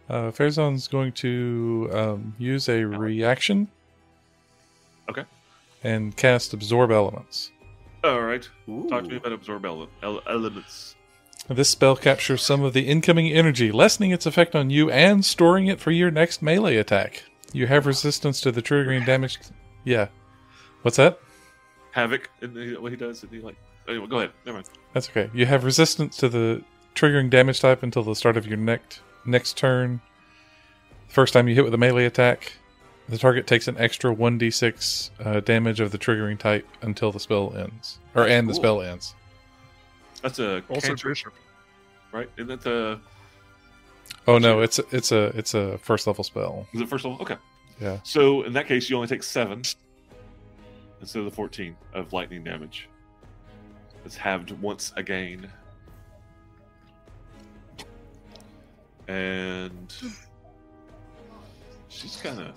Speaker 1: Uh, Fairzone's going to um, use a reaction.
Speaker 5: Okay.
Speaker 1: And cast Absorb Elements.
Speaker 5: All right.
Speaker 2: Ooh.
Speaker 5: Talk to me about absorb ele- ele- elements.
Speaker 1: This spell captures some of the incoming energy, lessening its effect on you and storing it for your next melee attack. You have resistance to the triggering damage. Yeah. What's that?
Speaker 5: Havoc, and he- what he does, and he like. Anyway, go ahead. Never mind.
Speaker 1: That's okay. You have resistance to the triggering damage type until the start of your next next turn. The first time you hit with a melee attack, the target takes an extra 1d6 uh, damage of the triggering type until the spell ends. Or and the
Speaker 5: Cool.
Speaker 1: spell ends.
Speaker 5: That's a
Speaker 3: Also,
Speaker 5: cantrip,
Speaker 3: Bishop.
Speaker 5: right? Isn't that the
Speaker 1: Oh no, it's it's a it's a first level spell.
Speaker 5: Is it first level? Okay.
Speaker 1: Yeah.
Speaker 5: So in that case, you only take seven instead of the fourteen of lightning damage. It's halved once again. And she's gonna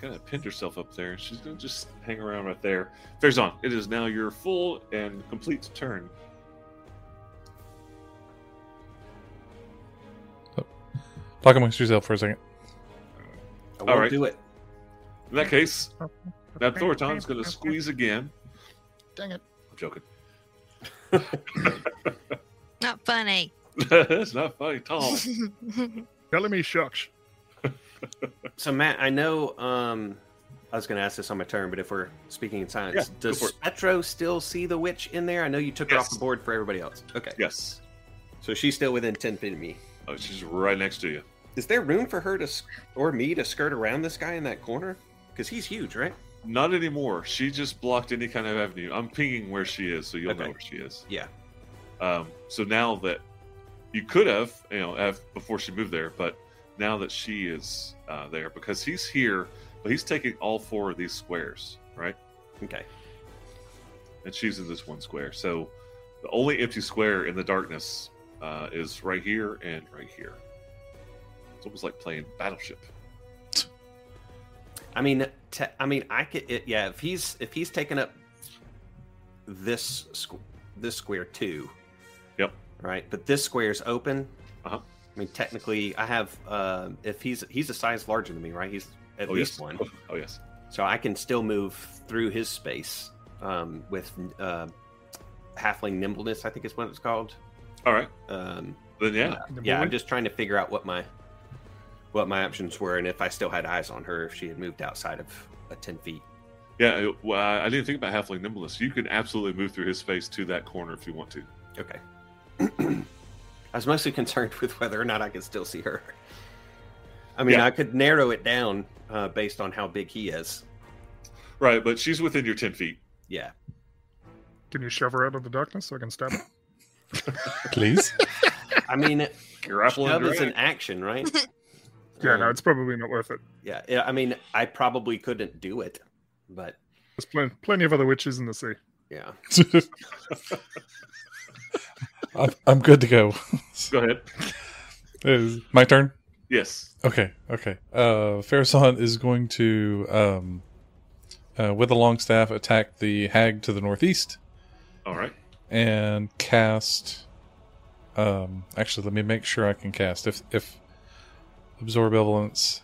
Speaker 5: kind of pinned herself up there. She's gonna just hang around right there. Fair's on. It is now your full and complete turn.
Speaker 1: Talk amongst yourself for a second.
Speaker 2: I
Speaker 5: All
Speaker 2: won't
Speaker 5: right.
Speaker 2: do it.
Speaker 5: In that case, now Thornton's gonna squeeze again.
Speaker 3: Dang it.
Speaker 5: I'm joking.
Speaker 4: Not funny.
Speaker 5: That's not funny at all.
Speaker 3: Telling me shucks.
Speaker 2: So Matt, I know um I was going to ask this on my turn, but if we're speaking in silence,
Speaker 5: Yeah, go for
Speaker 2: does
Speaker 5: it.
Speaker 2: Metro still see the witch in there? I know you took her off
Speaker 5: Yes.
Speaker 2: the board for everybody else. Okay,
Speaker 5: Yes.
Speaker 2: so she's still within ten feet of me.
Speaker 5: Oh, she's right next to you.
Speaker 2: Is there room for her to sk- or me to skirt around this guy in that corner? Because he's huge, right?
Speaker 5: Not anymore. She just blocked any kind of avenue. I'm pinging where she is, so you'll know
Speaker 2: Okay.
Speaker 5: where she is.
Speaker 2: Yeah.
Speaker 5: Um, so now that you could have, you know, have before she moved there, but now that she is uh, there, because he's here, but he's taking all four of these squares, right?
Speaker 2: Okay.
Speaker 5: And she's in this one square. So the only empty square in the darkness uh, is right here and right here. It's almost like playing Battleship.
Speaker 2: I mean, te- I mean, I could. It, yeah, if he's if he's taking up this squ- this square too.
Speaker 5: Yep.
Speaker 2: Right, but this square's open.
Speaker 5: Uh-huh.
Speaker 2: I mean, technically, I have. Uh, if he's he's a size larger than me, right? He's at
Speaker 5: oh,
Speaker 2: least
Speaker 5: yes.
Speaker 2: one,
Speaker 5: Oh, oh, yes.
Speaker 2: so I can still move through his space um, with uh, halfling nimbleness. I think is what it's called.
Speaker 5: All right.
Speaker 2: Um,
Speaker 5: Then, yeah.
Speaker 3: Number
Speaker 2: yeah,
Speaker 3: one.
Speaker 2: I'm just trying to figure out what my what my options were and if I still had eyes on her if she had moved outside of a ten feet.
Speaker 5: Yeah, it- well, I I didn't think about halfling nimbleness. You can absolutely move through his space to that corner if you want to.
Speaker 2: Okay. I was mostly concerned with whether or not I could still see her. I mean,
Speaker 5: Yeah.
Speaker 2: I could narrow it down uh, based on how big he is.
Speaker 5: Right, but she's within your ten feet.
Speaker 2: Yeah.
Speaker 3: Can you shove her out of the darkness so I can stab her?
Speaker 1: Please.
Speaker 2: I mean,
Speaker 5: Grapple
Speaker 2: shove
Speaker 5: and
Speaker 2: is an
Speaker 5: drag.
Speaker 2: action, right?
Speaker 3: Yeah,
Speaker 2: Um,
Speaker 3: no, it's probably not worth it.
Speaker 2: yeah. yeah, I mean, I probably couldn't do it, but
Speaker 3: There's plen- plenty of other witches in the sea.
Speaker 2: yeah.
Speaker 1: I'm, I'm good to go.
Speaker 5: Go ahead.
Speaker 1: It is my turn.
Speaker 5: Yes.
Speaker 1: Okay, okay. Uh Farasan is going to um uh, with a long staff attack the hag to the northeast
Speaker 5: All right.
Speaker 1: and cast um actually let me make sure I can cast if if absorb evidence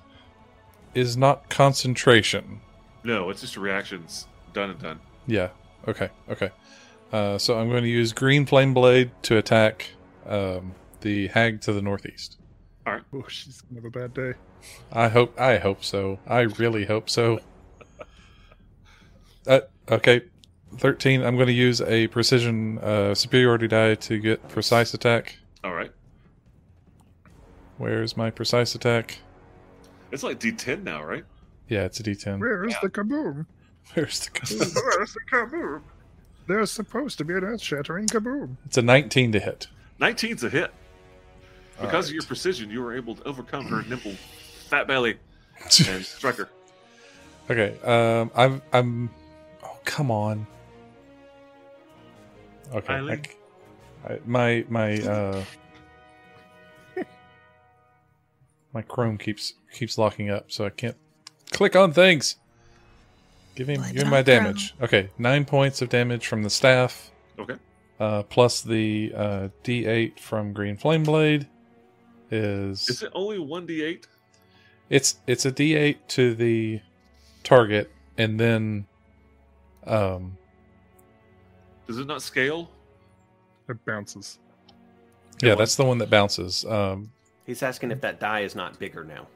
Speaker 1: is not concentration.
Speaker 5: No, it's just reactions. Done and done.
Speaker 1: Yeah. Okay. Okay. Uh, so I'm going to use green flame blade to attack um, the hag to the northeast.
Speaker 3: Oh, she's gonna have a bad day.
Speaker 1: I hope. I hope so. I really hope so. Uh, okay, thirteen. I'm going to use a precision uh, superiority die to get precise attack.
Speaker 5: All right.
Speaker 1: Where's my precise attack?
Speaker 5: It's like D10 now, right?
Speaker 1: Yeah, it's a D10.
Speaker 3: Where is
Speaker 5: Yeah.
Speaker 3: the kaboom?
Speaker 1: Where's the?
Speaker 3: Where's the kaboom? There's supposed to be an earth shattering kaboom.
Speaker 1: It's a 19 to hit.
Speaker 5: 19's a hit. Because
Speaker 1: Alright.
Speaker 5: of your precision, you were able to overcome her nimble fat belly and striker.
Speaker 1: Okay. Um. I'm. I'm. Oh, come on. Okay. I
Speaker 5: Eileen?
Speaker 1: c- I- my my uh. my Chrome keeps keeps locking up, so I can't click on things. Give him
Speaker 4: Blame
Speaker 1: give
Speaker 4: it
Speaker 1: him my
Speaker 4: on Chrome.
Speaker 1: damage. Okay, nine points of damage from the staff.
Speaker 5: Okay.
Speaker 1: Uh, plus the uh, D8 from Green Flame Blade is
Speaker 5: Is it only 1d8?
Speaker 1: it's it's a D8 to the target, and then um
Speaker 5: Does it not scale?
Speaker 3: It bounces.
Speaker 1: yeah, that's the one that bounces. Um
Speaker 2: He's asking if that die is not bigger now.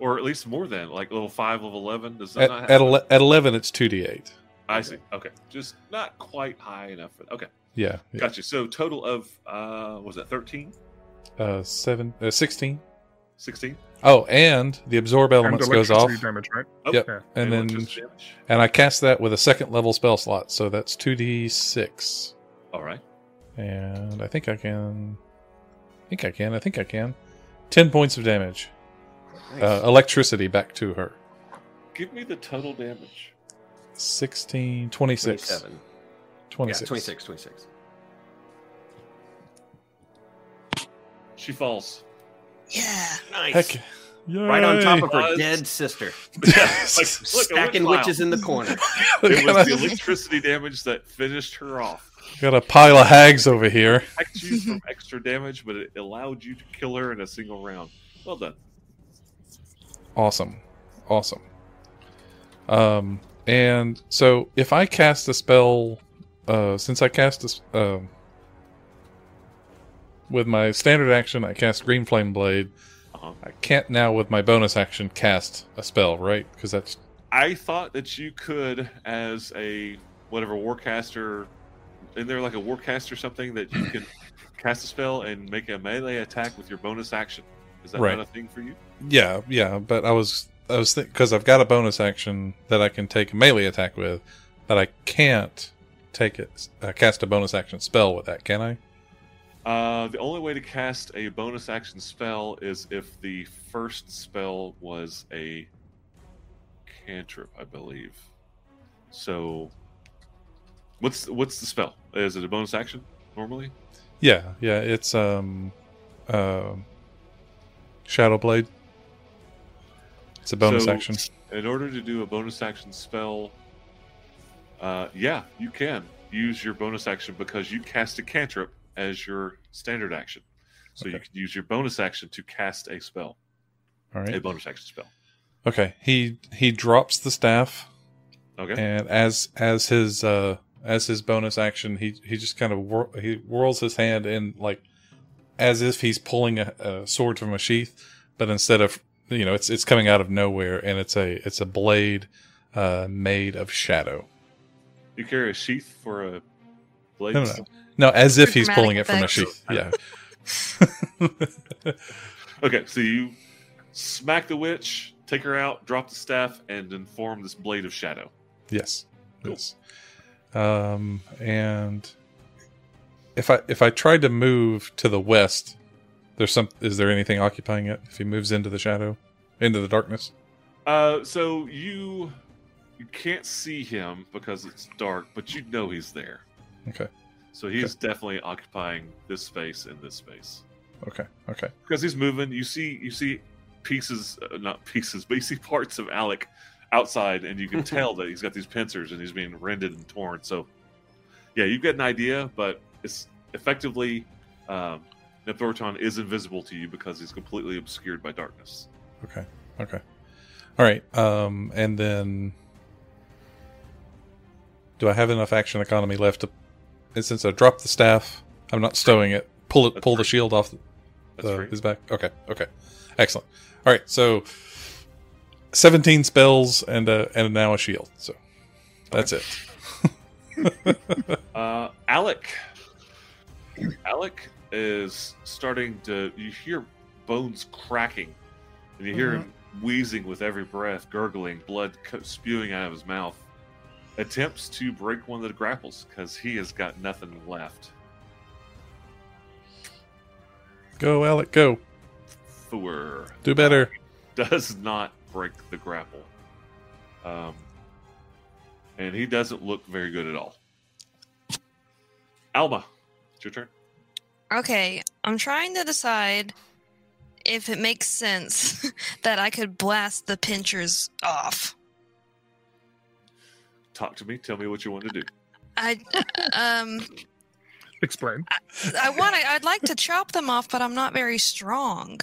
Speaker 5: Or at least more than, like level 5, level 11? Does that
Speaker 1: at
Speaker 5: not
Speaker 1: at, ele- at eleven, it's two D8.
Speaker 5: I see. Okay. Just not quite high enough. For Okay.
Speaker 1: Yeah, yeah.
Speaker 5: Gotcha. So total of, uh, was that 13?
Speaker 1: Uh, seven, uh, 16.
Speaker 5: 16?
Speaker 1: Oh, and the absorb
Speaker 3: And
Speaker 1: elements goes off,
Speaker 3: electricity damage, right?
Speaker 1: Yep.
Speaker 3: Yeah.
Speaker 1: and
Speaker 5: Anyone
Speaker 1: then
Speaker 5: just damage?
Speaker 1: and I cast that with a second level spell slot, so that's two D six.
Speaker 5: All right.
Speaker 1: And I think I can, I think I can, I think I can. Ten points of damage, uh, electricity back to her.
Speaker 5: Give me the total damage.
Speaker 1: 16, 26.
Speaker 2: 27.
Speaker 1: 26.
Speaker 2: Yeah, 26, 26.
Speaker 5: She falls.
Speaker 4: yeah.
Speaker 2: Nice.
Speaker 1: Heck,
Speaker 2: Right on top
Speaker 1: yay.
Speaker 2: of her
Speaker 5: Yay.
Speaker 2: dead sister.
Speaker 1: Yes.
Speaker 5: Look, a
Speaker 2: Stacking
Speaker 5: witch
Speaker 2: witches in the corner.
Speaker 5: It was
Speaker 1: Got
Speaker 5: the
Speaker 1: a-
Speaker 5: electricity damage that finished her off.
Speaker 1: got a pile of hags over here.
Speaker 5: Protect you from extra damage, but it allowed you to kill her in a single round. Well done.
Speaker 1: Awesome. Awesome. Um, and so if I cast a spell, uh, since I cast a, s- um with my standard action, I cast Green Flame Blade.
Speaker 5: Uh-huh.
Speaker 1: I can't now with my bonus action cast a spell, right? Because that's
Speaker 5: I thought that you could, as a whatever warcaster, isn't there like a warcaster or something that you can cast a spell and make a melee attack with your bonus action? Is that
Speaker 1: Right.
Speaker 5: not a thing for you?
Speaker 1: yeah, yeah. But I was I was because I've got a bonus action that I can take a melee attack with, but I can't take it uh, cast a bonus action spell with that, can I?
Speaker 5: Uh, the only way to cast a bonus action spell is if the first spell was a cantrip, I believe. So, what's what's the spell? Is it a bonus action normally?
Speaker 1: Yeah, yeah. It's um, uh, Shadow Blade. It's a bonus
Speaker 5: So-
Speaker 1: action.
Speaker 5: In order to do a bonus action spell, uh, yeah, you can use your bonus action because you cast a cantrip as your standard action. So you
Speaker 1: Okay.
Speaker 5: could use your bonus action to cast a spell,
Speaker 1: All right.
Speaker 5: a bonus action spell.
Speaker 1: Okay. He he drops the staff,
Speaker 5: Okay.
Speaker 1: and as as his uh as his bonus action, he he just kind of whir- he whirls his hand in like as if he's pulling a, a sword from a sheath, but instead of you know it's it's coming out of nowhere, and it's a it's a blade uh made of shadow.
Speaker 5: You carry a sheath for a blade.
Speaker 1: No, no, no. No, as if
Speaker 4: For
Speaker 1: he's pulling it from a
Speaker 4: dramatic
Speaker 1: sheath. Yeah.
Speaker 5: Okay, so you smack the witch, take her out, drop the staff, and inform this blade of shadow.
Speaker 1: Yes.
Speaker 5: Cool.
Speaker 1: Yes. Um, and if I if I tried to move to the west, there's some. Is there anything occupying it? If he moves into the shadow, into the darkness.
Speaker 5: Uh, so you you can't see him because it's dark, but you know he's there.
Speaker 1: Okay.
Speaker 5: So he's definitely occupying this space and this space
Speaker 1: Okay. Okay.
Speaker 5: because he's moving. You see, you see pieces, uh, not pieces, but you see parts of Alec outside, and you can tell that he's got these pincers and he's being rended and torn. So, yeah, you get an idea, but it's effectively um, Nephthorton is invisible to you because he's completely obscured by darkness.
Speaker 1: Okay. Okay. All right. Um, and then do I have enough action economy left to? And since I dropped the staff, I'm not stowing it. Pull it.
Speaker 5: That's
Speaker 1: Pull the
Speaker 5: right.
Speaker 1: shield off.
Speaker 5: That's
Speaker 1: uh,
Speaker 5: right.
Speaker 1: his back. Okay, okay, excellent. All right, so seventeen spells and uh, and now a shield. So that's it.
Speaker 5: Uh, Alec. Alec is starting to. You hear bones cracking, and you hear him wheezing with every breath, gurgling, blood co- spewing out of his mouth. Attempts to break one of the grapples because he has got nothing left.
Speaker 1: Go, Alec, go.
Speaker 5: Thor
Speaker 1: Do better.
Speaker 5: does not break the grapple. Um, and he doesn't look very good at all. Alma, it's your turn.
Speaker 4: Okay, I'm trying to decide if it makes sense that I could blast the pinchers off.
Speaker 5: Talk to me. Tell me what you want to do.
Speaker 4: I um
Speaker 3: Explain.
Speaker 4: I want to I'd like to chop them off, but I'm not very strong.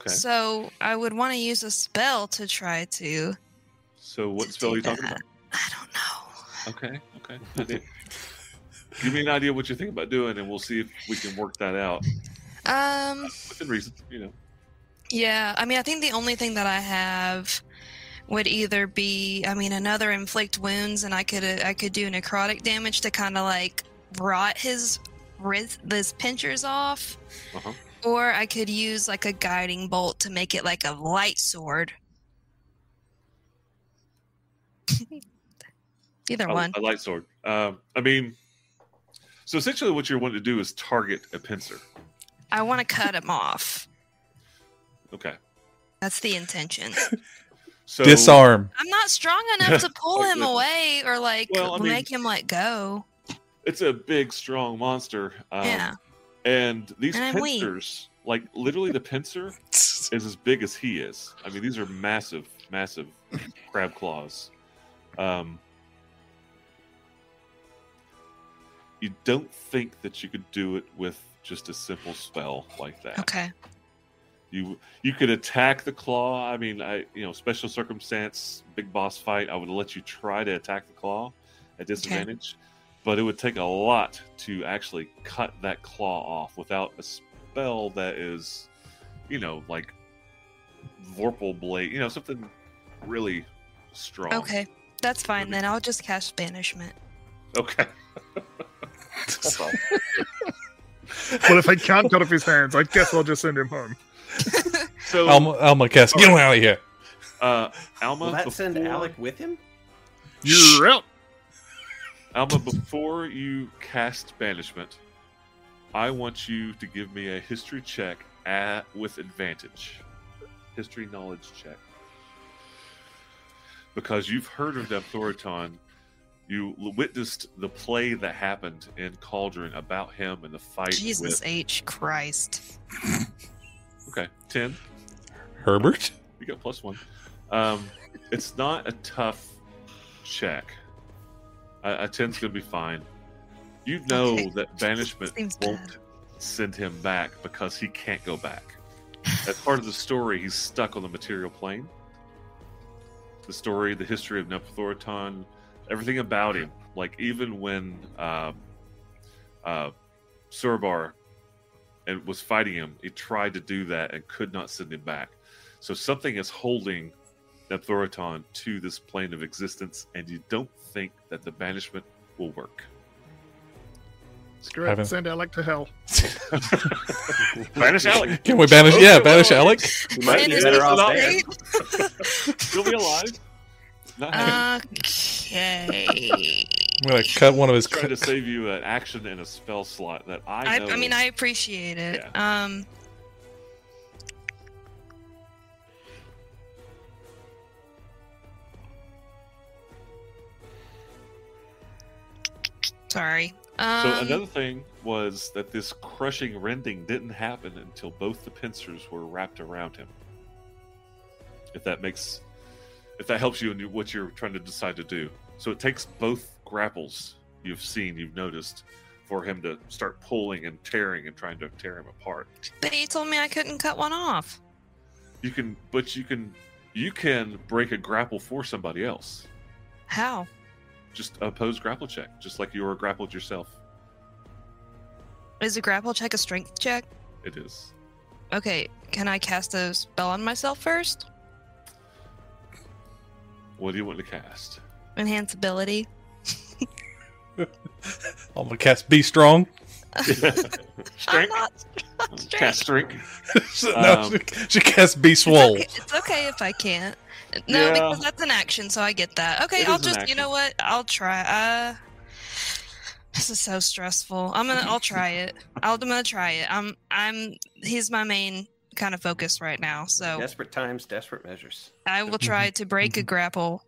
Speaker 5: Okay.
Speaker 4: So I would want to use a spell to try to.
Speaker 5: So, what
Speaker 4: to
Speaker 5: spell are
Speaker 4: do
Speaker 5: you talking
Speaker 4: that.
Speaker 5: about?
Speaker 4: I don't know.
Speaker 5: Okay, okay. I did. Give me an idea what you think about doing, and we'll see if we can work that out
Speaker 4: Um.
Speaker 5: within reason. You know,
Speaker 4: Yeah. I mean, I think the only thing that I have would either be, I mean, another inflict wounds, and I could uh, I could do necrotic damage to kind of like rot his wrist, his pinchers off,
Speaker 5: Uh-huh.
Speaker 4: or I could use like a guiding bolt to make it like a light sword. either
Speaker 5: a-
Speaker 4: one.
Speaker 5: a, light sword. Um, I mean, so essentially, what you're wanting to do is target a pincer.
Speaker 4: I want to cut him off.
Speaker 5: Okay,
Speaker 4: That's the intention.
Speaker 5: so
Speaker 1: Disarm.
Speaker 4: I'm not strong enough to pull him
Speaker 5: Exactly.
Speaker 4: away or like
Speaker 5: Well, I mean-
Speaker 4: make him let go.
Speaker 5: It's a big, strong monster. Um,
Speaker 4: yeah.
Speaker 5: and these
Speaker 4: And I'm weak.
Speaker 5: pincers, like literally, the pincer is as big as he is. I mean, these are massive, massive crab claws. Um, you don't think that you could do it with just a simple spell like that.
Speaker 4: Okay.
Speaker 5: You you could attack the claw. I mean, I you know, special circumstance, big boss fight. I would let you try to attack the claw at disadvantage, but it would take a lot to actually cut that claw off without a s- spell that is, you know, like Vorpal Blade, you know, something really strong.
Speaker 4: Okay, that's fine then. I'll just cast banishment.
Speaker 5: Okay.
Speaker 3: Well, if I can't cut off his hands, I guess I'll just send him home.
Speaker 5: So,
Speaker 1: Alma, Alma Cass, get him out of here.
Speaker 5: uh, Alma,
Speaker 2: Will that send
Speaker 5: before-
Speaker 2: Alec with him?
Speaker 3: You're out.
Speaker 5: Alma, before you cast banishment, I want you to give me a history check at, with advantage. History knowledge check. Because you've heard of Depthoriton, you l- witnessed the play that happened in Cauldron about him and the fight
Speaker 4: Jesus
Speaker 5: with.
Speaker 4: H Christ.
Speaker 5: Okay, 10.
Speaker 1: Herbert?
Speaker 5: You got plus one. Um, it's not a tough check. A, a ten's gonna be fine. You know
Speaker 4: Okay.
Speaker 5: that banishment
Speaker 4: Seems
Speaker 5: won't
Speaker 4: bad.
Speaker 5: send him back because he can't go back. As part of the story, he's stuck on the material plane. The story, the history of Nephthoroton, everything about him. Like even when um, uh, Surbar and was fighting him, he tried to do that and could not send him back. So something is holding Nephthoroton to this plane of existence, and you don't think that the banishment will work.
Speaker 3: Screw it.
Speaker 1: Have him.
Speaker 3: Send Alec to hell.
Speaker 5: Banish Alec.
Speaker 1: Can we banish? Yeah, banish Alec.
Speaker 2: He might be
Speaker 5: Banishment
Speaker 2: better off
Speaker 5: without
Speaker 2: there.
Speaker 5: He'll be alive. Not having
Speaker 4: Okay.
Speaker 1: I'm gonna cut one of his.
Speaker 5: trying to
Speaker 1: cl-
Speaker 5: save you an action and a spell slot that I
Speaker 4: I,
Speaker 5: know.
Speaker 4: I mean, I appreciate it. Um, sorry. Um,
Speaker 5: So another thing was that this crushing rending didn't happen until both the pincers were wrapped around him. If that makes, if that helps you in what you're trying to decide to do. So it takes both grapples you've seen, you've noticed, for him to start pulling and tearing and trying to tear him apart.
Speaker 4: but he told me I couldn't cut one off.
Speaker 5: You can, but you can, you can break a grapple for somebody else.
Speaker 4: How?
Speaker 5: Just oppose grapple check, just like you were grappled yourself.
Speaker 4: Is a grapple check a strength check?
Speaker 5: It is.
Speaker 4: Okay, can I cast a spell on myself first?
Speaker 5: What do you want to cast?
Speaker 4: Enhance ability.
Speaker 1: Alma Cass, be strong.
Speaker 5: Strength?
Speaker 4: I'm not.
Speaker 5: Cast strength.
Speaker 1: So- no,
Speaker 5: Um,
Speaker 1: she, she cast be
Speaker 4: It's
Speaker 1: swole.
Speaker 4: okay, it's okay if I can't. No,
Speaker 5: Yeah.
Speaker 4: because that's an action, so I get that. Okay,
Speaker 5: It
Speaker 4: I'll
Speaker 5: is an
Speaker 4: just you know
Speaker 5: action.
Speaker 4: what? I'll try. Uh this is so stressful. I'm gonna I'll try it. I'll, I'm gonna try it. I'm I'm he's my main kind of focus right now, so
Speaker 2: Desperate times, desperate measures.
Speaker 4: I will try to break a
Speaker 1: mhm.
Speaker 4: grapple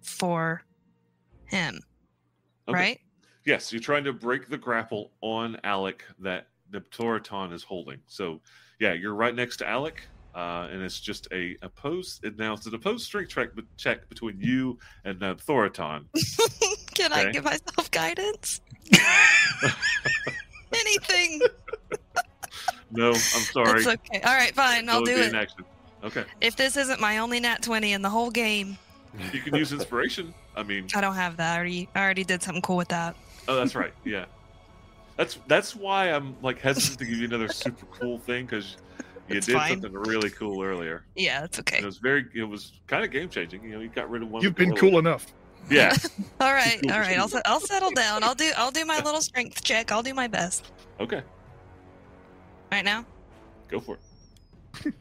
Speaker 4: for him.
Speaker 5: Okay.
Speaker 4: Right?
Speaker 5: Yes, you're trying to break the grapple on Alec that Neptoraton is holding. So, yeah, you're right next to Alec, uh, and it's just a opposed. And now it's an opposed strength check, check between you and Neptoraton.
Speaker 4: Can I
Speaker 5: Okay.
Speaker 4: give myself guidance? Anything.
Speaker 5: No, I'm sorry.
Speaker 4: It's okay. All right, fine. I'll
Speaker 5: It'll
Speaker 4: do
Speaker 5: be
Speaker 4: it.
Speaker 5: an action. Okay,
Speaker 4: If this isn't my only nat 20 in the whole game,
Speaker 5: you can use inspiration. I mean,
Speaker 4: I don't have that. I already, I already did something cool with that.
Speaker 5: oh, that's right. Yeah, that's that's why I'm like hesitant to give you another super cool thing because you
Speaker 4: It's
Speaker 5: did
Speaker 4: fine.
Speaker 5: something really cool earlier.
Speaker 4: Yeah, it's okay.
Speaker 5: It was very. It was kind of game changing. You know, you got rid of one. of
Speaker 3: You've
Speaker 5: the
Speaker 3: been
Speaker 5: warlords.
Speaker 3: cool enough.
Speaker 5: Yeah.
Speaker 4: All right,
Speaker 5: cool
Speaker 4: all right. I'll,
Speaker 5: machine.
Speaker 4: se- I'll settle down. I'll do, I'll do my little strength check. I'll do my best
Speaker 5: Okay.
Speaker 4: right now.
Speaker 5: Go for it.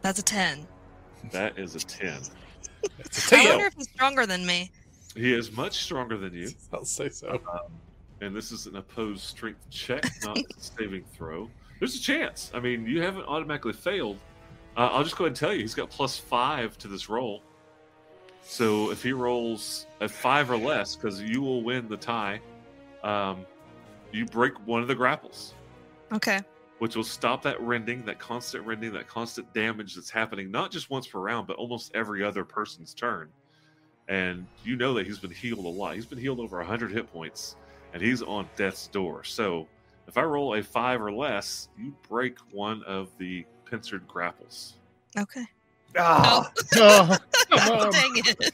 Speaker 4: That's a 10.
Speaker 5: That is a 10.
Speaker 1: It's a
Speaker 4: I wonder
Speaker 1: tail.
Speaker 4: if he's stronger than me.
Speaker 5: He is much stronger than you,
Speaker 1: I'll say so.
Speaker 5: and this is an opposed strength check, not a saving throw. There's a chance. I mean, you haven't automatically failed. Uh, I'll just go ahead and tell you, he's got plus five to this roll. So if he rolls a five or less, because you will win the tie, um, you break one of the grapples,
Speaker 4: Okay.
Speaker 5: which will stop that rending, that constant rending, that constant damage that's happening not just once per round, but almost every other person's turn. and you know that he's been healed a lot. He's been healed over 100 hit points, and he's on death's door. So if I roll a five or less, you break one of the pincered grapples.
Speaker 4: Okay.
Speaker 2: Ah,
Speaker 3: Oh, come
Speaker 4: Oh,
Speaker 3: on.
Speaker 4: dang it.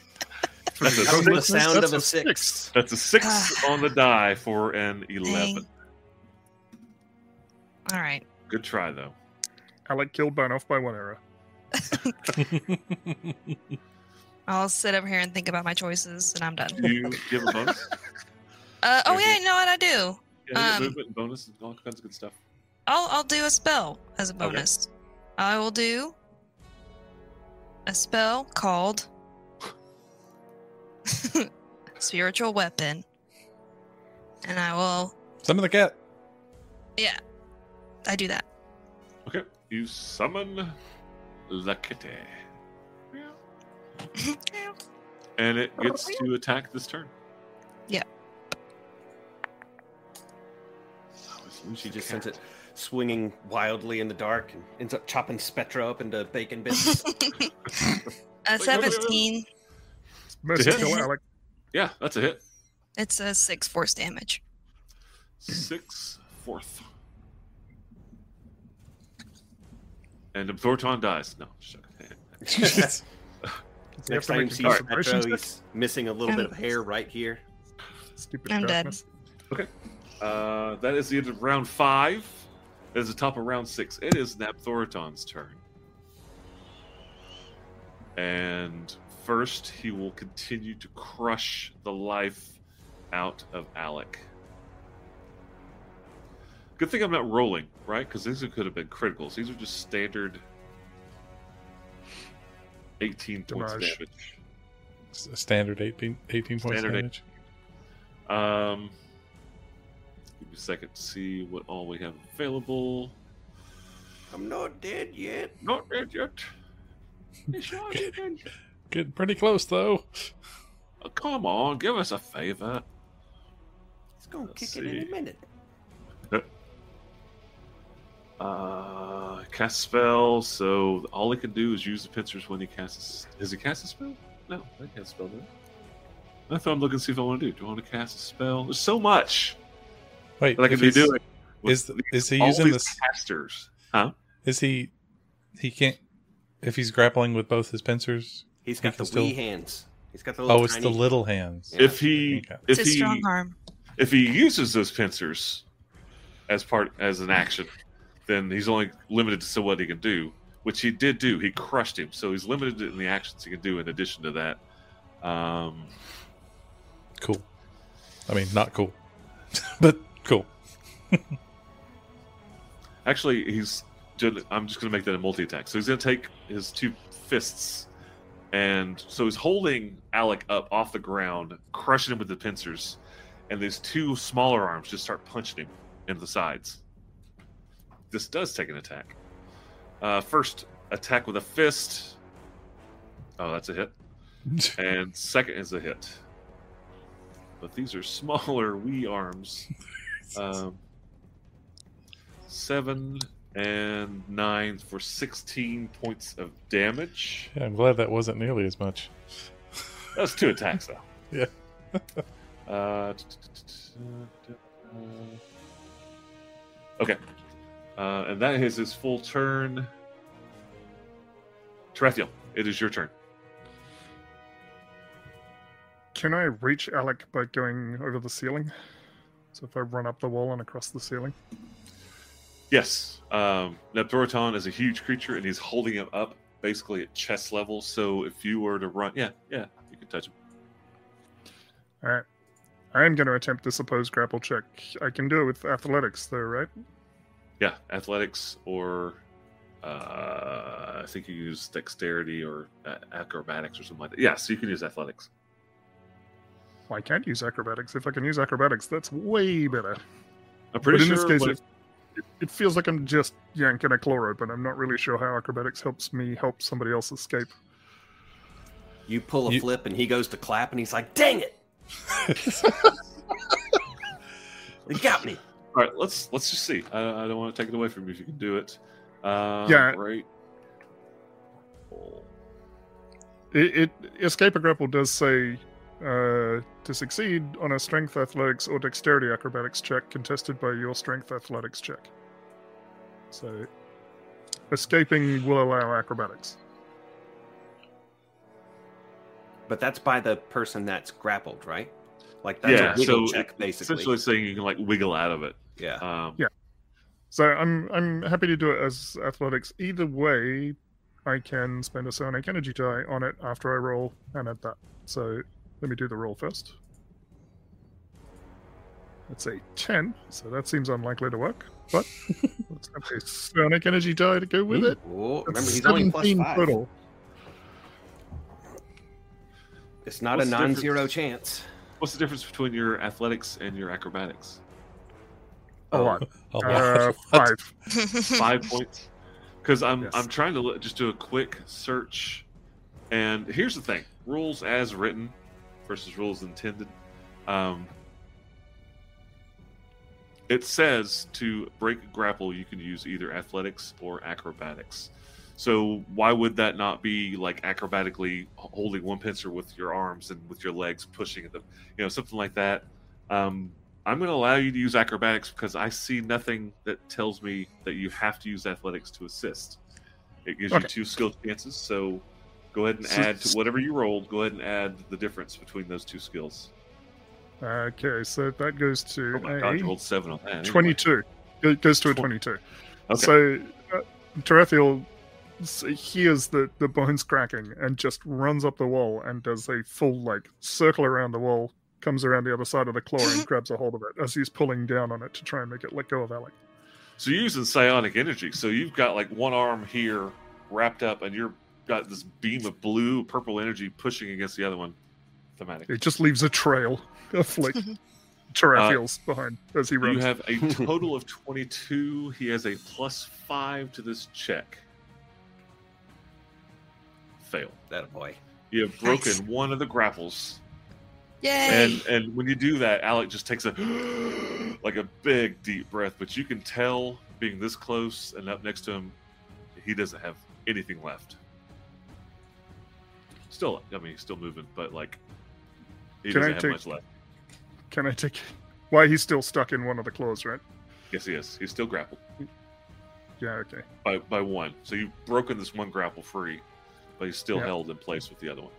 Speaker 2: that
Speaker 5: That's
Speaker 2: was the
Speaker 5: a,
Speaker 3: That's-
Speaker 2: sound
Speaker 3: that's
Speaker 2: of a
Speaker 3: a
Speaker 2: six.
Speaker 5: that's a six on the die for an 11.
Speaker 4: Dang. All right.
Speaker 5: Good try though.
Speaker 3: Alec killed Burnoff by one error.
Speaker 4: I'll sit over here and think about my choices, and I'm done.
Speaker 5: Do you give a bonus?
Speaker 4: Uh, oh
Speaker 5: Yeah,
Speaker 4: yeah, you know what I do?
Speaker 5: Yeah, you get
Speaker 4: Um,
Speaker 5: movement and bonus and all kinds of good stuff.
Speaker 4: I'll I'll do a spell as a bonus. I will do a spell called spiritual weapon, and I will
Speaker 1: Some of the cat.
Speaker 4: I do that.
Speaker 5: Okay, you summon the kitty, and it gets to attack this turn.
Speaker 4: Yeah.
Speaker 5: Oh, it's loose
Speaker 2: She
Speaker 5: the
Speaker 2: just
Speaker 5: cat.
Speaker 2: sends it swinging wildly in the dark and ends up chopping Spectra up into bacon bits.
Speaker 4: a seventeen.
Speaker 3: Mercy
Speaker 5: hit?
Speaker 3: kill Alec.
Speaker 5: Yeah, that's a hit.
Speaker 4: It's a six force damage.
Speaker 5: Six fourth. And Thorton dies. No, shut
Speaker 2: Next
Speaker 3: You have to
Speaker 2: time you
Speaker 3: make
Speaker 2: see
Speaker 3: some
Speaker 2: Spectra,
Speaker 3: concentrations.
Speaker 2: he's missing a little bit of hair right here.
Speaker 3: Stupid
Speaker 4: I'm dead.
Speaker 3: darkness.
Speaker 5: Uh, that is the end of round five. That is the top of round six. It is Napthoriton's turn. And first, he will continue to crush the life out of Alec. Good thing I'm not rolling, right? Because these could have been criticals. These are just standard 18 points of
Speaker 3: Damage.
Speaker 5: damage.
Speaker 1: S- Standard 18, 18 points
Speaker 5: Standard
Speaker 1: damage.
Speaker 5: Um, give me a second to see what all we have available.
Speaker 2: I'm not dead yet.
Speaker 5: Not dead yet.
Speaker 1: Getting pretty close though.
Speaker 5: Oh, come on, give us a favor.
Speaker 2: It's gonna
Speaker 5: Let's
Speaker 2: kick it in
Speaker 5: see.
Speaker 2: a minute.
Speaker 5: Uh, cast spell. So all he can do is use the pincers when he casts. Is he cast a spell? No, I can't spell that. That's what I'm looking to see if I want to do. Do I want to cast a spell? There's so much
Speaker 1: Wait,
Speaker 5: that I
Speaker 1: if
Speaker 5: can be
Speaker 1: he's-
Speaker 5: doing. with
Speaker 1: Is
Speaker 5: these-
Speaker 1: is he
Speaker 5: all
Speaker 1: using
Speaker 5: these
Speaker 1: this?
Speaker 5: casters? Huh?
Speaker 1: Is he? He can't. If he's grappling with both his pincers.
Speaker 2: He's
Speaker 1: He
Speaker 2: got
Speaker 1: can
Speaker 2: the
Speaker 1: still-
Speaker 2: wee hands. He's got the little
Speaker 1: Oh, it's the
Speaker 2: tiny-
Speaker 1: little hands.
Speaker 2: Yeah.
Speaker 5: If he
Speaker 1: Okay.
Speaker 5: if
Speaker 4: It's a
Speaker 5: he
Speaker 4: strong arm.
Speaker 5: if he uses those pincers as part as an action, then he's only limited to what he can do, which he did do. He crushed him, so he's limited in the actions he can do. In addition to that, um,
Speaker 1: Cool. I mean, not cool, but cool.
Speaker 5: actually, he's. I'm just going to make that a multi attack. So he's going to take his two fists, and so he's holding Alec up off the ground, crushing him with the pincers, and these two smaller arms just start punching him into the sides. This does take an attack. Uh, first attack with a fist. Oh, that's a hit. And second is a hit. But these are smaller wee arms. Um, seven and nine for 16 points of damage.
Speaker 1: Yeah, I'm glad that wasn't nearly as much.
Speaker 5: That's two attacks, though.
Speaker 1: Yeah.
Speaker 5: Uh, t- t- t- t- t- uh, okay. Uh, and that is his full turn. Tarathiel, it is your turn.
Speaker 3: Can I reach Alec by going over the ceiling? So if I run up the wall and across the ceiling,
Speaker 5: Yes. Um, Neptoroton is a huge creature, and he's holding him up basically at chest level. So if you were to run, yeah, yeah, you could touch him.
Speaker 3: all right. I am going to attempt this opposed grapple check. I can do it with athletics, though, right?
Speaker 5: Yeah, athletics or uh, I think you use dexterity or uh, acrobatics or something like that. Yeah, so you can use athletics.
Speaker 3: Well, I can't use acrobatics. If I can use acrobatics, that's way better.
Speaker 5: I'm pretty
Speaker 3: but in
Speaker 5: sure.
Speaker 3: this case,
Speaker 5: what-
Speaker 3: it, it, it feels like I'm just yanking a claw open. I'm not really sure how acrobatics helps me help somebody else escape.
Speaker 2: You pull a
Speaker 1: You-
Speaker 2: flip and he goes to clap and he's like, dang it! He got me.
Speaker 5: all right, let's let's just see. I, I don't want to take it away from you if you can do it. Uh,
Speaker 3: Yeah.
Speaker 5: Right.
Speaker 3: It, it escape a grapple does say uh, to succeed on a strength athletics or dexterity acrobatics check contested by your strength athletics check. So escaping will allow acrobatics.
Speaker 2: But that's by the person that's grappled, right? Like that's
Speaker 5: Yeah,
Speaker 2: a wiggle
Speaker 5: so
Speaker 2: check, basically.
Speaker 5: Essentially saying you can like wiggle out of it.
Speaker 2: Yeah.
Speaker 5: Um,
Speaker 3: Yeah. So I'm I'm happy to do it as athletics. Either way, I can spend a psionic energy die on it after I roll and add that. So let me do the roll first. That's a ten, so that seems unlikely to work. But let's have a psionic energy die to go with
Speaker 5: Hmm?
Speaker 3: it.
Speaker 2: Oh, remember,
Speaker 3: That's
Speaker 2: he's only plus
Speaker 3: 17
Speaker 2: five.
Speaker 3: total.
Speaker 2: It's not
Speaker 5: What's
Speaker 2: a
Speaker 5: the difference?
Speaker 2: non-zero chance.
Speaker 5: What's the difference between your athletics and your acrobatics?
Speaker 3: A lot.
Speaker 1: A lot.
Speaker 3: Uh, five.
Speaker 5: Five points. Because I'm
Speaker 3: Yes.
Speaker 5: I'm trying to look, just do a quick search, and here's the thing: rules as written versus rules intended. Um, it says to break a grapple, you can use either athletics or acrobatics. So why would that not be like acrobatically holding one pincer with your arms and with your legs pushing at them, you know, something like that? Um, I'm going to allow you to use acrobatics because I see nothing that tells me that you have to use athletics to assist. It gives
Speaker 3: Okay.
Speaker 5: you two skill chances, so go ahead and
Speaker 3: So-
Speaker 5: add to whatever you rolled. Go ahead and add the difference between those two skills.
Speaker 3: Okay, so that goes to
Speaker 5: Oh my
Speaker 3: a
Speaker 5: god, you rolled seven on that. anyway.
Speaker 3: 22. Go- Goes to a
Speaker 5: Tw-
Speaker 3: 22.
Speaker 5: Okay.
Speaker 3: So uh, Tarathiel s- hears the, the bones cracking and just runs up the wall and does a full like circle around the wall, comes around the other side of the claw and grabs a hold of it as he's pulling down on it to try and make it let go of Alec.
Speaker 5: So you're using psionic energy. So you've got like one arm here wrapped up, and you're got this beam of blue, purple energy pushing against the other one. Thematic.
Speaker 3: It just leaves a trail of like Tarathiel's behind as he
Speaker 5: You
Speaker 3: runs.
Speaker 5: have a total of 22. He has a plus five to this check. Fail.
Speaker 2: That boy.
Speaker 5: You have broken
Speaker 4: Nice.
Speaker 5: one of the grapples,
Speaker 4: Yay!
Speaker 5: and and when you do that, Alec just takes a like a big deep breath. But you can tell, being this close and up next to him, he doesn't have anything left. Still, I mean, he's still moving, but like he
Speaker 3: Can I
Speaker 5: doesn't have
Speaker 3: take-
Speaker 5: much left.
Speaker 3: Can I take. Why he's still stuck in one of the claws, right?
Speaker 5: Yes, he is. He's still grappled.
Speaker 3: Yeah, okay.
Speaker 5: by by one. So you've broken this one grapple free, but he's still
Speaker 3: Yeah.
Speaker 5: held in place with the other one.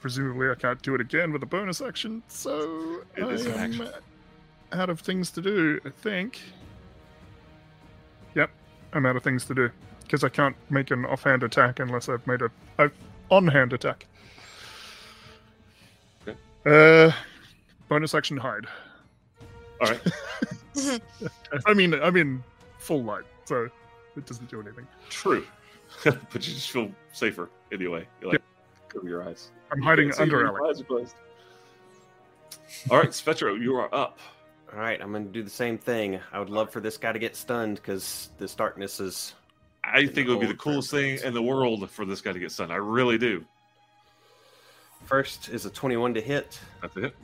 Speaker 3: Presumably, I can't do it again with a bonus action, so
Speaker 5: It
Speaker 3: I
Speaker 5: is an
Speaker 3: am
Speaker 5: action.
Speaker 3: out of things to do. I think. Yep, I'm out of things to do because I can't make an offhand attack unless I've made a I've on-hand attack.
Speaker 5: Okay.
Speaker 3: Uh, bonus action hide.
Speaker 5: All right.
Speaker 3: I mean, I mean full light, so it doesn't do anything.
Speaker 5: True. but you just feel safer anyway. You're like, cover your eyes.
Speaker 3: I'm
Speaker 5: You
Speaker 3: hiding
Speaker 5: can't see
Speaker 3: under
Speaker 5: them,
Speaker 3: Alec.
Speaker 5: your eyes are closed. All right, Spetro, you are up.
Speaker 2: All right, I'm going to do the same thing. I would love for this guy to get stunned because this darkness is.
Speaker 5: I
Speaker 2: In the
Speaker 5: think it would be the
Speaker 2: old
Speaker 5: coolest
Speaker 2: friends.
Speaker 5: thing in the world for this guy to get stunned. I really do.
Speaker 2: First is a 21 to hit
Speaker 5: That's it.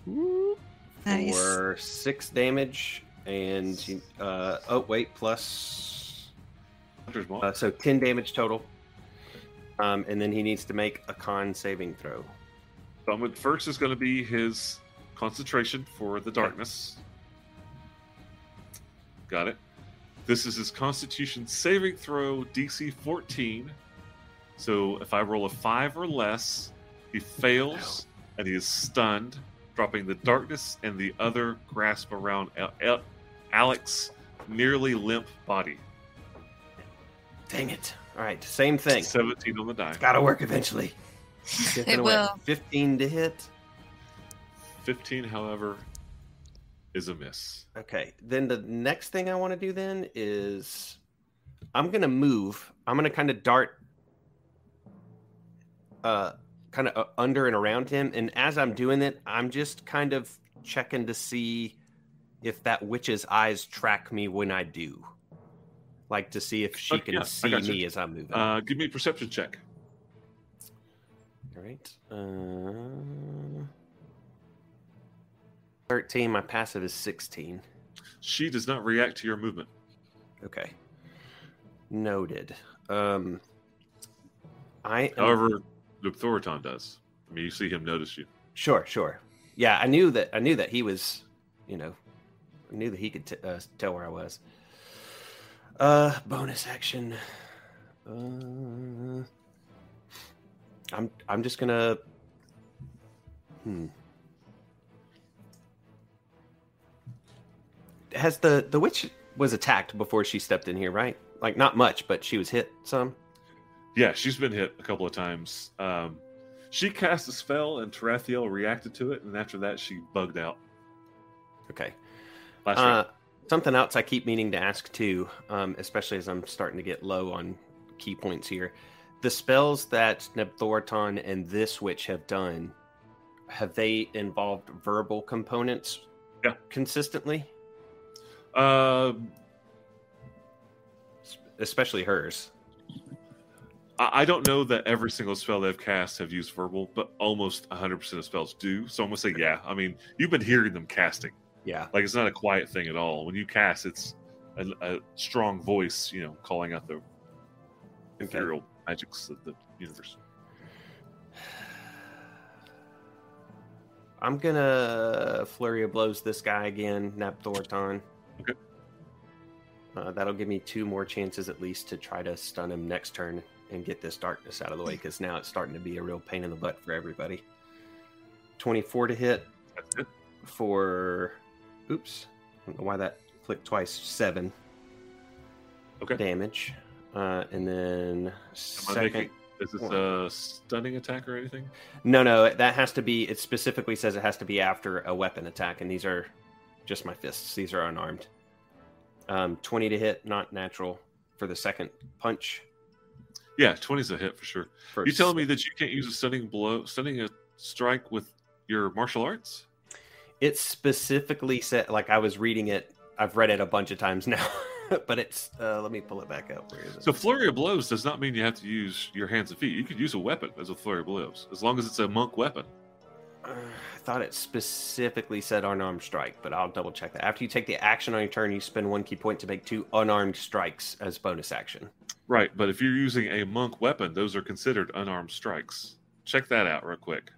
Speaker 4: nice.
Speaker 2: for six damage, and uh, oh wait, plus
Speaker 5: Hunter's Mark.
Speaker 2: uh, so 10 damage total. Um, and then he needs to make a con saving throw.
Speaker 5: So I'm at- first is going to be his concentration for the darkness. Got it. This is his constitution saving throw, DC 14. So if I roll a 5 or less, he fails and he is stunned, dropping the darkness and the other grasp around Al- Al- Alex's nearly limp body.
Speaker 2: Dang it! All right, same thing.
Speaker 5: 17 on the die.
Speaker 2: It's got to work eventually. Skipping
Speaker 4: It
Speaker 2: away.
Speaker 4: will.
Speaker 2: 15 to hit.
Speaker 5: 15, however, is a miss.
Speaker 2: Okay. Then the next thing I want to do then is I'm gonna move. I'm gonna kind of dart, uh, kind of uh, under and around him. And as I'm doing it, I'm just kind of checking to see if that witch's eyes track me when I do, like to see if she
Speaker 5: Okay,
Speaker 2: can
Speaker 5: Oh, yeah, I
Speaker 2: see
Speaker 5: got you.
Speaker 2: me as I'm moving.
Speaker 5: Uh, give me a perception check.
Speaker 2: All right. Uh, Thirteen. My passive is sixteen.
Speaker 5: She does not react to your movement.
Speaker 2: Okay. Noted. Um I am-
Speaker 5: However, the Thoriton does. I mean, you see him notice you.
Speaker 2: sure, sure. Yeah, I knew that I knew that he was, you know, I knew that he could t- uh, tell where I was. Uh bonus action. Uh I'm I'm just going to hmm. has the the witch was attacked before she stepped in here, right? Like not much, but she was hit some.
Speaker 5: Yeah, she's been hit a couple of times. Um, she cast a spell and Tarathiel reacted to it, and after that, she bugged out.
Speaker 2: Okay.
Speaker 5: Last
Speaker 2: Uh,
Speaker 5: round.
Speaker 2: something else I keep meaning to ask too, um, especially as I'm starting to get low on key points here. The spells that Nebthorton and this witch have done, have they involved verbal components
Speaker 5: Yeah.
Speaker 2: consistently?
Speaker 5: Um,
Speaker 2: Especially hers.
Speaker 5: I I don't know that every single spell they've cast have used verbal, but almost 100% of spells do. So I'm going to say, yeah. I mean, you've been hearing them casting.
Speaker 2: Yeah.
Speaker 5: Like, it's not a quiet thing at all. When you cast, it's a, a strong voice, you know, calling out the imperial magics of the universe.
Speaker 2: I'm gonna flurry of blows this guy again, Napthorton.
Speaker 5: Okay.
Speaker 2: Uh, that'll give me two more chances at least to try to stun him next turn and get this darkness out of the way because now it's starting to be a real pain in the butt for everybody. 24 to hit
Speaker 5: That's it.
Speaker 2: for. Oops. I don't know why that clicked twice. Seven
Speaker 5: Okay.
Speaker 2: damage. Uh, and then
Speaker 5: Am I
Speaker 2: second.
Speaker 5: making, is this a stunning attack or anything?
Speaker 2: No, no, that has to be. It specifically says it has to be after a weapon attack, and these are just my fists. These are unarmed. Um, twenty to hit, not natural for the second punch.
Speaker 5: Yeah, 20's a hit for sure.
Speaker 2: For
Speaker 5: You telling me that you can't use a stunning blow, stunning a strike with your martial arts?
Speaker 2: It specifically said, like I was reading it. I've read it a bunch of times now, but it's. Uh, let me pull it back up. Where is it?
Speaker 5: So flurry of blows does not mean you have to use your hands and feet. You could use a weapon as a flurry of blows, as long as it's a monk weapon.
Speaker 2: Uh, I thought it specifically said unarmed strike, but I'll double check that. After you take the action on your turn, you spend one key point to make two unarmed strikes as bonus action.
Speaker 5: Right, but if you're using a monk weapon, those are considered unarmed strikes. Check that out real quick,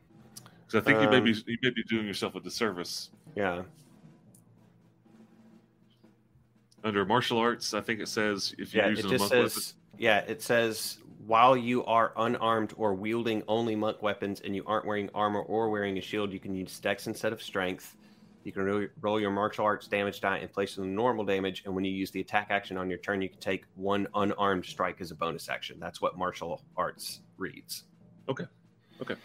Speaker 5: because I think you may
Speaker 2: Um,
Speaker 5: be you may be doing yourself a disservice
Speaker 2: Yeah.
Speaker 5: under martial arts. I think it says if you're
Speaker 2: Yeah, it
Speaker 5: using a
Speaker 2: just
Speaker 5: monk
Speaker 2: says. Yeah, it says while you are unarmed or wielding only monk weapons, and you aren't wearing armor or wearing a shield, you can use Dex instead of Strength. You can ro- roll your martial arts damage die in place of the normal damage, and when you use the attack action on your turn, you can take one unarmed strike as a bonus action. That's what martial arts reads.
Speaker 5: Okay. Okay.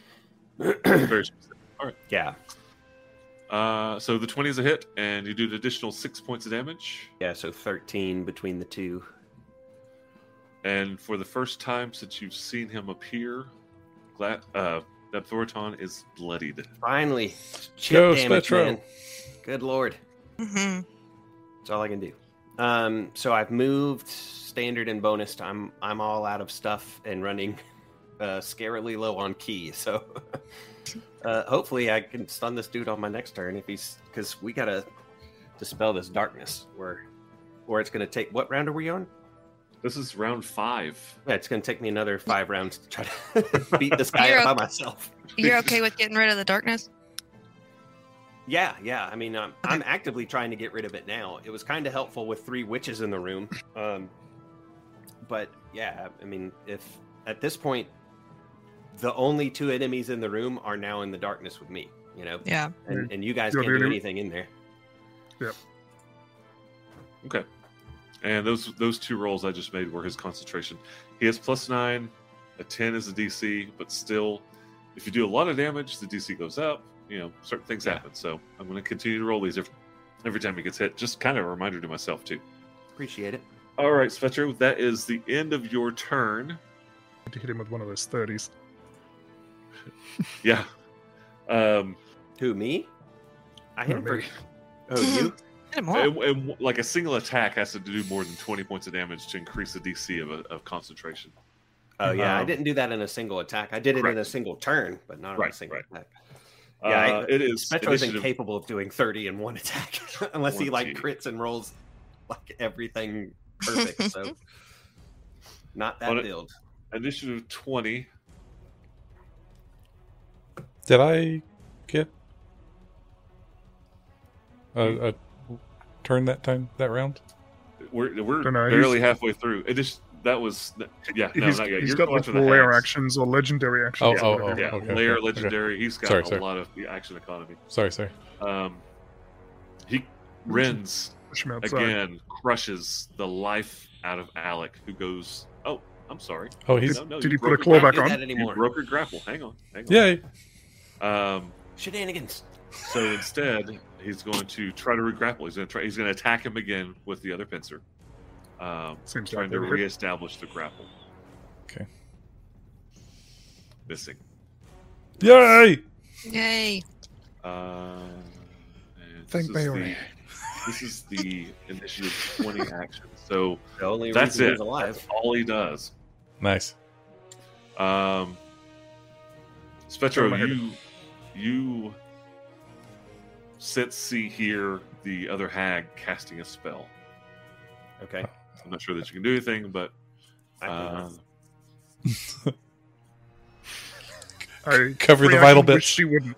Speaker 5: weapon,
Speaker 2: Okay.
Speaker 5: very specific.
Speaker 2: yeah.
Speaker 5: Uh, so the twenty is a hit, and you do an additional six points of damage.
Speaker 2: Yeah. So thirteen between the two.
Speaker 5: And for the first time since you've seen him appear, Gla- uh, Thorton is bloodied.
Speaker 2: Finally, chip
Speaker 1: Go,
Speaker 2: damage,
Speaker 1: Spectro.
Speaker 2: man. Good lord.
Speaker 4: hmm
Speaker 2: That's all I can do. Um, so I've moved standard and bonus. I'm I'm all out of stuff and running uh, scarily low on key. So uh, hopefully I can stun this dude on my next turn if he's because we gotta dispel this darkness or or it's gonna take what round are we on?
Speaker 5: This is round five.
Speaker 2: Yeah, it's gonna take me another five rounds to try to beat this guy
Speaker 4: You're
Speaker 2: up by
Speaker 4: up.
Speaker 2: myself.
Speaker 4: You're okay with getting rid of the darkness?
Speaker 2: Yeah, yeah. I mean, I'm, I'm actively trying to get rid of it now. It was kind of helpful with three witches in the room. Um, but yeah, I mean, if at this point the only two enemies in the room are now in the darkness with me, you know,
Speaker 4: Yeah.
Speaker 2: and, and you guys
Speaker 3: You're
Speaker 2: can't do
Speaker 3: really-
Speaker 2: anything in there.
Speaker 5: And those those two rolls I just made were his concentration. He has plus nine, a ten is a DC, but still, if you do a lot of damage, the DC goes up. You know, certain things happen. So I'm going to continue to roll these every, every time he gets hit. Just kind of a reminder to myself too.
Speaker 2: Appreciate it.
Speaker 5: All right, Svetro, that is the end of your turn.
Speaker 3: to hit him with one of those 30s.
Speaker 5: Yeah. Um,
Speaker 2: Who me? I hit
Speaker 3: No,
Speaker 2: him for.
Speaker 3: me.
Speaker 2: Oh, you?
Speaker 4: Hit 'em all.
Speaker 5: And, and, like a single attack has to do more than 20 points of damage to increase the DC of, a, of concentration.
Speaker 2: Oh yeah, I
Speaker 5: Um,
Speaker 2: didn't do that in a single attack. I did it in
Speaker 5: correct.
Speaker 2: a single turn, but not in
Speaker 5: Right,
Speaker 2: a single
Speaker 5: right.
Speaker 2: attack.
Speaker 5: Uh,
Speaker 2: Yeah, I-
Speaker 5: it is.
Speaker 2: Metro is
Speaker 5: initiative-
Speaker 2: incapable of doing 30 in one attack unless he like
Speaker 5: 20.
Speaker 2: crits and rolls like everything perfect. so not
Speaker 5: On
Speaker 2: that
Speaker 5: it-
Speaker 2: build.
Speaker 5: initiative 20.
Speaker 1: Did I get a, a turn that time that round?
Speaker 5: We're, we're
Speaker 3: Dunno,
Speaker 5: barely halfway through. It is that was yeah. No,
Speaker 3: he's
Speaker 5: not yet.
Speaker 3: he's
Speaker 5: You're
Speaker 3: got
Speaker 5: going
Speaker 3: like
Speaker 5: after the
Speaker 3: layer
Speaker 5: hacks.
Speaker 3: actions or legendary actions.
Speaker 1: Oh,
Speaker 3: or
Speaker 1: oh,
Speaker 3: whatever.
Speaker 1: oh.
Speaker 5: Yeah,
Speaker 1: okay,
Speaker 5: layer
Speaker 1: okay,
Speaker 5: legendary. He's got
Speaker 1: Sorry,
Speaker 5: a
Speaker 1: sorry.
Speaker 5: lot of the action economy.
Speaker 1: Sorry, sorry.
Speaker 5: Um, he Um, rends
Speaker 3: push him outside.
Speaker 5: again crushes the life out of Alec, who goes, "Oh, I'm sorry.
Speaker 1: Oh, he's
Speaker 5: no, no,
Speaker 3: Did he
Speaker 5: you
Speaker 3: put a
Speaker 5: broke
Speaker 3: claw
Speaker 5: your
Speaker 3: back
Speaker 2: do
Speaker 5: grapple.
Speaker 3: on?
Speaker 2: that
Speaker 5: You
Speaker 2: anymore.
Speaker 5: broke your grapple. Hang on. Hang on.
Speaker 1: Yay!
Speaker 5: Um,
Speaker 2: Shenanigans.
Speaker 5: so instead, he's going to try to regrapple. He's going to try. He's going to attack him again with the other pincer. Um,
Speaker 3: Seems
Speaker 5: trying
Speaker 3: like
Speaker 5: to
Speaker 3: it hit.
Speaker 5: reestablish the grapple.
Speaker 1: Okay.
Speaker 5: Missing.
Speaker 1: Yay!
Speaker 4: Yay.
Speaker 5: Uh, and
Speaker 3: Thank
Speaker 5: this, is the,
Speaker 3: Bayorad.
Speaker 5: this is the initiative 20 action. So
Speaker 2: The only
Speaker 5: That's
Speaker 2: reason
Speaker 5: it.
Speaker 2: he's alive.
Speaker 5: that's all he does.
Speaker 1: Nice.
Speaker 5: Um,
Speaker 3: Oh,
Speaker 5: Spetro,
Speaker 3: I heard
Speaker 5: you you sense, see, hear the other hag casting a spell.
Speaker 2: Okay.
Speaker 5: I'm not sure that you can do anything, but
Speaker 2: I
Speaker 5: uh,
Speaker 2: can-
Speaker 3: I
Speaker 1: Cover the
Speaker 3: react
Speaker 1: vital
Speaker 3: and wish
Speaker 1: bits.
Speaker 3: She wouldn't.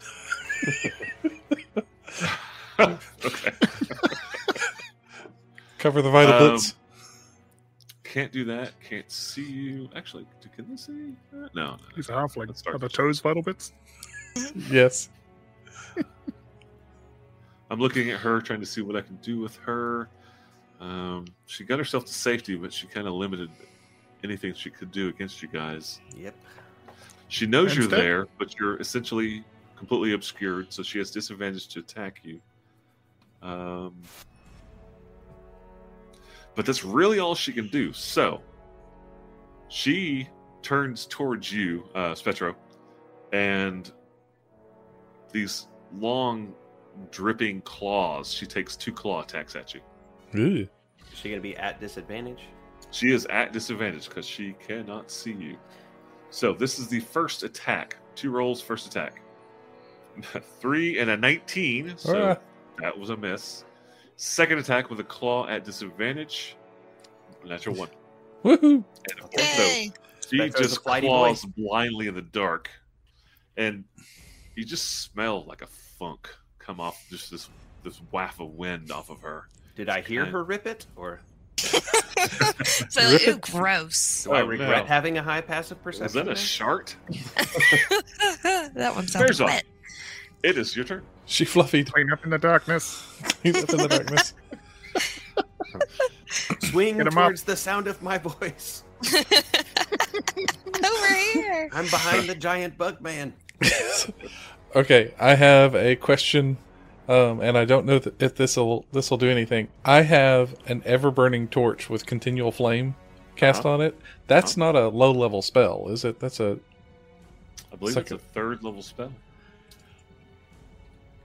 Speaker 5: okay.
Speaker 1: Cover the vital
Speaker 5: Um,
Speaker 1: bits.
Speaker 5: can't do that. Can't see you. Actually, can they see? you? No, no.
Speaker 3: He's a halfling.
Speaker 5: Let's start
Speaker 3: Are the
Speaker 5: with-
Speaker 3: toes vital bits?
Speaker 1: Yes.
Speaker 5: I'm looking at her, trying to see what I can do with her. Um, she got herself to safety, but she kind of limited anything she could do against you guys.
Speaker 2: Yep.
Speaker 5: She knows
Speaker 3: And
Speaker 5: you're
Speaker 3: step.
Speaker 5: there, but you're essentially completely obscured, so she has disadvantage to attack you. Um, but that's really all she can do. So she turns towards you, uh, Spetro, and these long, dripping claws. She takes two claw attacks at you.
Speaker 1: Ooh.
Speaker 2: Is she gonna be at disadvantage?
Speaker 5: She is at disadvantage because she cannot see you. So this is the first attack. Two rolls, first attack. Three and a 19. So
Speaker 1: Ah.
Speaker 5: that was a miss. Second attack with a claw at disadvantage. Natural one.
Speaker 1: Woohoo!
Speaker 5: And a four.
Speaker 4: Yay.
Speaker 5: So she
Speaker 2: That goes
Speaker 5: just
Speaker 2: a flighty
Speaker 5: claws blindly in the dark. And you just smell like a funk come off just this this waff of wind off of her.
Speaker 2: Did I hear
Speaker 5: Okay.
Speaker 2: her rip it, or
Speaker 4: So, like, ooh, gross.
Speaker 2: do I
Speaker 5: Oh,
Speaker 2: regret
Speaker 5: no.
Speaker 2: having a high passive perception?
Speaker 5: Is that
Speaker 2: now?
Speaker 5: a shart?
Speaker 4: that one sounds
Speaker 5: Bears off.
Speaker 4: wet.
Speaker 5: It is your turn.
Speaker 1: She fluffied.
Speaker 3: Clean up in the darkness.
Speaker 1: He's up in the darkness.
Speaker 2: Swing
Speaker 3: Get 'em up.
Speaker 2: towards the sound of my voice.
Speaker 4: Over here.
Speaker 2: I'm behind the giant bug man.
Speaker 1: okay, I have a question, um, and I don't know th- if this will this will do anything. I have an ever burning torch with continual flame cast
Speaker 5: Uh-huh.
Speaker 1: on it. That's not a low level spell, is it? That's a
Speaker 5: I believe
Speaker 1: Second.
Speaker 5: it's a third level spell.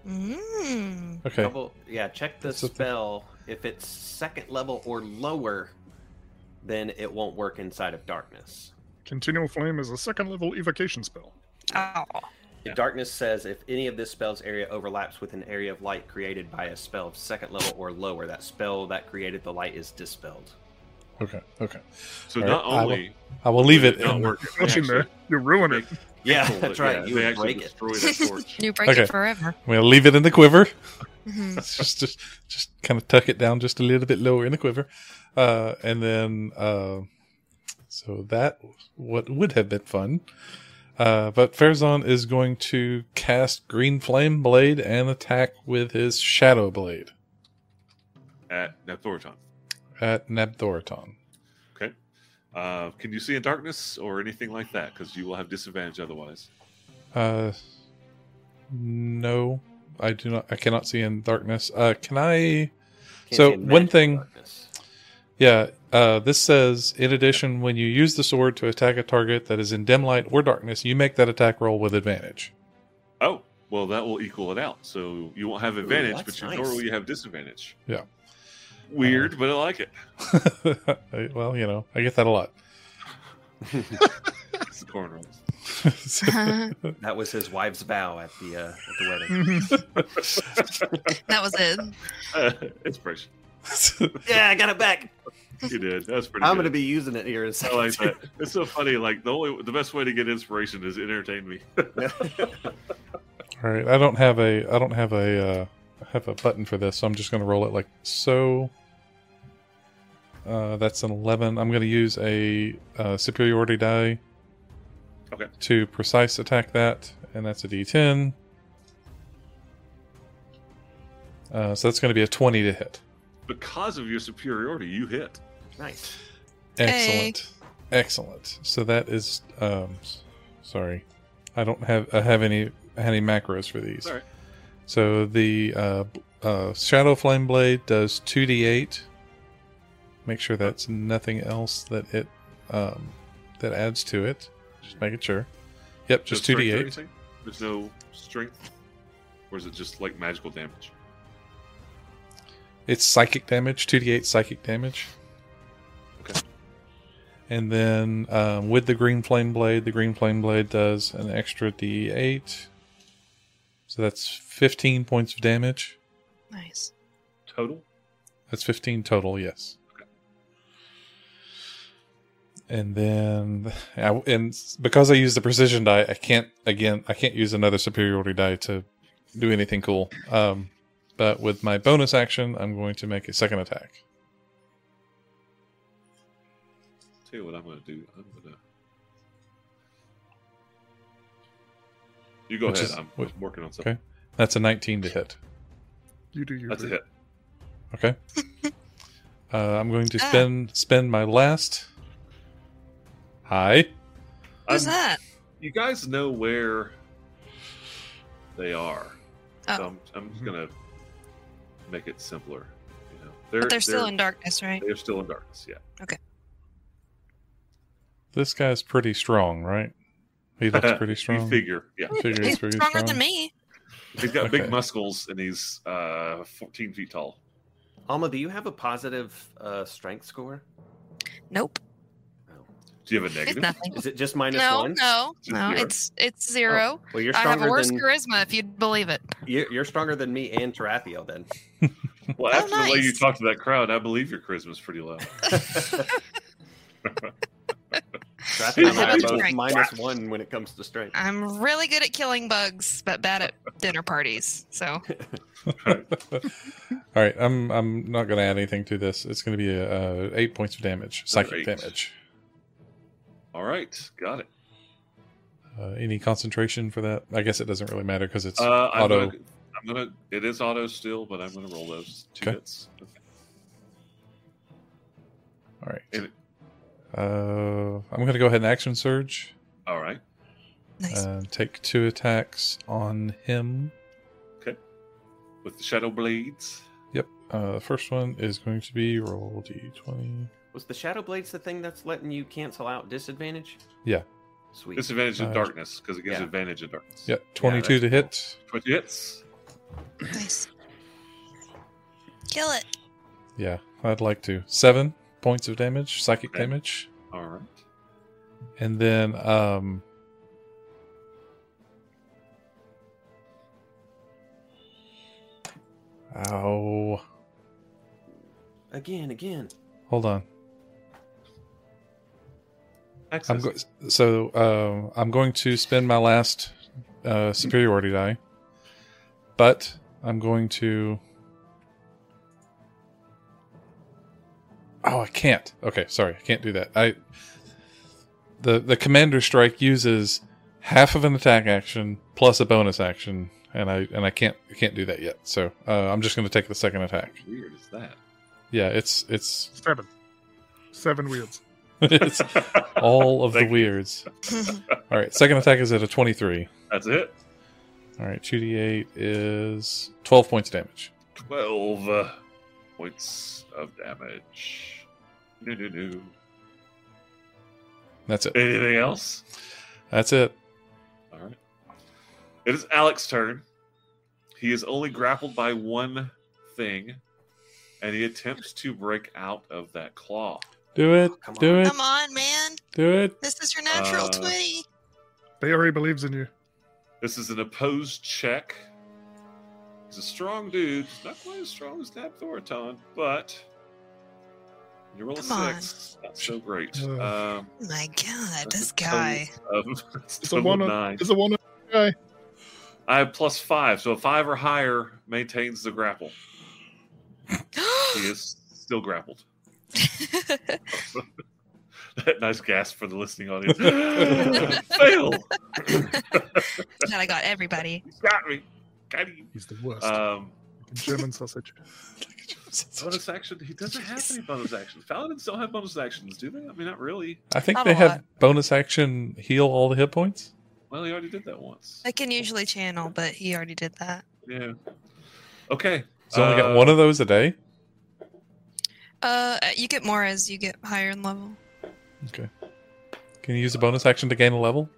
Speaker 4: Mm.
Speaker 1: okay.
Speaker 2: Double- yeah, check the
Speaker 1: That's a th-
Speaker 2: spell. If it's second level or lower, then it won't work inside of darkness.
Speaker 3: Continual flame is a second level evocation spell.
Speaker 4: Oh.
Speaker 5: Yeah.
Speaker 2: Darkness says if any of this spell's area overlaps with an area of light created by a spell of second level or lower, that spell that created the light is dispelled.
Speaker 1: Okay, okay.
Speaker 5: So
Speaker 1: All right,
Speaker 5: not
Speaker 1: I will-
Speaker 5: only
Speaker 1: I will leave it.
Speaker 5: did not
Speaker 1: in-
Speaker 5: work. they
Speaker 3: Watch him there.
Speaker 5: actually-
Speaker 3: You ruin it.
Speaker 2: Yeah,
Speaker 5: they-
Speaker 2: that's right.
Speaker 5: yeah,
Speaker 2: you
Speaker 5: they
Speaker 2: would
Speaker 5: actually
Speaker 2: break it.
Speaker 5: destroy that torch.
Speaker 4: You break
Speaker 1: Okay.
Speaker 4: it forever.
Speaker 1: I'm gonna leave it in the quiver.
Speaker 4: Mhm.
Speaker 1: It's just just just kind of tuck it down just a little bit lower in the quiver, uh, and then uh, so that what would have been fun. Uh, but Farazan is going to cast Green Flame Blade and attack with his Shadow Blade
Speaker 5: at Nephthorton.
Speaker 1: at Nabdoraton.
Speaker 5: Okay. Uh, can you see in darkness or anything like that? Because you will have disadvantage otherwise.
Speaker 1: Uh, no, I do not. I cannot see in darkness. Uh, can I?
Speaker 2: Can't
Speaker 1: So,
Speaker 2: say
Speaker 1: one
Speaker 2: magic
Speaker 1: thing-
Speaker 2: darkness.
Speaker 1: Yeah, uh, this says in addition, when you use the sword to attack a target that is in dim light or darkness, you make that attack roll with advantage.
Speaker 5: Oh, well, that will equal it out. So you won't have advantage,
Speaker 2: that's
Speaker 5: but you
Speaker 2: nice.
Speaker 5: normally you have disadvantage.
Speaker 1: Yeah. Uh-huh.
Speaker 5: Weird, but I like it.
Speaker 1: well, you know, I get that a lot.
Speaker 5: It's the cornrows.
Speaker 4: Mm-hmm.
Speaker 2: That was his wife's vow at the uh, at the wedding.
Speaker 3: Mhm.
Speaker 4: that was it.
Speaker 5: Inspiration.
Speaker 2: yeah, I got it back.
Speaker 5: You did. That's pretty.
Speaker 2: I'm
Speaker 5: good.
Speaker 2: gonna be using it here in a
Speaker 5: I
Speaker 2: second.
Speaker 5: like that. It's so funny. Like the only, the best way to get inspiration is entertain me.
Speaker 1: All right, I don't have a, I don't have a, uh, I have a button for this, so I'm just going to roll it like so. Uh, that's an eleven. I'm going to use a uh, superiority die.
Speaker 5: Okay.
Speaker 1: To precise attack that, and that's a D10. Uh, so that's going to be a twenty to hit.
Speaker 5: because of your superiority, you hit.
Speaker 2: Nice.
Speaker 1: Excellent. Excellent. So that is um s- sorry. I don't have I have any any macros for these.
Speaker 5: It's all right.
Speaker 1: So the uh, b- uh, Shadow Flame Blade does 2d8. Make sure that's nothing else that it um, that adds to it. Just making sure. Yep, just two
Speaker 5: No strength
Speaker 1: d
Speaker 5: or
Speaker 1: eight.
Speaker 5: anything? There's no strength, or is it just like magical damage?
Speaker 1: It's psychic damage, two d eight psychic damage.
Speaker 5: Okay.
Speaker 1: And then um, with the green flame blade, the green flame blade does an extra d eight. So that's fifteen points of damage.
Speaker 4: Nice.
Speaker 5: Total.
Speaker 1: That's 15 total, yes. And then, I, and because I use the precision die, I can't again. I can't use another superiority die to do anything cool. Um, but with my bonus action, I'm going to make a second attack.
Speaker 5: Tell you what I'm gonna do. I'm gonna. You go
Speaker 1: Which
Speaker 5: ahead.
Speaker 1: is-
Speaker 5: I'm,
Speaker 1: which-
Speaker 5: I'm working on something.
Speaker 1: okay. That's a 19 to hit.
Speaker 3: You do you.
Speaker 5: That's a
Speaker 3: boo.
Speaker 5: hit.
Speaker 1: Okay. Uh, I'm going to
Speaker 4: Ah.
Speaker 1: spend spend my last. Hi.
Speaker 4: Who's
Speaker 5: I'm-
Speaker 4: that?
Speaker 5: Um, You guys know where they are. So
Speaker 4: Oh.
Speaker 5: I'm, I'm
Speaker 1: Hmm.
Speaker 5: just
Speaker 3: Mhm.
Speaker 5: gonna make it simpler. You know, they're,
Speaker 4: But they're still in darkness, right?
Speaker 5: They're still in darkness. Yeah.
Speaker 1: This guy's pretty strong, right? He looks pretty strong.
Speaker 5: You figure. Yeah.
Speaker 1: Figure
Speaker 4: He's
Speaker 1: it's pretty
Speaker 4: stronger than me.
Speaker 5: He's got
Speaker 1: Okay.
Speaker 5: big muscles and he's uh, 14 feet tall.
Speaker 2: Alma, do you have a positive uh, strength score?
Speaker 4: Nope.
Speaker 5: Do you have a
Speaker 4: It's
Speaker 5: negative?
Speaker 4: nothing.
Speaker 2: Is it just minus
Speaker 4: no,
Speaker 2: one?
Speaker 4: no,
Speaker 5: Just
Speaker 4: no.
Speaker 5: zero.
Speaker 4: It's it's zero.
Speaker 2: Well, you're
Speaker 4: I have
Speaker 2: stronger
Speaker 4: a worse
Speaker 2: than
Speaker 4: charisma, if you'd believe it.
Speaker 2: you're, you're stronger than me and Tarathiel. Then
Speaker 5: Well,
Speaker 4: Oh,
Speaker 5: after the way you
Speaker 4: nice.
Speaker 5: talk to that crowd, I believe your charisma's pretty low.
Speaker 2: Tarathiel and I are
Speaker 5: Minus
Speaker 2: both
Speaker 4: strength.
Speaker 2: minus one when it comes to strength.
Speaker 4: I'm really good at killing bugs, but bad at dinner parties. So
Speaker 1: All right, I'm I'm not going to add anything to this. It's going to be uh, eight points of damage, psychic
Speaker 5: Eight.
Speaker 1: damage.
Speaker 5: All right, got it.
Speaker 1: Uh, any concentration for that? I guess it doesn't really matter because it's
Speaker 5: Uh, I'm
Speaker 1: auto.
Speaker 5: Gonna, I'm gonna. It is auto still, but I'm gonna roll those two
Speaker 1: Okay.
Speaker 5: hits.
Speaker 1: All right.
Speaker 5: in it.
Speaker 1: Uh, I'm going to go ahead and action surge.
Speaker 5: All right.
Speaker 4: nice.
Speaker 1: Uh, take two attacks on him.
Speaker 5: With the shadow blades,
Speaker 1: Uh, the first one is going to be roll d20.
Speaker 2: Was the Shadow Blade's the thing that's letting you cancel out disadvantage?
Speaker 1: Yeah.
Speaker 2: Sweet.
Speaker 5: disadvantage in
Speaker 1: Uh,
Speaker 5: darkness because it gives
Speaker 2: yeah.
Speaker 5: advantage in darkness.
Speaker 1: Yep, 22 to
Speaker 2: that's
Speaker 1: hit.
Speaker 5: Twenty hits.
Speaker 4: nice. Kill it.
Speaker 1: Yeah, I'd like to. Seven points of damage, psychic
Speaker 5: Okay.
Speaker 1: damage.
Speaker 5: All right.
Speaker 1: And then um Oh,
Speaker 2: Again, again.
Speaker 1: hold on. I'm
Speaker 5: Access.
Speaker 1: go- so um I'm going to spend my last uh, superiority die, but I'm going to. Oh, I can't. Okay, sorry, I can't do that. I the the commander strike uses half of an attack action plus a bonus action, and I and I can't I can't do that yet. So uh, I'm just going to take the second attack.
Speaker 5: How Weird is that?
Speaker 1: Yeah, it's it's
Speaker 3: Seven. Seven weirds.
Speaker 1: it's all of the
Speaker 5: Thank you.
Speaker 1: weirds. All right, second attack is at a twenty-three.
Speaker 5: That's it.
Speaker 1: All right, 2d8 is 12 points damage.
Speaker 5: Twelve uh, points of damage. No, no, no.
Speaker 1: That's it.
Speaker 5: Anything else?
Speaker 1: That's it.
Speaker 5: All right. It is Alex's turn. He is only grappled by one thing, and he attempts to break out of that claw.
Speaker 1: Do it.
Speaker 2: Oh, come
Speaker 1: do
Speaker 2: on.
Speaker 1: it.
Speaker 4: Come on, man.
Speaker 1: Do it.
Speaker 4: This is your natural
Speaker 5: Uh,
Speaker 4: twenty.
Speaker 3: They already believes in you.
Speaker 5: This is an opposed check. He's a strong dude. He's not quite as strong as Nab Thoraton, but you roll a
Speaker 4: Come on.
Speaker 5: six. Not so great.
Speaker 3: Ugh.
Speaker 5: Um,
Speaker 4: Oh my God,
Speaker 5: that's
Speaker 4: this
Speaker 5: a
Speaker 4: guy.
Speaker 5: total of- it's
Speaker 3: It's a
Speaker 5: total
Speaker 3: one.
Speaker 5: nine.
Speaker 3: It's a one.
Speaker 5: I have plus five, so a five or higher maintains the grapple. He is still grappled. That nice gasp for the listening audience. Fail!
Speaker 4: Glad I got everybody.
Speaker 5: Got me. Got you.
Speaker 3: He's the worst.
Speaker 5: Um,
Speaker 3: German sausage.
Speaker 5: bonus action. He doesn't have any bonus actions. Paladins don't have bonus actions, do they? I mean, not really.
Speaker 1: I think
Speaker 4: Not
Speaker 1: they
Speaker 4: a
Speaker 1: have
Speaker 4: lot.
Speaker 1: bonus action heal all the hit points.
Speaker 5: Well, he already did that once.
Speaker 4: I can usually channel, but he already did that.
Speaker 5: Yeah. Okay.
Speaker 1: He's only
Speaker 5: Uh,
Speaker 1: got one of those a day.
Speaker 4: Uh, you get more as you get higher in level.
Speaker 1: Can you use a bonus action to gain a level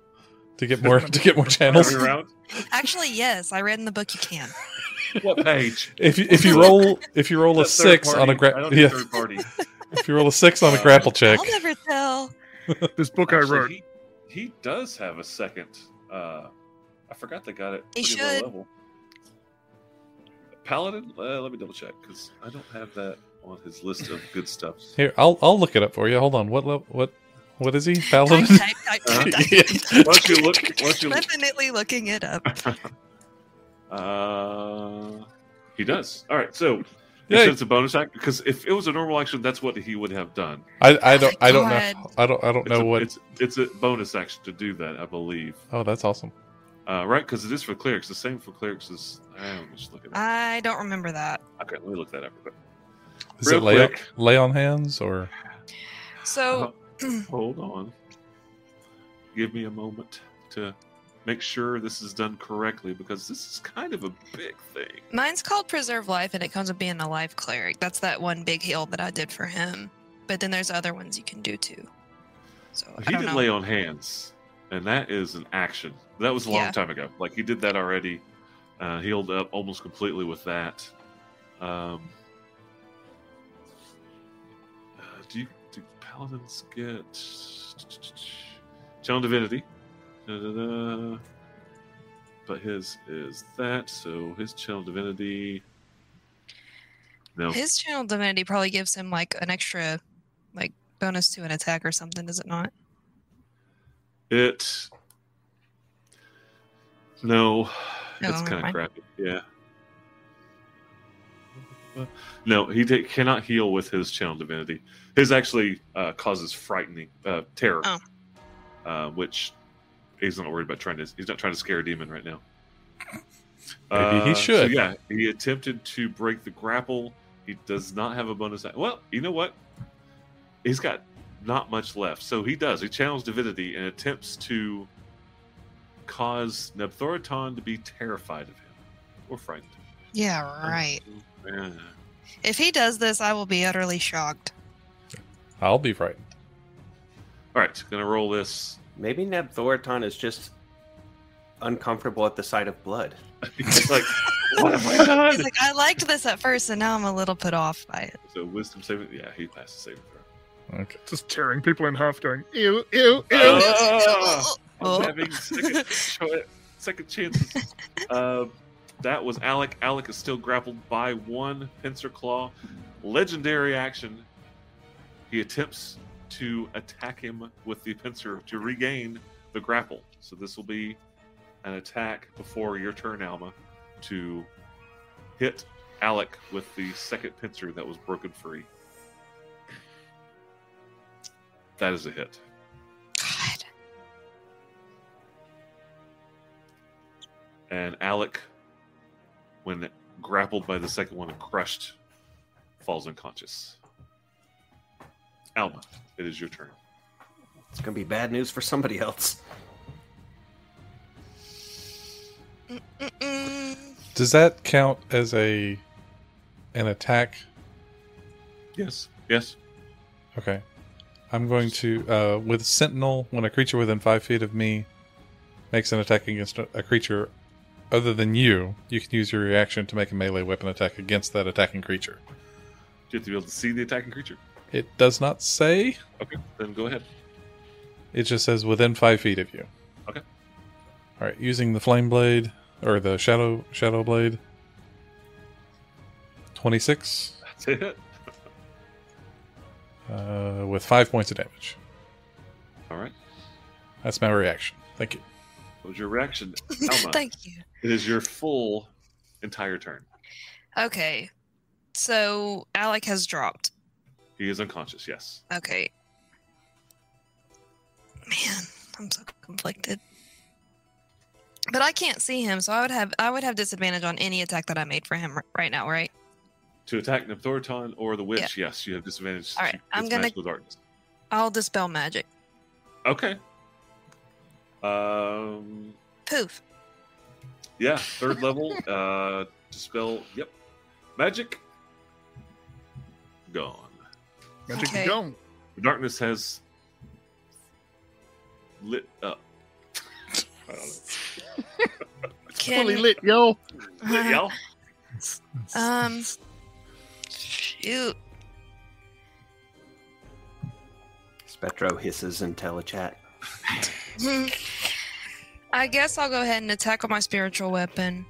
Speaker 1: to get more to get more channels?
Speaker 5: Every round.
Speaker 4: Actually, yes, I read in the book you can.
Speaker 5: What page?
Speaker 1: If you, if you roll if you roll a
Speaker 5: Is that third
Speaker 1: six on a
Speaker 5: party? I
Speaker 1: gra-
Speaker 5: don't do
Speaker 1: yeah,
Speaker 5: third party.
Speaker 1: if you roll a six on a
Speaker 5: Uh,
Speaker 1: grapple check,
Speaker 4: I'll never tell.
Speaker 3: This book I
Speaker 5: Actually,
Speaker 3: wrote.
Speaker 5: He, he does have a second. Uh, I forgot they got it.
Speaker 4: He
Speaker 5: pretty
Speaker 4: should.
Speaker 5: Low level. Paladin. Uh, let me double check because I don't have that on his list of good stuff.
Speaker 1: here I'll I'll look it up for you. Hold on, what level, what what is he?
Speaker 4: Type,
Speaker 1: Paladin.
Speaker 4: type, type,
Speaker 5: Uh,
Speaker 4: type, type.
Speaker 1: yeah.
Speaker 5: Why don't you look? Why don't you look?
Speaker 4: Definitely looking it up.
Speaker 5: Uh, he does. All right. So
Speaker 1: Yay.
Speaker 5: yeah, it's a bonus action because if it was a normal action, that's what he would have done.
Speaker 1: I, I don't I don't
Speaker 4: God.
Speaker 1: know I don't I don't
Speaker 5: it's
Speaker 1: know
Speaker 5: a,
Speaker 1: what.
Speaker 5: It's, it's a bonus action to do that, I believe.
Speaker 1: Oh, that's awesome.
Speaker 5: Uh, right? Because it is for clerics. The same for clerics as. I am just looking. At
Speaker 4: I don't remember that.
Speaker 5: okay, let me look that up. real quick.
Speaker 1: Is
Speaker 5: Real
Speaker 1: it lay
Speaker 5: quick.
Speaker 1: on, lay on hands or
Speaker 5: Uh-huh.
Speaker 4: So,
Speaker 5: Hold on. Give me a moment to make sure this is done correctly because this is kind of a big thing.
Speaker 4: mine's called Preserve Life, and it comes with being a life cleric. That's that one big heal that I did for him. But then there's other ones you can do too. So I
Speaker 5: He
Speaker 4: don't
Speaker 5: did
Speaker 4: know.
Speaker 5: lay on hands, and that is an action. That was a long
Speaker 4: Yeah.
Speaker 5: time ago. Like he did that already. Uh, healed up almost completely with that. Um, uh, do you do paladins get channel divinity? Da-da-da. But his is that, so his channel divinity. No,
Speaker 4: His channel divinity probably gives him like an extra, like bonus to an attack or something, does it not?
Speaker 5: It. No, it's
Speaker 4: never
Speaker 5: kind of
Speaker 4: mind.
Speaker 5: crappy. Yeah. No, he ta- cannot heal with his channel divinity. His actually uh, causes frightening uh, terror,
Speaker 4: Oh.
Speaker 5: uh, which he's not worried about trying to. He's not trying to scare a demon right now.
Speaker 1: Maybe he
Speaker 5: Uh, so
Speaker 1: should.
Speaker 5: yeah, he attempted to break the grapple. He does not have a bonus. ac- Well, you know what? He's got not much left. So he does. He channels divinity and attempts to cause Nebthoriton to be terrified of him or frightened. Eh.
Speaker 4: Yeah, right.
Speaker 5: Yeah.
Speaker 4: If he does this, I will be utterly shocked.
Speaker 1: I'll be right.
Speaker 5: All right, gonna roll this.
Speaker 2: Maybe Neb Thoriton is just uncomfortable at the sight of blood.
Speaker 5: He's like, what have I done?
Speaker 4: He's like, I liked this at first, and now I'm a little put off by it.
Speaker 5: So wisdom saving. Yeah, he passed the saving throw.
Speaker 1: Okay.
Speaker 3: Just tearing people in half, going ew, ew, ew.
Speaker 5: Ah! I'm
Speaker 4: Oh.
Speaker 5: having second, cho- second chances. Uh, that was Alec. Alec is still grappled by one pincer claw. Legendary action. He attempts to attack him with the pincer to regain the grapple. So this will be an attack before your turn, Alma, to hit Alec with the second pincer that was broken free. That is a hit.
Speaker 4: God.
Speaker 5: and Alec, when grappled by the second one and crushed, falls unconscious. Alma, it is your turn.
Speaker 2: It's gonna be bad news for somebody else.
Speaker 4: Mm-mm.
Speaker 1: Does that count as a an attack?
Speaker 5: Yes. Yes.
Speaker 1: Okay. I'm going to uh, with Sentinel when a creature within five feet of me makes an attack against a a creature other than you, you can use your reaction to make a melee weapon attack against that attacking creature.
Speaker 5: Do you have to be able to see the attacking creature?
Speaker 1: It does not say.
Speaker 5: Okay. Then go ahead.
Speaker 1: It just says within five feet of you.
Speaker 5: Okay.
Speaker 1: All right. Using the flame blade or the shadow shadow blade. Twenty six
Speaker 5: That's it.
Speaker 1: uh, with five points of damage.
Speaker 5: All right.
Speaker 1: That's my reaction. Thank you.
Speaker 5: What was your reaction, Alma?
Speaker 4: Thank you.
Speaker 5: It is your full entire turn.
Speaker 4: Okay. So Alec has dropped.
Speaker 5: He is unconscious. Yes.
Speaker 4: Okay. Man, I'm so conflicted. But I can't see him, so I would have I would have disadvantage on any attack that I made for him r- right now, right?
Speaker 5: To attack Nephthorton or the witch, yes, you have disadvantage.
Speaker 4: All right,
Speaker 5: She-
Speaker 4: I'm
Speaker 5: it's
Speaker 4: gonna-
Speaker 5: magical darkness.
Speaker 4: I'll dispel magic.
Speaker 5: Okay. Um.
Speaker 4: Poof.
Speaker 5: Yeah, third level. uh, dispel. Yep. Magic. Gone.
Speaker 3: Magic
Speaker 4: Okay.
Speaker 3: gone.
Speaker 5: The darkness has lit up. I don't
Speaker 4: Can
Speaker 3: lit, yo.
Speaker 5: know. Lit y'all?
Speaker 4: um shoot.
Speaker 2: Spectro hisses in telechat.
Speaker 4: I guess I'll go ahead and attack with my spiritual weapon.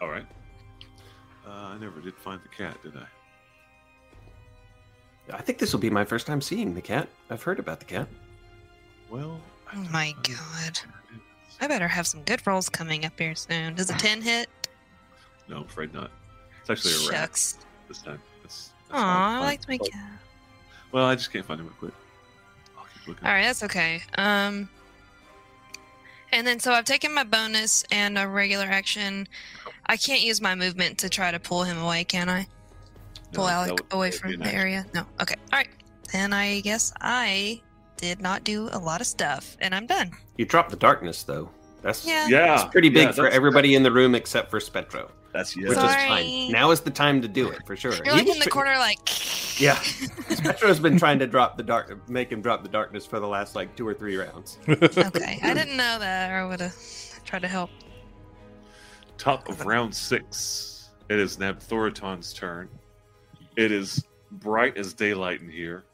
Speaker 5: All right. Uh, I never did find the cat, did I?
Speaker 2: I think this will be my first time seeing the cat. I've heard about the cat.
Speaker 5: Well. I
Speaker 4: Oh
Speaker 5: don't
Speaker 4: my
Speaker 5: know.
Speaker 4: god. I better have some good rolls coming up here soon. Does a 10 hit?
Speaker 5: No, I'm afraid not. It's actually a rat
Speaker 4: Shucks.
Speaker 5: this time. That's, that's
Speaker 4: Aw,
Speaker 5: fine.
Speaker 4: I liked my
Speaker 5: Fine.
Speaker 4: cat.
Speaker 5: Well, I just can't find him real quick. I'll keep looking.
Speaker 4: All right, that's okay. Um, and then so I've taken my bonus and a regular action. I can't use my movement to try to pull him away, can I?
Speaker 5: No,
Speaker 4: Pull Alec
Speaker 5: that would-
Speaker 4: away
Speaker 5: that would
Speaker 4: from
Speaker 5: be an
Speaker 4: the
Speaker 5: action.
Speaker 4: area? No. Okay. All right. Then I guess I did not do a lot of stuff, and I'm done.
Speaker 2: You dropped the darkness, though. That's
Speaker 4: Yeah.
Speaker 5: Yeah.
Speaker 2: It's pretty big
Speaker 5: yeah,
Speaker 2: for
Speaker 5: that's-
Speaker 2: everybody in the room except for Spectro,
Speaker 5: That's yeah.
Speaker 2: which is
Speaker 4: Sorry.
Speaker 2: fine. Now is the time to do it for sure.
Speaker 4: You're
Speaker 2: He
Speaker 4: like
Speaker 2: was
Speaker 4: in the
Speaker 2: tr-
Speaker 4: corner, like.
Speaker 2: Yeah, Spectro's been trying to drop the dark, make him drop the darkness for the last like two or three rounds.
Speaker 4: okay. I didn't know that, or I would have tried to help.
Speaker 5: Top of round six. It is Nabthoriton's turn. It is bright as daylight in here.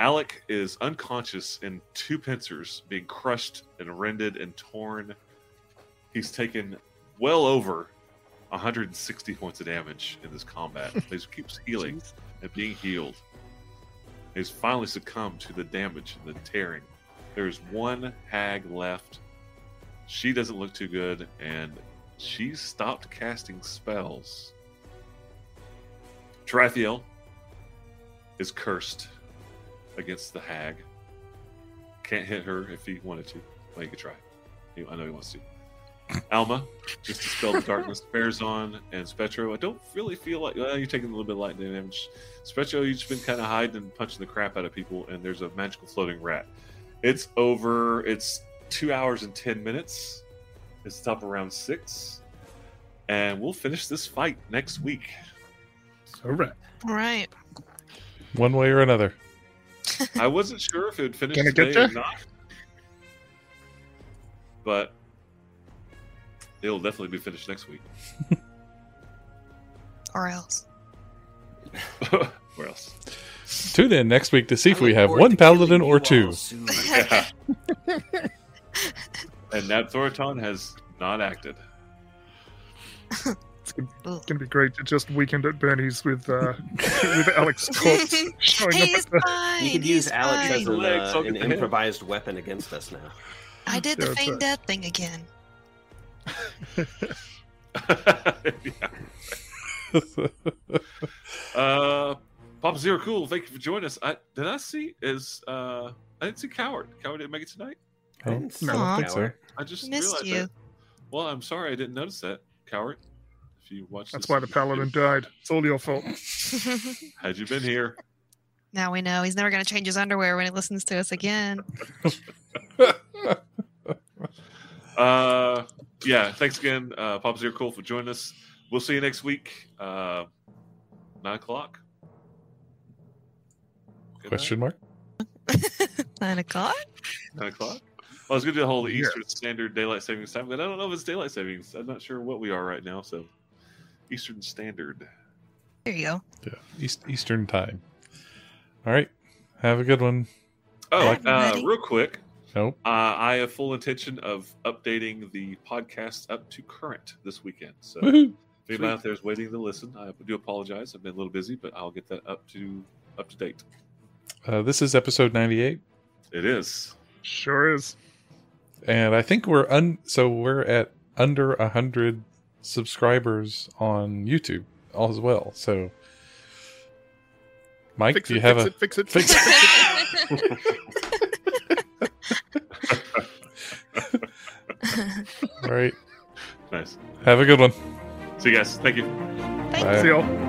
Speaker 5: Alec is unconscious in two pincers, being crushed and rended and torn. He's taken well over 160 points of damage in this combat. but he keeps healing and being healed. He's finally succumbed to the damage and the tearing. There's one hag left. She doesn't look too good, and she stopped casting spells. Tarathiel is cursed against the hag. Can't hit her if he wanted to. Well, you could try. He- I know he wants to. Alma, just dispel the darkness. Farazan and Spectro, I don't really feel like. Well, you're taking a little bit of light damage. Spectro, you've just been kind of hiding and punching the crap out of people, and there's a magical floating rat. It's over. It's two hours and 10 minutes. It's top of round six. And we'll finish this fight next week.
Speaker 3: All right.
Speaker 4: All right.
Speaker 1: One way or another.
Speaker 5: I wasn't sure if it would finish
Speaker 3: Gonna get
Speaker 5: today or not. But it'll definitely be finished next week.
Speaker 4: Or else.
Speaker 5: Where else?
Speaker 1: Tune in next week to see if
Speaker 2: I
Speaker 1: we
Speaker 2: look
Speaker 1: have
Speaker 2: forward
Speaker 1: one
Speaker 2: to killing
Speaker 1: paladin
Speaker 2: you
Speaker 1: or
Speaker 2: all
Speaker 1: two.
Speaker 2: soon.
Speaker 5: Yeah. and Nabthoriton has not acted.
Speaker 4: Ugh.
Speaker 3: It's gonna be great to just weekend at Bernie's with uh, with Alex Corpse showing up
Speaker 4: He's
Speaker 3: at the
Speaker 4: fine.
Speaker 2: You could use
Speaker 4: he's
Speaker 2: Alex
Speaker 4: fine.
Speaker 2: as an,
Speaker 5: Legs,
Speaker 2: uh,
Speaker 5: I'll get
Speaker 2: an
Speaker 5: the hand.
Speaker 2: improvised weapon against us now.
Speaker 4: I did
Speaker 3: Yeah,
Speaker 4: the
Speaker 3: that's
Speaker 4: feigned
Speaker 3: right.
Speaker 4: death thing again.
Speaker 5: Yeah.
Speaker 1: Oh,
Speaker 5: Uh, Papa Zero Cool, thank you for joining us. I did I see is uh I didn't see Coward. Coward didn't make it tonight.
Speaker 1: I don't-
Speaker 2: Didn't
Speaker 4: I
Speaker 2: see
Speaker 4: don't
Speaker 1: think so.
Speaker 2: Gower.
Speaker 5: I just
Speaker 4: Missed
Speaker 5: realized
Speaker 4: you.
Speaker 5: that. Well, I'm sorry I didn't notice that, Coward. If you watched,
Speaker 3: That's
Speaker 5: this-
Speaker 3: why the paladin died. It's all your fault.
Speaker 5: Had you been here,
Speaker 4: now we know he's never going to change his underwear when he listens to us again.
Speaker 5: uh, yeah. Thanks again, uh, Papa Zero Cool, for joining us. We'll see you next week, uh, nine o'clock. Good night.
Speaker 1: Question mark?
Speaker 4: Nine o'clock.
Speaker 5: Nine o'clock. I was going to do the whole Eastern Standard Daylight Savings Time, but I don't know if it's daylight savings. I'm not sure what we are right now. So, Eastern Standard.
Speaker 4: There you go.
Speaker 1: Yeah. East, Eastern time. All right. Have a good one.
Speaker 5: Oh,
Speaker 4: Hi,
Speaker 5: uh,
Speaker 4: everybody.
Speaker 5: real quick,
Speaker 1: Nope.
Speaker 5: uh, I have full intention of updating the podcast up to current this weekend. So, if
Speaker 1: Woohoo.
Speaker 5: anybody out there is waiting to listen, I do apologize. I've been a little busy, but I'll get that up to up to date.
Speaker 1: Uh, this is episode 98.
Speaker 5: It is.
Speaker 3: Sure is.
Speaker 1: And I think we're un- so we're at under 100 subscribers on YouTube all as well. So, Mike,
Speaker 3: Fix
Speaker 1: do you
Speaker 3: it,
Speaker 1: have
Speaker 3: fix
Speaker 1: a.
Speaker 3: it, fix it,
Speaker 1: fix it.
Speaker 5: nice.
Speaker 1: All right. Have a good one.
Speaker 5: So, you guys, thank you.
Speaker 4: Bye. Thank
Speaker 1: Bye.
Speaker 3: See y'all.